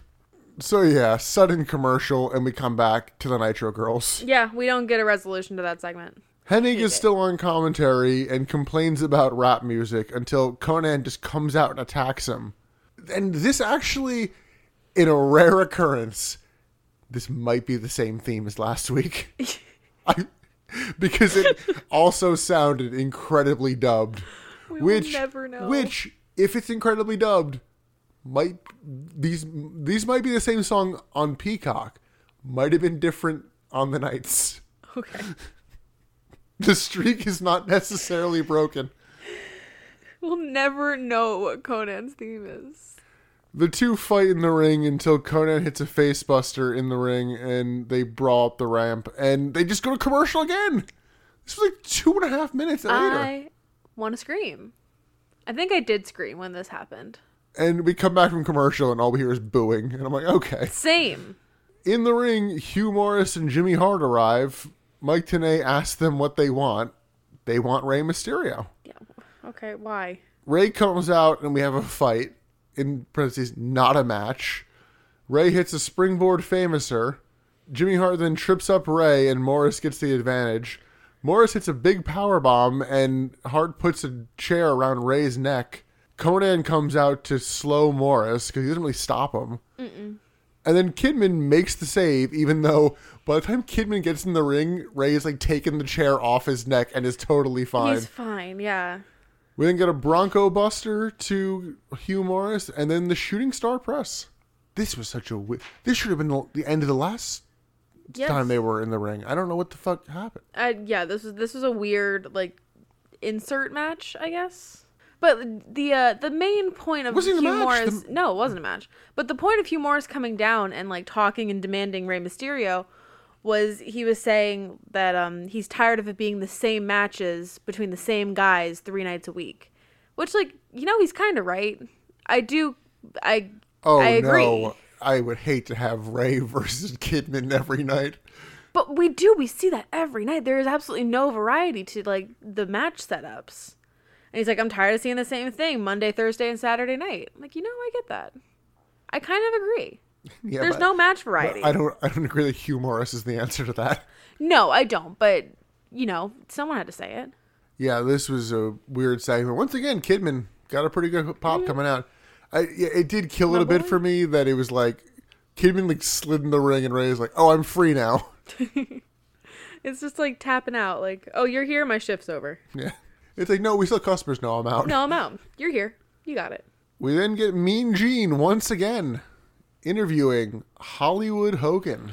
Speaker 3: So yeah, sudden commercial, and we come back to the Nitro Girls.
Speaker 4: Yeah, we don't get a resolution to that segment.
Speaker 3: Hennig is still on commentary and complains about rap music until Conan just comes out and attacks him. And this actually, in a rare occurrence, this might be the same theme as last
Speaker 4: [LAUGHS]
Speaker 3: week. I, because it also sounded incredibly dubbed.
Speaker 4: We will
Speaker 3: which
Speaker 4: never know.
Speaker 3: which if it's incredibly dubbed might these these might be the same song on Peacock might have been different on the nights
Speaker 4: Okay.
Speaker 3: [LAUGHS] the streak is not necessarily broken.
Speaker 4: We'll never know what Conan's theme is.
Speaker 3: The two fight in the ring until Conan hits a facebuster in the ring and they brawl up the ramp and they just go to commercial again. This was like two and a half minutes later.
Speaker 4: I want to scream. I think I did scream when this happened.
Speaker 3: And we come back from commercial and all we hear is booing. And I'm like, okay.
Speaker 4: Same.
Speaker 3: In the ring, Hugh Morris and Jimmy Hart arrive. Mike Tenay asks them what they want. They want Rey Mysterio.
Speaker 4: Yeah. Okay, why?
Speaker 3: Ray comes out and we have a fight. In parentheses, not a match. Ray hits a springboard famouser. Jimmy Hart then trips up Ray and Morris gets the advantage. Morris hits a big power bomb and Hart puts a chair around Ray's neck. Conan comes out to slow Morris because he doesn't really stop him. And then Kidman makes the save, even though by the time Kidman gets in the ring, Ray is like taking the chair off his neck and is totally fine.
Speaker 4: He's fine, yeah.
Speaker 3: We then get a Bronco Buster to Hugh Morris, and then the Shooting Star Press. This was such a. Wi- this should have been the, the end of the last
Speaker 4: Yes.
Speaker 3: time they were in the ring. I don't know what the fuck happened.
Speaker 4: uh, yeah, this was this was a weird like insert match, I guess. But the uh, the main point of
Speaker 3: Wasn't it a
Speaker 4: Hugh
Speaker 3: match?
Speaker 4: Morris
Speaker 3: The-
Speaker 4: no, it wasn't a match. But the point of Hugh Morris coming down and like talking and demanding Rey Mysterio was he was saying that um he's tired of it being the same matches between the same guys three nights a week, which like you know he's kind of right. I do I
Speaker 3: Oh
Speaker 4: I agree.
Speaker 3: no! I would hate to have Ray [LAUGHS] versus Kidman every night.
Speaker 4: But we do. We see that every night. There is absolutely no variety to like the match setups. And he's like, I'm tired of seeing the same thing Monday, Thursday, and Saturday night. I'm like, you know, I get that. I kind of agree.
Speaker 3: Yeah,
Speaker 4: There's
Speaker 3: but-
Speaker 4: no match
Speaker 3: but
Speaker 4: variety.
Speaker 3: I don't. I don't agree that Hugh Morris is the answer to that.
Speaker 4: no, I don't. But you know, someone had to say it.
Speaker 3: Yeah, this was a weird segment. Once again, Kidman got a pretty good pop
Speaker 4: Mm-hmm.
Speaker 3: coming out. I, yeah, it did kill it a bit for me that it was like Kidman like slid in the ring and Ray's like, "Oh, I'm free now." [LAUGHS]
Speaker 4: It's just like tapping out, like, oh, you're here, my shift's over.
Speaker 3: Yeah, it's like, no, we still customers. No, I'm out.
Speaker 4: No, I'm out. You're here. You got it.
Speaker 3: We then get Mean Gene once again interviewing Hollywood Hogan.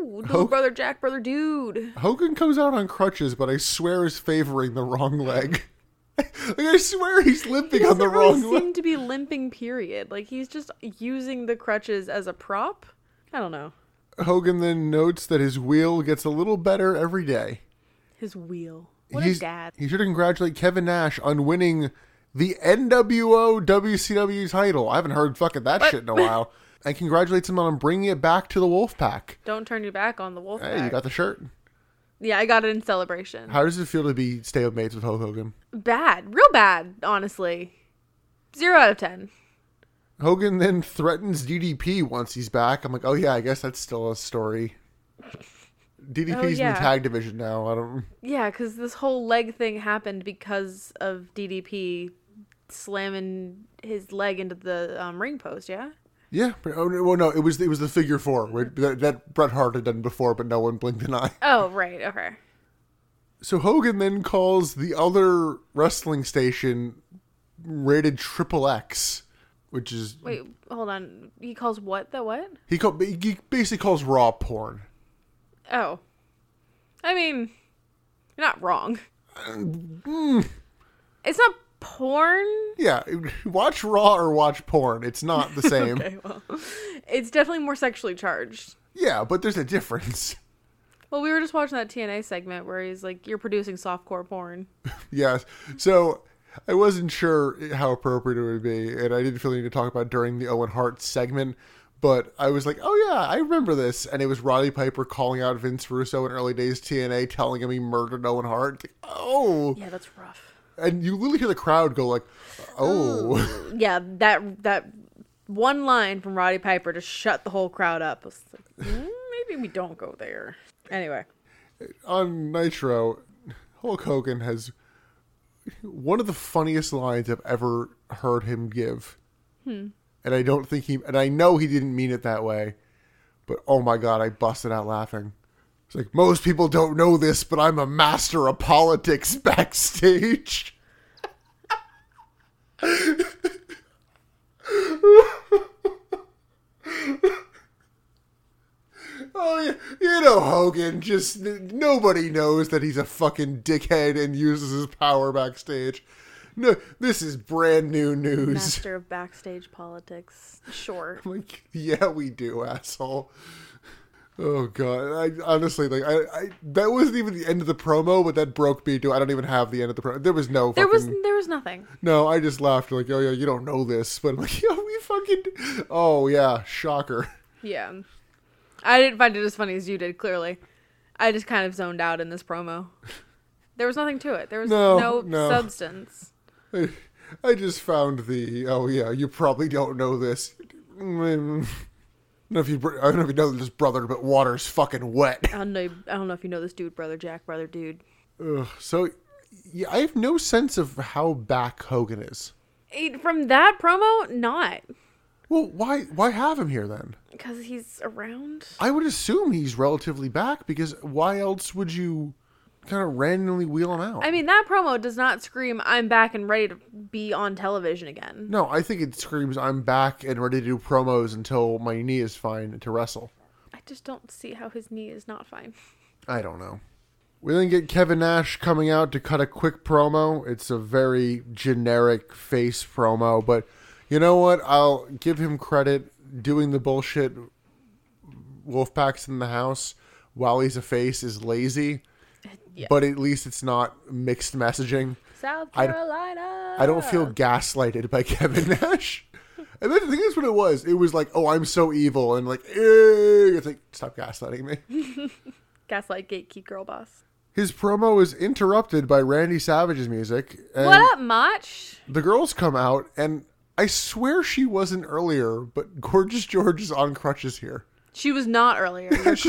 Speaker 4: Woo! Dude,
Speaker 3: Oh.
Speaker 4: brother Jack, brother dude.
Speaker 3: Hogan comes out on crutches, but I swear is favoring the wrong leg. [LAUGHS] like I swear he's limping on the
Speaker 4: Doesn't really
Speaker 3: wrong leg.
Speaker 4: seem to be limping. Period. Like he's just using the crutches as a prop. I don't know.
Speaker 3: Hogan then notes that his wheel gets a little better every day.
Speaker 4: His wheel. What
Speaker 3: He's-
Speaker 4: a dad.
Speaker 3: He should congratulate Kevin Nash on winning the NWO WCW title. I haven't heard fucking that shit in a while. And congratulates him on bringing it back to the Wolfpack.
Speaker 4: Don't turn your back on the wolf.
Speaker 3: Hey, you got the shirt.
Speaker 4: yeah, I got it in celebration.
Speaker 3: How does it feel to be stalemates with Hulk Hogan?
Speaker 4: bad, real bad. Honestly, zero out of ten.
Speaker 3: Hogan then threatens DDP once he's back. I'm like, oh yeah, I guess that's still a story. DDP's in
Speaker 4: Oh, yeah.
Speaker 3: the tag division now. I don't.
Speaker 4: Yeah, because this whole leg thing happened because of DDP slamming his leg into the um, ring post. Yeah.
Speaker 3: Yeah. but- Oh, no, well, no, it was it was the figure four where- that, that Bret Hart had done before, but no one blinked an eye.
Speaker 4: Oh right. Okay.
Speaker 3: So Hogan then calls the other wrestling station rated Triple X, which is
Speaker 4: Wait, hold on. He calls what the what?
Speaker 3: he called he basically calls Raw porn.
Speaker 4: Oh. I mean, you're not wrong. It's not porn.
Speaker 3: Yeah, watch Raw or watch porn. It's not
Speaker 4: [LAUGHS]
Speaker 3: the same.
Speaker 4: Okay, well, it's definitely more sexually charged.
Speaker 3: Yeah, but there's a difference. [LAUGHS]
Speaker 4: Well, we were just watching that TNA segment where he's like, "You're producing softcore porn."
Speaker 3: Yes. So I wasn't sure how appropriate it would be, and I didn't feel the need to talk about it during the Owen Hart segment. But I was like, oh yeah, I remember this, and it was Roddy Piper calling out Vince Russo in early days TNA, telling him he murdered Owen Hart. It's like, oh,
Speaker 4: Yeah, that's rough.
Speaker 3: and you literally hear the crowd go like, oh,
Speaker 4: Yeah, that that one line from Roddy Piper just shut the whole crowd up. It's like, "Mm, maybe we don't go there. Anyway,
Speaker 3: on Nitro, Hulk Hogan has one of the funniest lines I've ever heard him give. And I don't think he, and I know he didn't mean it that way, but oh my God, I busted out laughing. It's like, most people don't know this, but I'm a master of politics [LAUGHS] backstage. [LAUGHS] Oh, yeah. you know Hogan. Just n- nobody knows that he's a fucking dickhead and uses his power backstage. No, this is brand new news.
Speaker 4: master of backstage politics. Sure.
Speaker 3: I'm [LAUGHS] like, yeah, we do, asshole. Oh god, I honestly like I, I that wasn't even the end of the promo, but that broke me too. I don't even have the end of the promo. There was no
Speaker 4: There was
Speaker 3: fucking
Speaker 4: there was nothing.
Speaker 3: no. I just laughed like, oh yeah, you don't know this, but I'm like, [LAUGHS] yeah, we fucking. Oh yeah, shocker.
Speaker 4: Yeah. I didn't find it as funny as you did, clearly. I just kind of zoned out in
Speaker 3: [LAUGHS]
Speaker 4: this promo. There was nothing to it. There was
Speaker 3: No,
Speaker 4: no,
Speaker 3: no.
Speaker 4: substance.
Speaker 3: I, I just found the oh yeah, you probably don't know this. Mm, I don't know if you br- I don't know if you know this, brother, but water's fucking wet.
Speaker 4: I don't know I don't know if you know this dude, brother Jack, brother dude.
Speaker 3: Ugh, so yeah, I have no sense of how back Hogan is.
Speaker 4: Eh, From that promo, not
Speaker 3: Well, why why have him here then?
Speaker 4: because he's around.
Speaker 3: I would assume he's relatively back because why else would you kind of randomly wheel him out?
Speaker 4: I mean, that promo does not scream "I'm back and ready to be on television again."
Speaker 3: no, I think it screams I'm back and ready to do promos until my knee is fine to wrestle.
Speaker 4: I just don't see how his knee is not fine.
Speaker 3: I don't know. We then get Kevin Nash coming out to cut a quick promo. It's a very generic face promo, but you know what? I'll give him credit. Doing the bullshit Wolfpack's in the house while he's a face is lazy,
Speaker 4: Yeah.
Speaker 3: but at least it's not mixed messaging.
Speaker 4: South
Speaker 3: I d-
Speaker 4: Carolina.
Speaker 3: I don't feel gaslighted by [LAUGHS] Kevin Nash. And then the thing is what it was. It was like, oh, I'm so evil. And like, "Ew." it's like, stop gaslighting me.
Speaker 4: gaslight gatekeep girl boss.
Speaker 3: His promo is interrupted by Randy Savage's music, and
Speaker 4: What up, Mach?
Speaker 3: the girls come out, and I swear she wasn't earlier, but Gorgeous George is on crutches here. [LAUGHS]
Speaker 4: She was not earlier. You're
Speaker 3: She-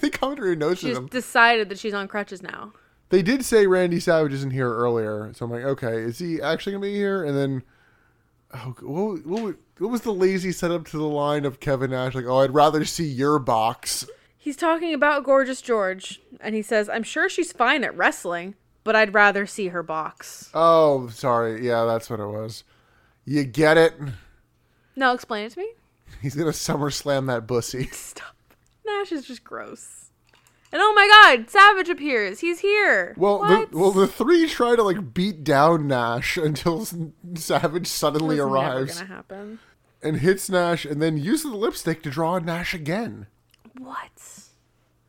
Speaker 3: [LAUGHS] the commentary notes
Speaker 4: She's
Speaker 3: them.
Speaker 4: decided that she's on crutches now.
Speaker 3: they did say Randy Savage isn't here earlier, so I'm like, okay, is he actually gonna be here? And then, oh, what, what, wa- what was the lazy setup to the line of Kevin Nash? Like, oh, I'd rather see your box.
Speaker 4: He's talking about Gorgeous George, and he says, I'm sure she's fine at wrestling, but I'd rather see her box.
Speaker 3: Oh, sorry, yeah, that's what it was. You get it?
Speaker 4: No, explain it to me. [LAUGHS]
Speaker 3: He's gonna [LAUGHS] SummerSlam that bussy.
Speaker 4: Stop. Nash is just gross. And oh my god, Savage appears. He's here.
Speaker 3: Well,
Speaker 4: what?
Speaker 3: the, well, the three try to like beat down Nash [LAUGHS] until S- Savage suddenly
Speaker 4: That's never
Speaker 3: arrives
Speaker 4: gonna happen.
Speaker 3: and hits Nash, and then uses the lipstick to draw Nash again.
Speaker 4: What?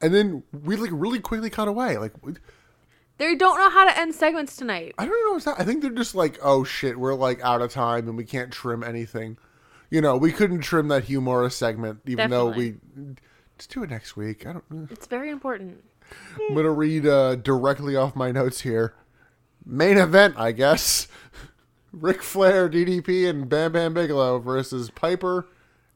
Speaker 3: And then we like really quickly cut away. Like,
Speaker 4: They don't know how to end segments tonight.
Speaker 3: I don't know. What's that? I think they're just like, oh shit, we're like out of time and we can't trim anything. You know, we couldn't trim that humorous segment, even
Speaker 4: Definitely.
Speaker 3: though we just do it next week. I don't.
Speaker 4: It's very important.
Speaker 3: I'm gonna read uh, directly off my notes here. Main event, I guess. [LAUGHS] Ric Flair, DDP, and Bam Bam Bigelow versus Piper,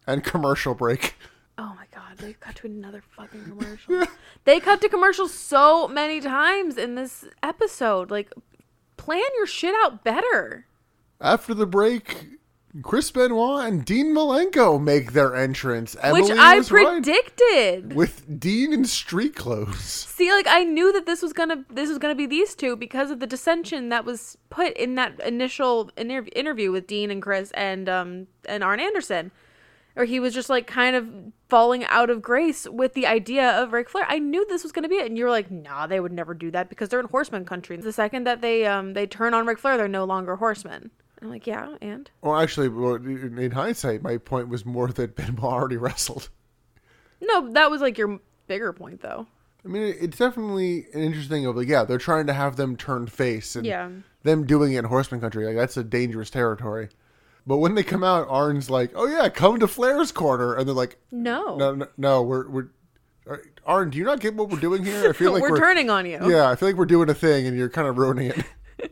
Speaker 3: and commercial break.
Speaker 4: Oh my god, they cut to another fucking commercial. they cut to commercials so many times in this episode. Like, plan your shit out better.
Speaker 3: After the break, Chris Benoit and Dean Malenko make their entrance. Emily
Speaker 4: which I
Speaker 3: was right.
Speaker 4: predicted.
Speaker 3: with Dean in street clothes.
Speaker 4: See, like I knew that this was gonna this was gonna be these two because of the dissension that was put in that initial interv- interview with Dean and Chris and um and Arn Anderson, or he was just like kind of falling out of grace with the idea of Ric Flair. I knew this was gonna be it, and you were like, nah, they would never do that because they're in Horseman country. The second that they um they turn on Ric Flair, they're no longer Horsemen. I'm like, yeah, and
Speaker 3: Well, actually, well, in hindsight, my point was more that Benoit already wrestled.
Speaker 4: no, that was like your bigger point though.
Speaker 3: I mean, it's definitely an interesting of like, yeah, they're trying to have them turn face and
Speaker 4: Yeah.
Speaker 3: them doing it in Horseman Country. Like that's a dangerous territory. But when they come out, Arn's like, "Oh yeah, come to Flair's corner," and they're like,
Speaker 4: No,
Speaker 3: "No, no, no we're we're Arn, do you not get what we're doing here? I feel like
Speaker 4: [LAUGHS] we're,
Speaker 3: we're
Speaker 4: turning on you.
Speaker 3: Yeah, I feel like we're doing a thing and you're kind of ruining it.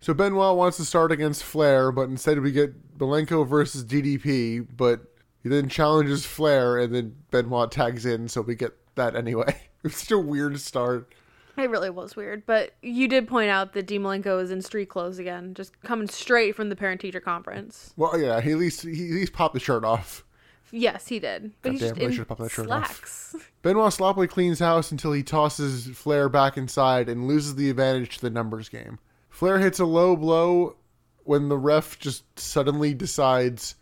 Speaker 3: so Benoit wants to start against Flair, but instead we get Belenko versus DDP, but he then challenges Flair and then Benoit tags in, so we get that anyway. [LAUGHS] It's such a weird start.
Speaker 4: It really was weird, but you did point out that Demolenko is in street clothes again, just coming straight from the parent teacher conference.
Speaker 3: Well, yeah, he at least he at least popped the shirt off.
Speaker 4: Yes, he did. But he's
Speaker 3: Goddamn,
Speaker 4: just
Speaker 3: really
Speaker 4: in
Speaker 3: should've popped that shirt off.
Speaker 4: slacks.
Speaker 3: Benoit sloppily cleans house until he tosses Flair back inside and loses the advantage to the numbers game. Flair hits a low blow when the ref just suddenly decides,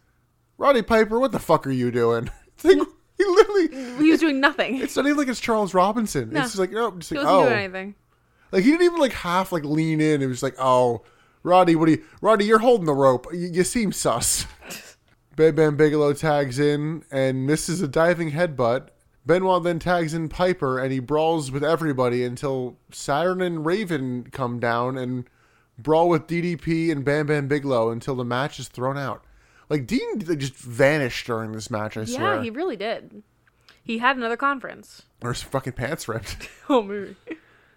Speaker 3: Roddy Piper, what the fuck are you doing? [LAUGHS] It's like, he literally,
Speaker 4: He was doing nothing. [LAUGHS] He
Speaker 3: it's not even like it's Charles Robinson. It's just like, no, just like,
Speaker 4: wasn't
Speaker 3: oh.
Speaker 4: doing anything.
Speaker 3: Like, he didn't even like half like lean in. It was like, oh, Roddy, what are you, Roddy, you're holding the rope. You, you seem
Speaker 4: [LAUGHS]
Speaker 3: sus. Bam Bam Bigelow tags in and misses a diving headbutt. Benoit then tags in Piper and he brawls with everybody until Saturn and Raven come down and brawl with DDP and Bam Bam Bigelow until the match is thrown out. Like Dean like, just vanished during this match, I swear.
Speaker 4: Yeah, he really did. He had another conference.
Speaker 3: Or his fucking pants ripped.
Speaker 4: [LAUGHS] Oh, movie.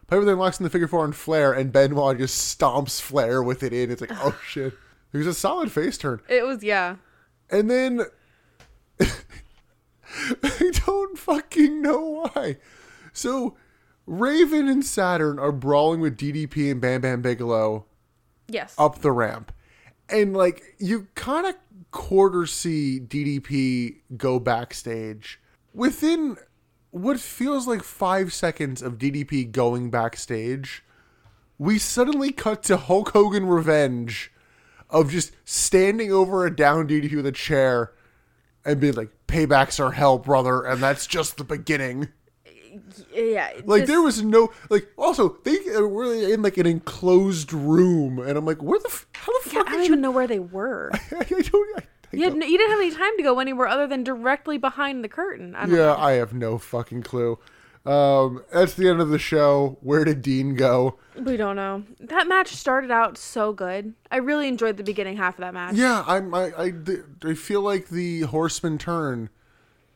Speaker 3: Piper then locks in the figure four on Flair and Benoit just stomps Flair with it in. It's like, oh shit. There's a solid face turn.
Speaker 4: It was, yeah.
Speaker 3: And then [LAUGHS] I don't fucking know why. So Raven and Saturn are brawling with DDP and Bam Bam Bigelow
Speaker 4: Yes.
Speaker 3: up the ramp. And like you kind of quarter see DDP go backstage within what feels like 5 seconds of DDP going backstage. We suddenly cut to Hulk Hogan revenge of just standing over a down DDP with a chair and being like paybacks are hell brother and that's just the beginning.
Speaker 4: yeah.
Speaker 3: Like
Speaker 4: this-
Speaker 3: there was no like. Also, they were in like an enclosed room, and I'm like, where the f- how the
Speaker 4: I
Speaker 3: fuck
Speaker 4: don't
Speaker 3: did you?
Speaker 4: even know where they were.
Speaker 3: [LAUGHS] I don't. I, I
Speaker 4: You, had
Speaker 3: don't-
Speaker 4: no, you didn't have any time to go anywhere other than directly behind the curtain. I
Speaker 3: [LAUGHS]
Speaker 4: don't
Speaker 3: yeah, I have no fucking clue. Um, that's the end of the show. Where did Dean go?
Speaker 4: We don't know. That match started out so good. I really enjoyed the beginning half of that match.
Speaker 3: Yeah, I'm. I I, I feel like the Horseman turn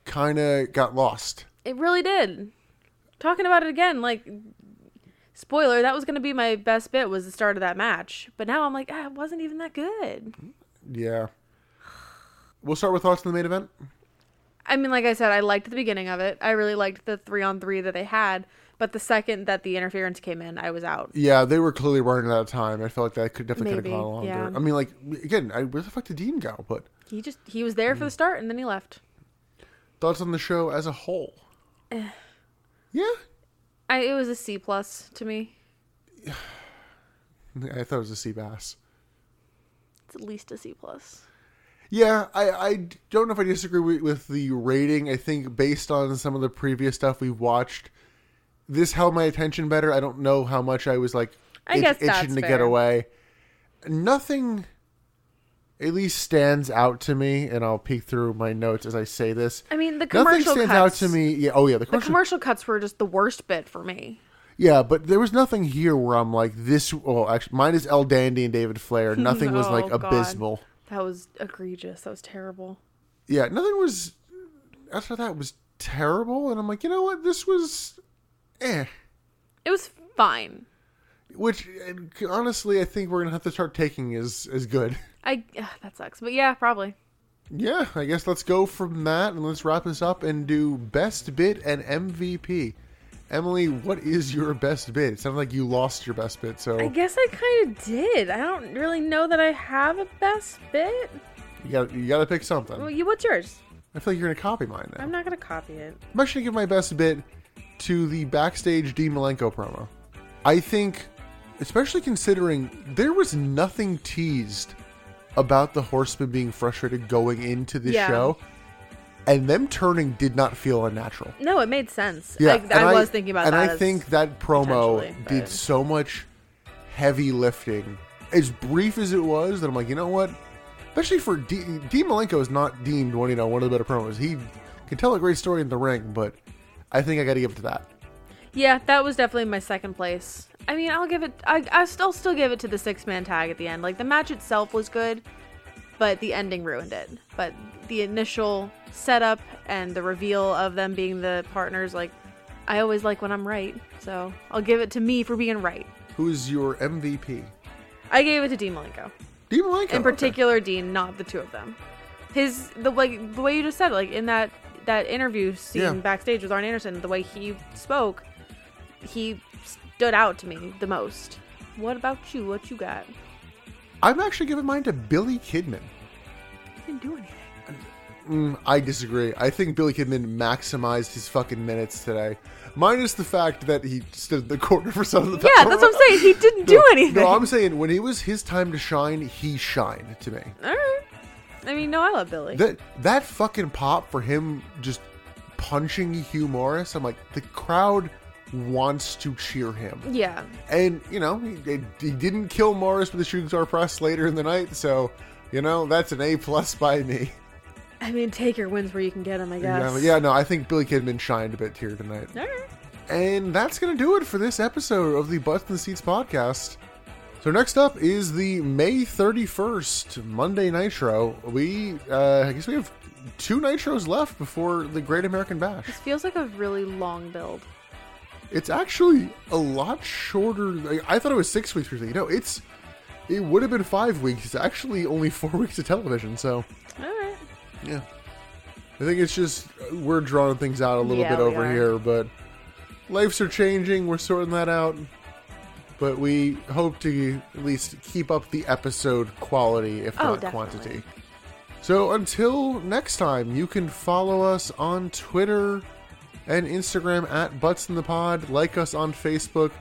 Speaker 3: kind of got lost.
Speaker 4: It really did. Talking about it again, like spoiler, that was gonna be my best bit was the start of that match. But now I'm like, ah, it wasn't even that good.
Speaker 3: Yeah. We'll start with thoughts on the main event.
Speaker 4: I mean, like I said, I liked the beginning of it. I really liked the three on three that they had. But the second that the interference came in, I was out.
Speaker 3: Yeah, they were clearly running out of time. I felt like that could definitely could
Speaker 4: Maybe,
Speaker 3: have gone longer.
Speaker 4: yeah.
Speaker 3: I mean, like again, I, where the fuck did Dean go? But
Speaker 4: He just he was there for the start and then he left.
Speaker 3: thoughts on the show as a whole? Eh. yeah,
Speaker 4: I it was a C plus to me.
Speaker 3: I thought it was a sea bass.
Speaker 4: It's at least a C plus.
Speaker 3: Yeah, I, I don't know if I disagree with, with the rating. I think based on some of the previous stuff we've watched, this held my attention better. I don't know how much I was like
Speaker 4: I guess that's
Speaker 3: itching to get
Speaker 4: fair.
Speaker 3: away. Nothing, at least, stands out to me, and I'll peek through my notes as I say this.
Speaker 4: I mean, the
Speaker 3: Nothing
Speaker 4: commercial
Speaker 3: stands
Speaker 4: cuts-
Speaker 3: out to me. Yeah. Oh yeah, the
Speaker 4: The
Speaker 3: commercial.
Speaker 4: commercial cuts were just the worst bit for me.
Speaker 3: yeah, but there was nothing here where I'm like this. Well, actually, mine is El Dandy and David Flair. Nothing was like
Speaker 4: [LAUGHS] Oh, God.
Speaker 3: abysmal.
Speaker 4: That was egregious. That was terrible.
Speaker 3: yeah, nothing was after that was terrible, and I'm like, you know what, this was, eh.
Speaker 4: It was fine.
Speaker 3: Which and honestly, I think we're gonna have to start taking as as good. [LAUGHS]
Speaker 4: I ugh, that sucks, but yeah, probably.
Speaker 3: Yeah, I guess let's go from that and let's wrap this up and do best bit and MVP. Emily, what is your best bit? It sounded like you lost your best bit, so
Speaker 4: I guess I kind of did. I don't really know that I have a best bit.
Speaker 3: you got you got to pick something.
Speaker 4: Well, you what's yours?
Speaker 3: I feel like you're gonna copy mine. Then.
Speaker 4: I'm not gonna copy it.
Speaker 3: I'm actually gonna give my best bit to the backstage D Malenko promo. I think, especially considering there was nothing teased about the Horseman being frustrated going into the
Speaker 4: Yeah.
Speaker 3: show, and them turning did not feel unnatural.
Speaker 4: No, it made sense.
Speaker 3: Yeah,
Speaker 4: I, I
Speaker 3: and
Speaker 4: was thinking about
Speaker 3: and
Speaker 4: that.
Speaker 3: I
Speaker 4: as-
Speaker 3: think that promo
Speaker 4: potentially,
Speaker 3: did
Speaker 4: but-
Speaker 3: so much heavy lifting, as brief as it was. That I'm like, you know what? Especially for D, D Malenko is not deemed one you know one of the better promos. He can tell a great story in the ring, but I think I got to give it to that.
Speaker 4: yeah, that was definitely my second place. I mean, I'll give it. I I still still give it to the six man tag at the end. Like the match itself was good, but the ending ruined it. But the initial setup and the reveal of them being the partners, like I always like when I'm right. So I'll give it to me for being right.
Speaker 3: Who is your MVP?
Speaker 4: I gave it to Dean Malenko.
Speaker 3: D Malenko Oh, okay.
Speaker 4: in particular Dean, not the two of them. His the like the way you just said like in that that interview scene
Speaker 3: Yeah.
Speaker 4: backstage with Arn Anderson, the way he spoke, he stood out to me the most. What about you? What you got?
Speaker 3: I'm actually giving mine to Billy Kidman.
Speaker 4: He didn't do anything.
Speaker 3: Mm, I disagree. I think Billy Kidman maximized his fucking minutes today, minus the fact that he stood in the corner for some of the.
Speaker 4: Yeah, that's what I'm saying. He didn't
Speaker 3: [LAUGHS]
Speaker 4: do
Speaker 3: No,
Speaker 4: anything.
Speaker 3: No, I'm saying when it was his time to shine, he shined to me.
Speaker 4: All right. I mean, no, I love Billy.
Speaker 3: That that fucking pop for him just punching Hugh Morris. I'm like, the crowd wants to cheer him,
Speaker 4: yeah.
Speaker 3: and you know he, he didn't kill Morris with the shooting star press later in the night, so you know that's an A plus by me.
Speaker 4: I mean, take your wins where you can get them, I
Speaker 3: You know,
Speaker 4: guess.
Speaker 3: yeah, no, I think Billy Kidman shined a bit here tonight.
Speaker 4: All right.
Speaker 3: And that's going to do it for this episode of the Butts in the Seats podcast. So next up is the May 31st Monday Nitro. We uh, I guess we have two nitros left before the Great American Bash.
Speaker 4: This feels like a really long build.
Speaker 3: It's actually a lot shorter. like, I thought it was six weeks. You know, it's it would have been five weeks. It's actually only [LAUGHS] four weeks of television. So
Speaker 4: All right.
Speaker 3: yeah, I think it's just we're drawing things out a little
Speaker 4: Yeah,
Speaker 3: bit
Speaker 4: we
Speaker 3: over
Speaker 4: are.
Speaker 3: here, but lives are changing. We're sorting that out, but we hope to at least keep up the episode quality, if
Speaker 4: Oh,
Speaker 3: not
Speaker 4: definitely.
Speaker 3: quantity. So until next time, you can follow us on Twitter and Instagram at Butts in the Pod. Like us on Facebook.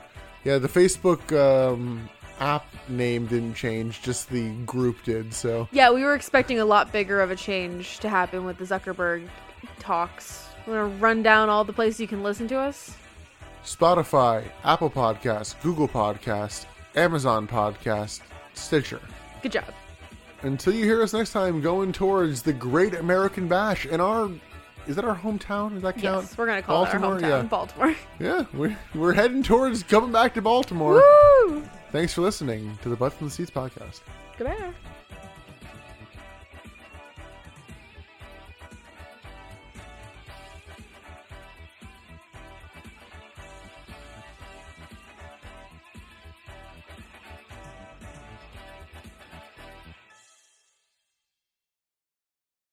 Speaker 3: Yeah, the Facebook um, app name didn't change; just the group did. So.
Speaker 4: Yeah, we were expecting a lot bigger of a change to happen with the Zuckerberg talks. We're gonna run down all the places you can listen to us.
Speaker 3: Spotify, Apple Podcasts, Google Podcasts, Amazon Podcast, Stitcher.
Speaker 4: Good job.
Speaker 3: Until you hear us next time going towards the Great American Bash in our is that our hometown? Does that count?
Speaker 4: Yes, we're gonna call it our hometown, Baltimore.
Speaker 3: Yeah, yeah we're, we're heading towards coming back to Baltimore.
Speaker 4: Woo!
Speaker 3: Thanks for listening to the Butts in the Seats podcast.
Speaker 4: Goodbye.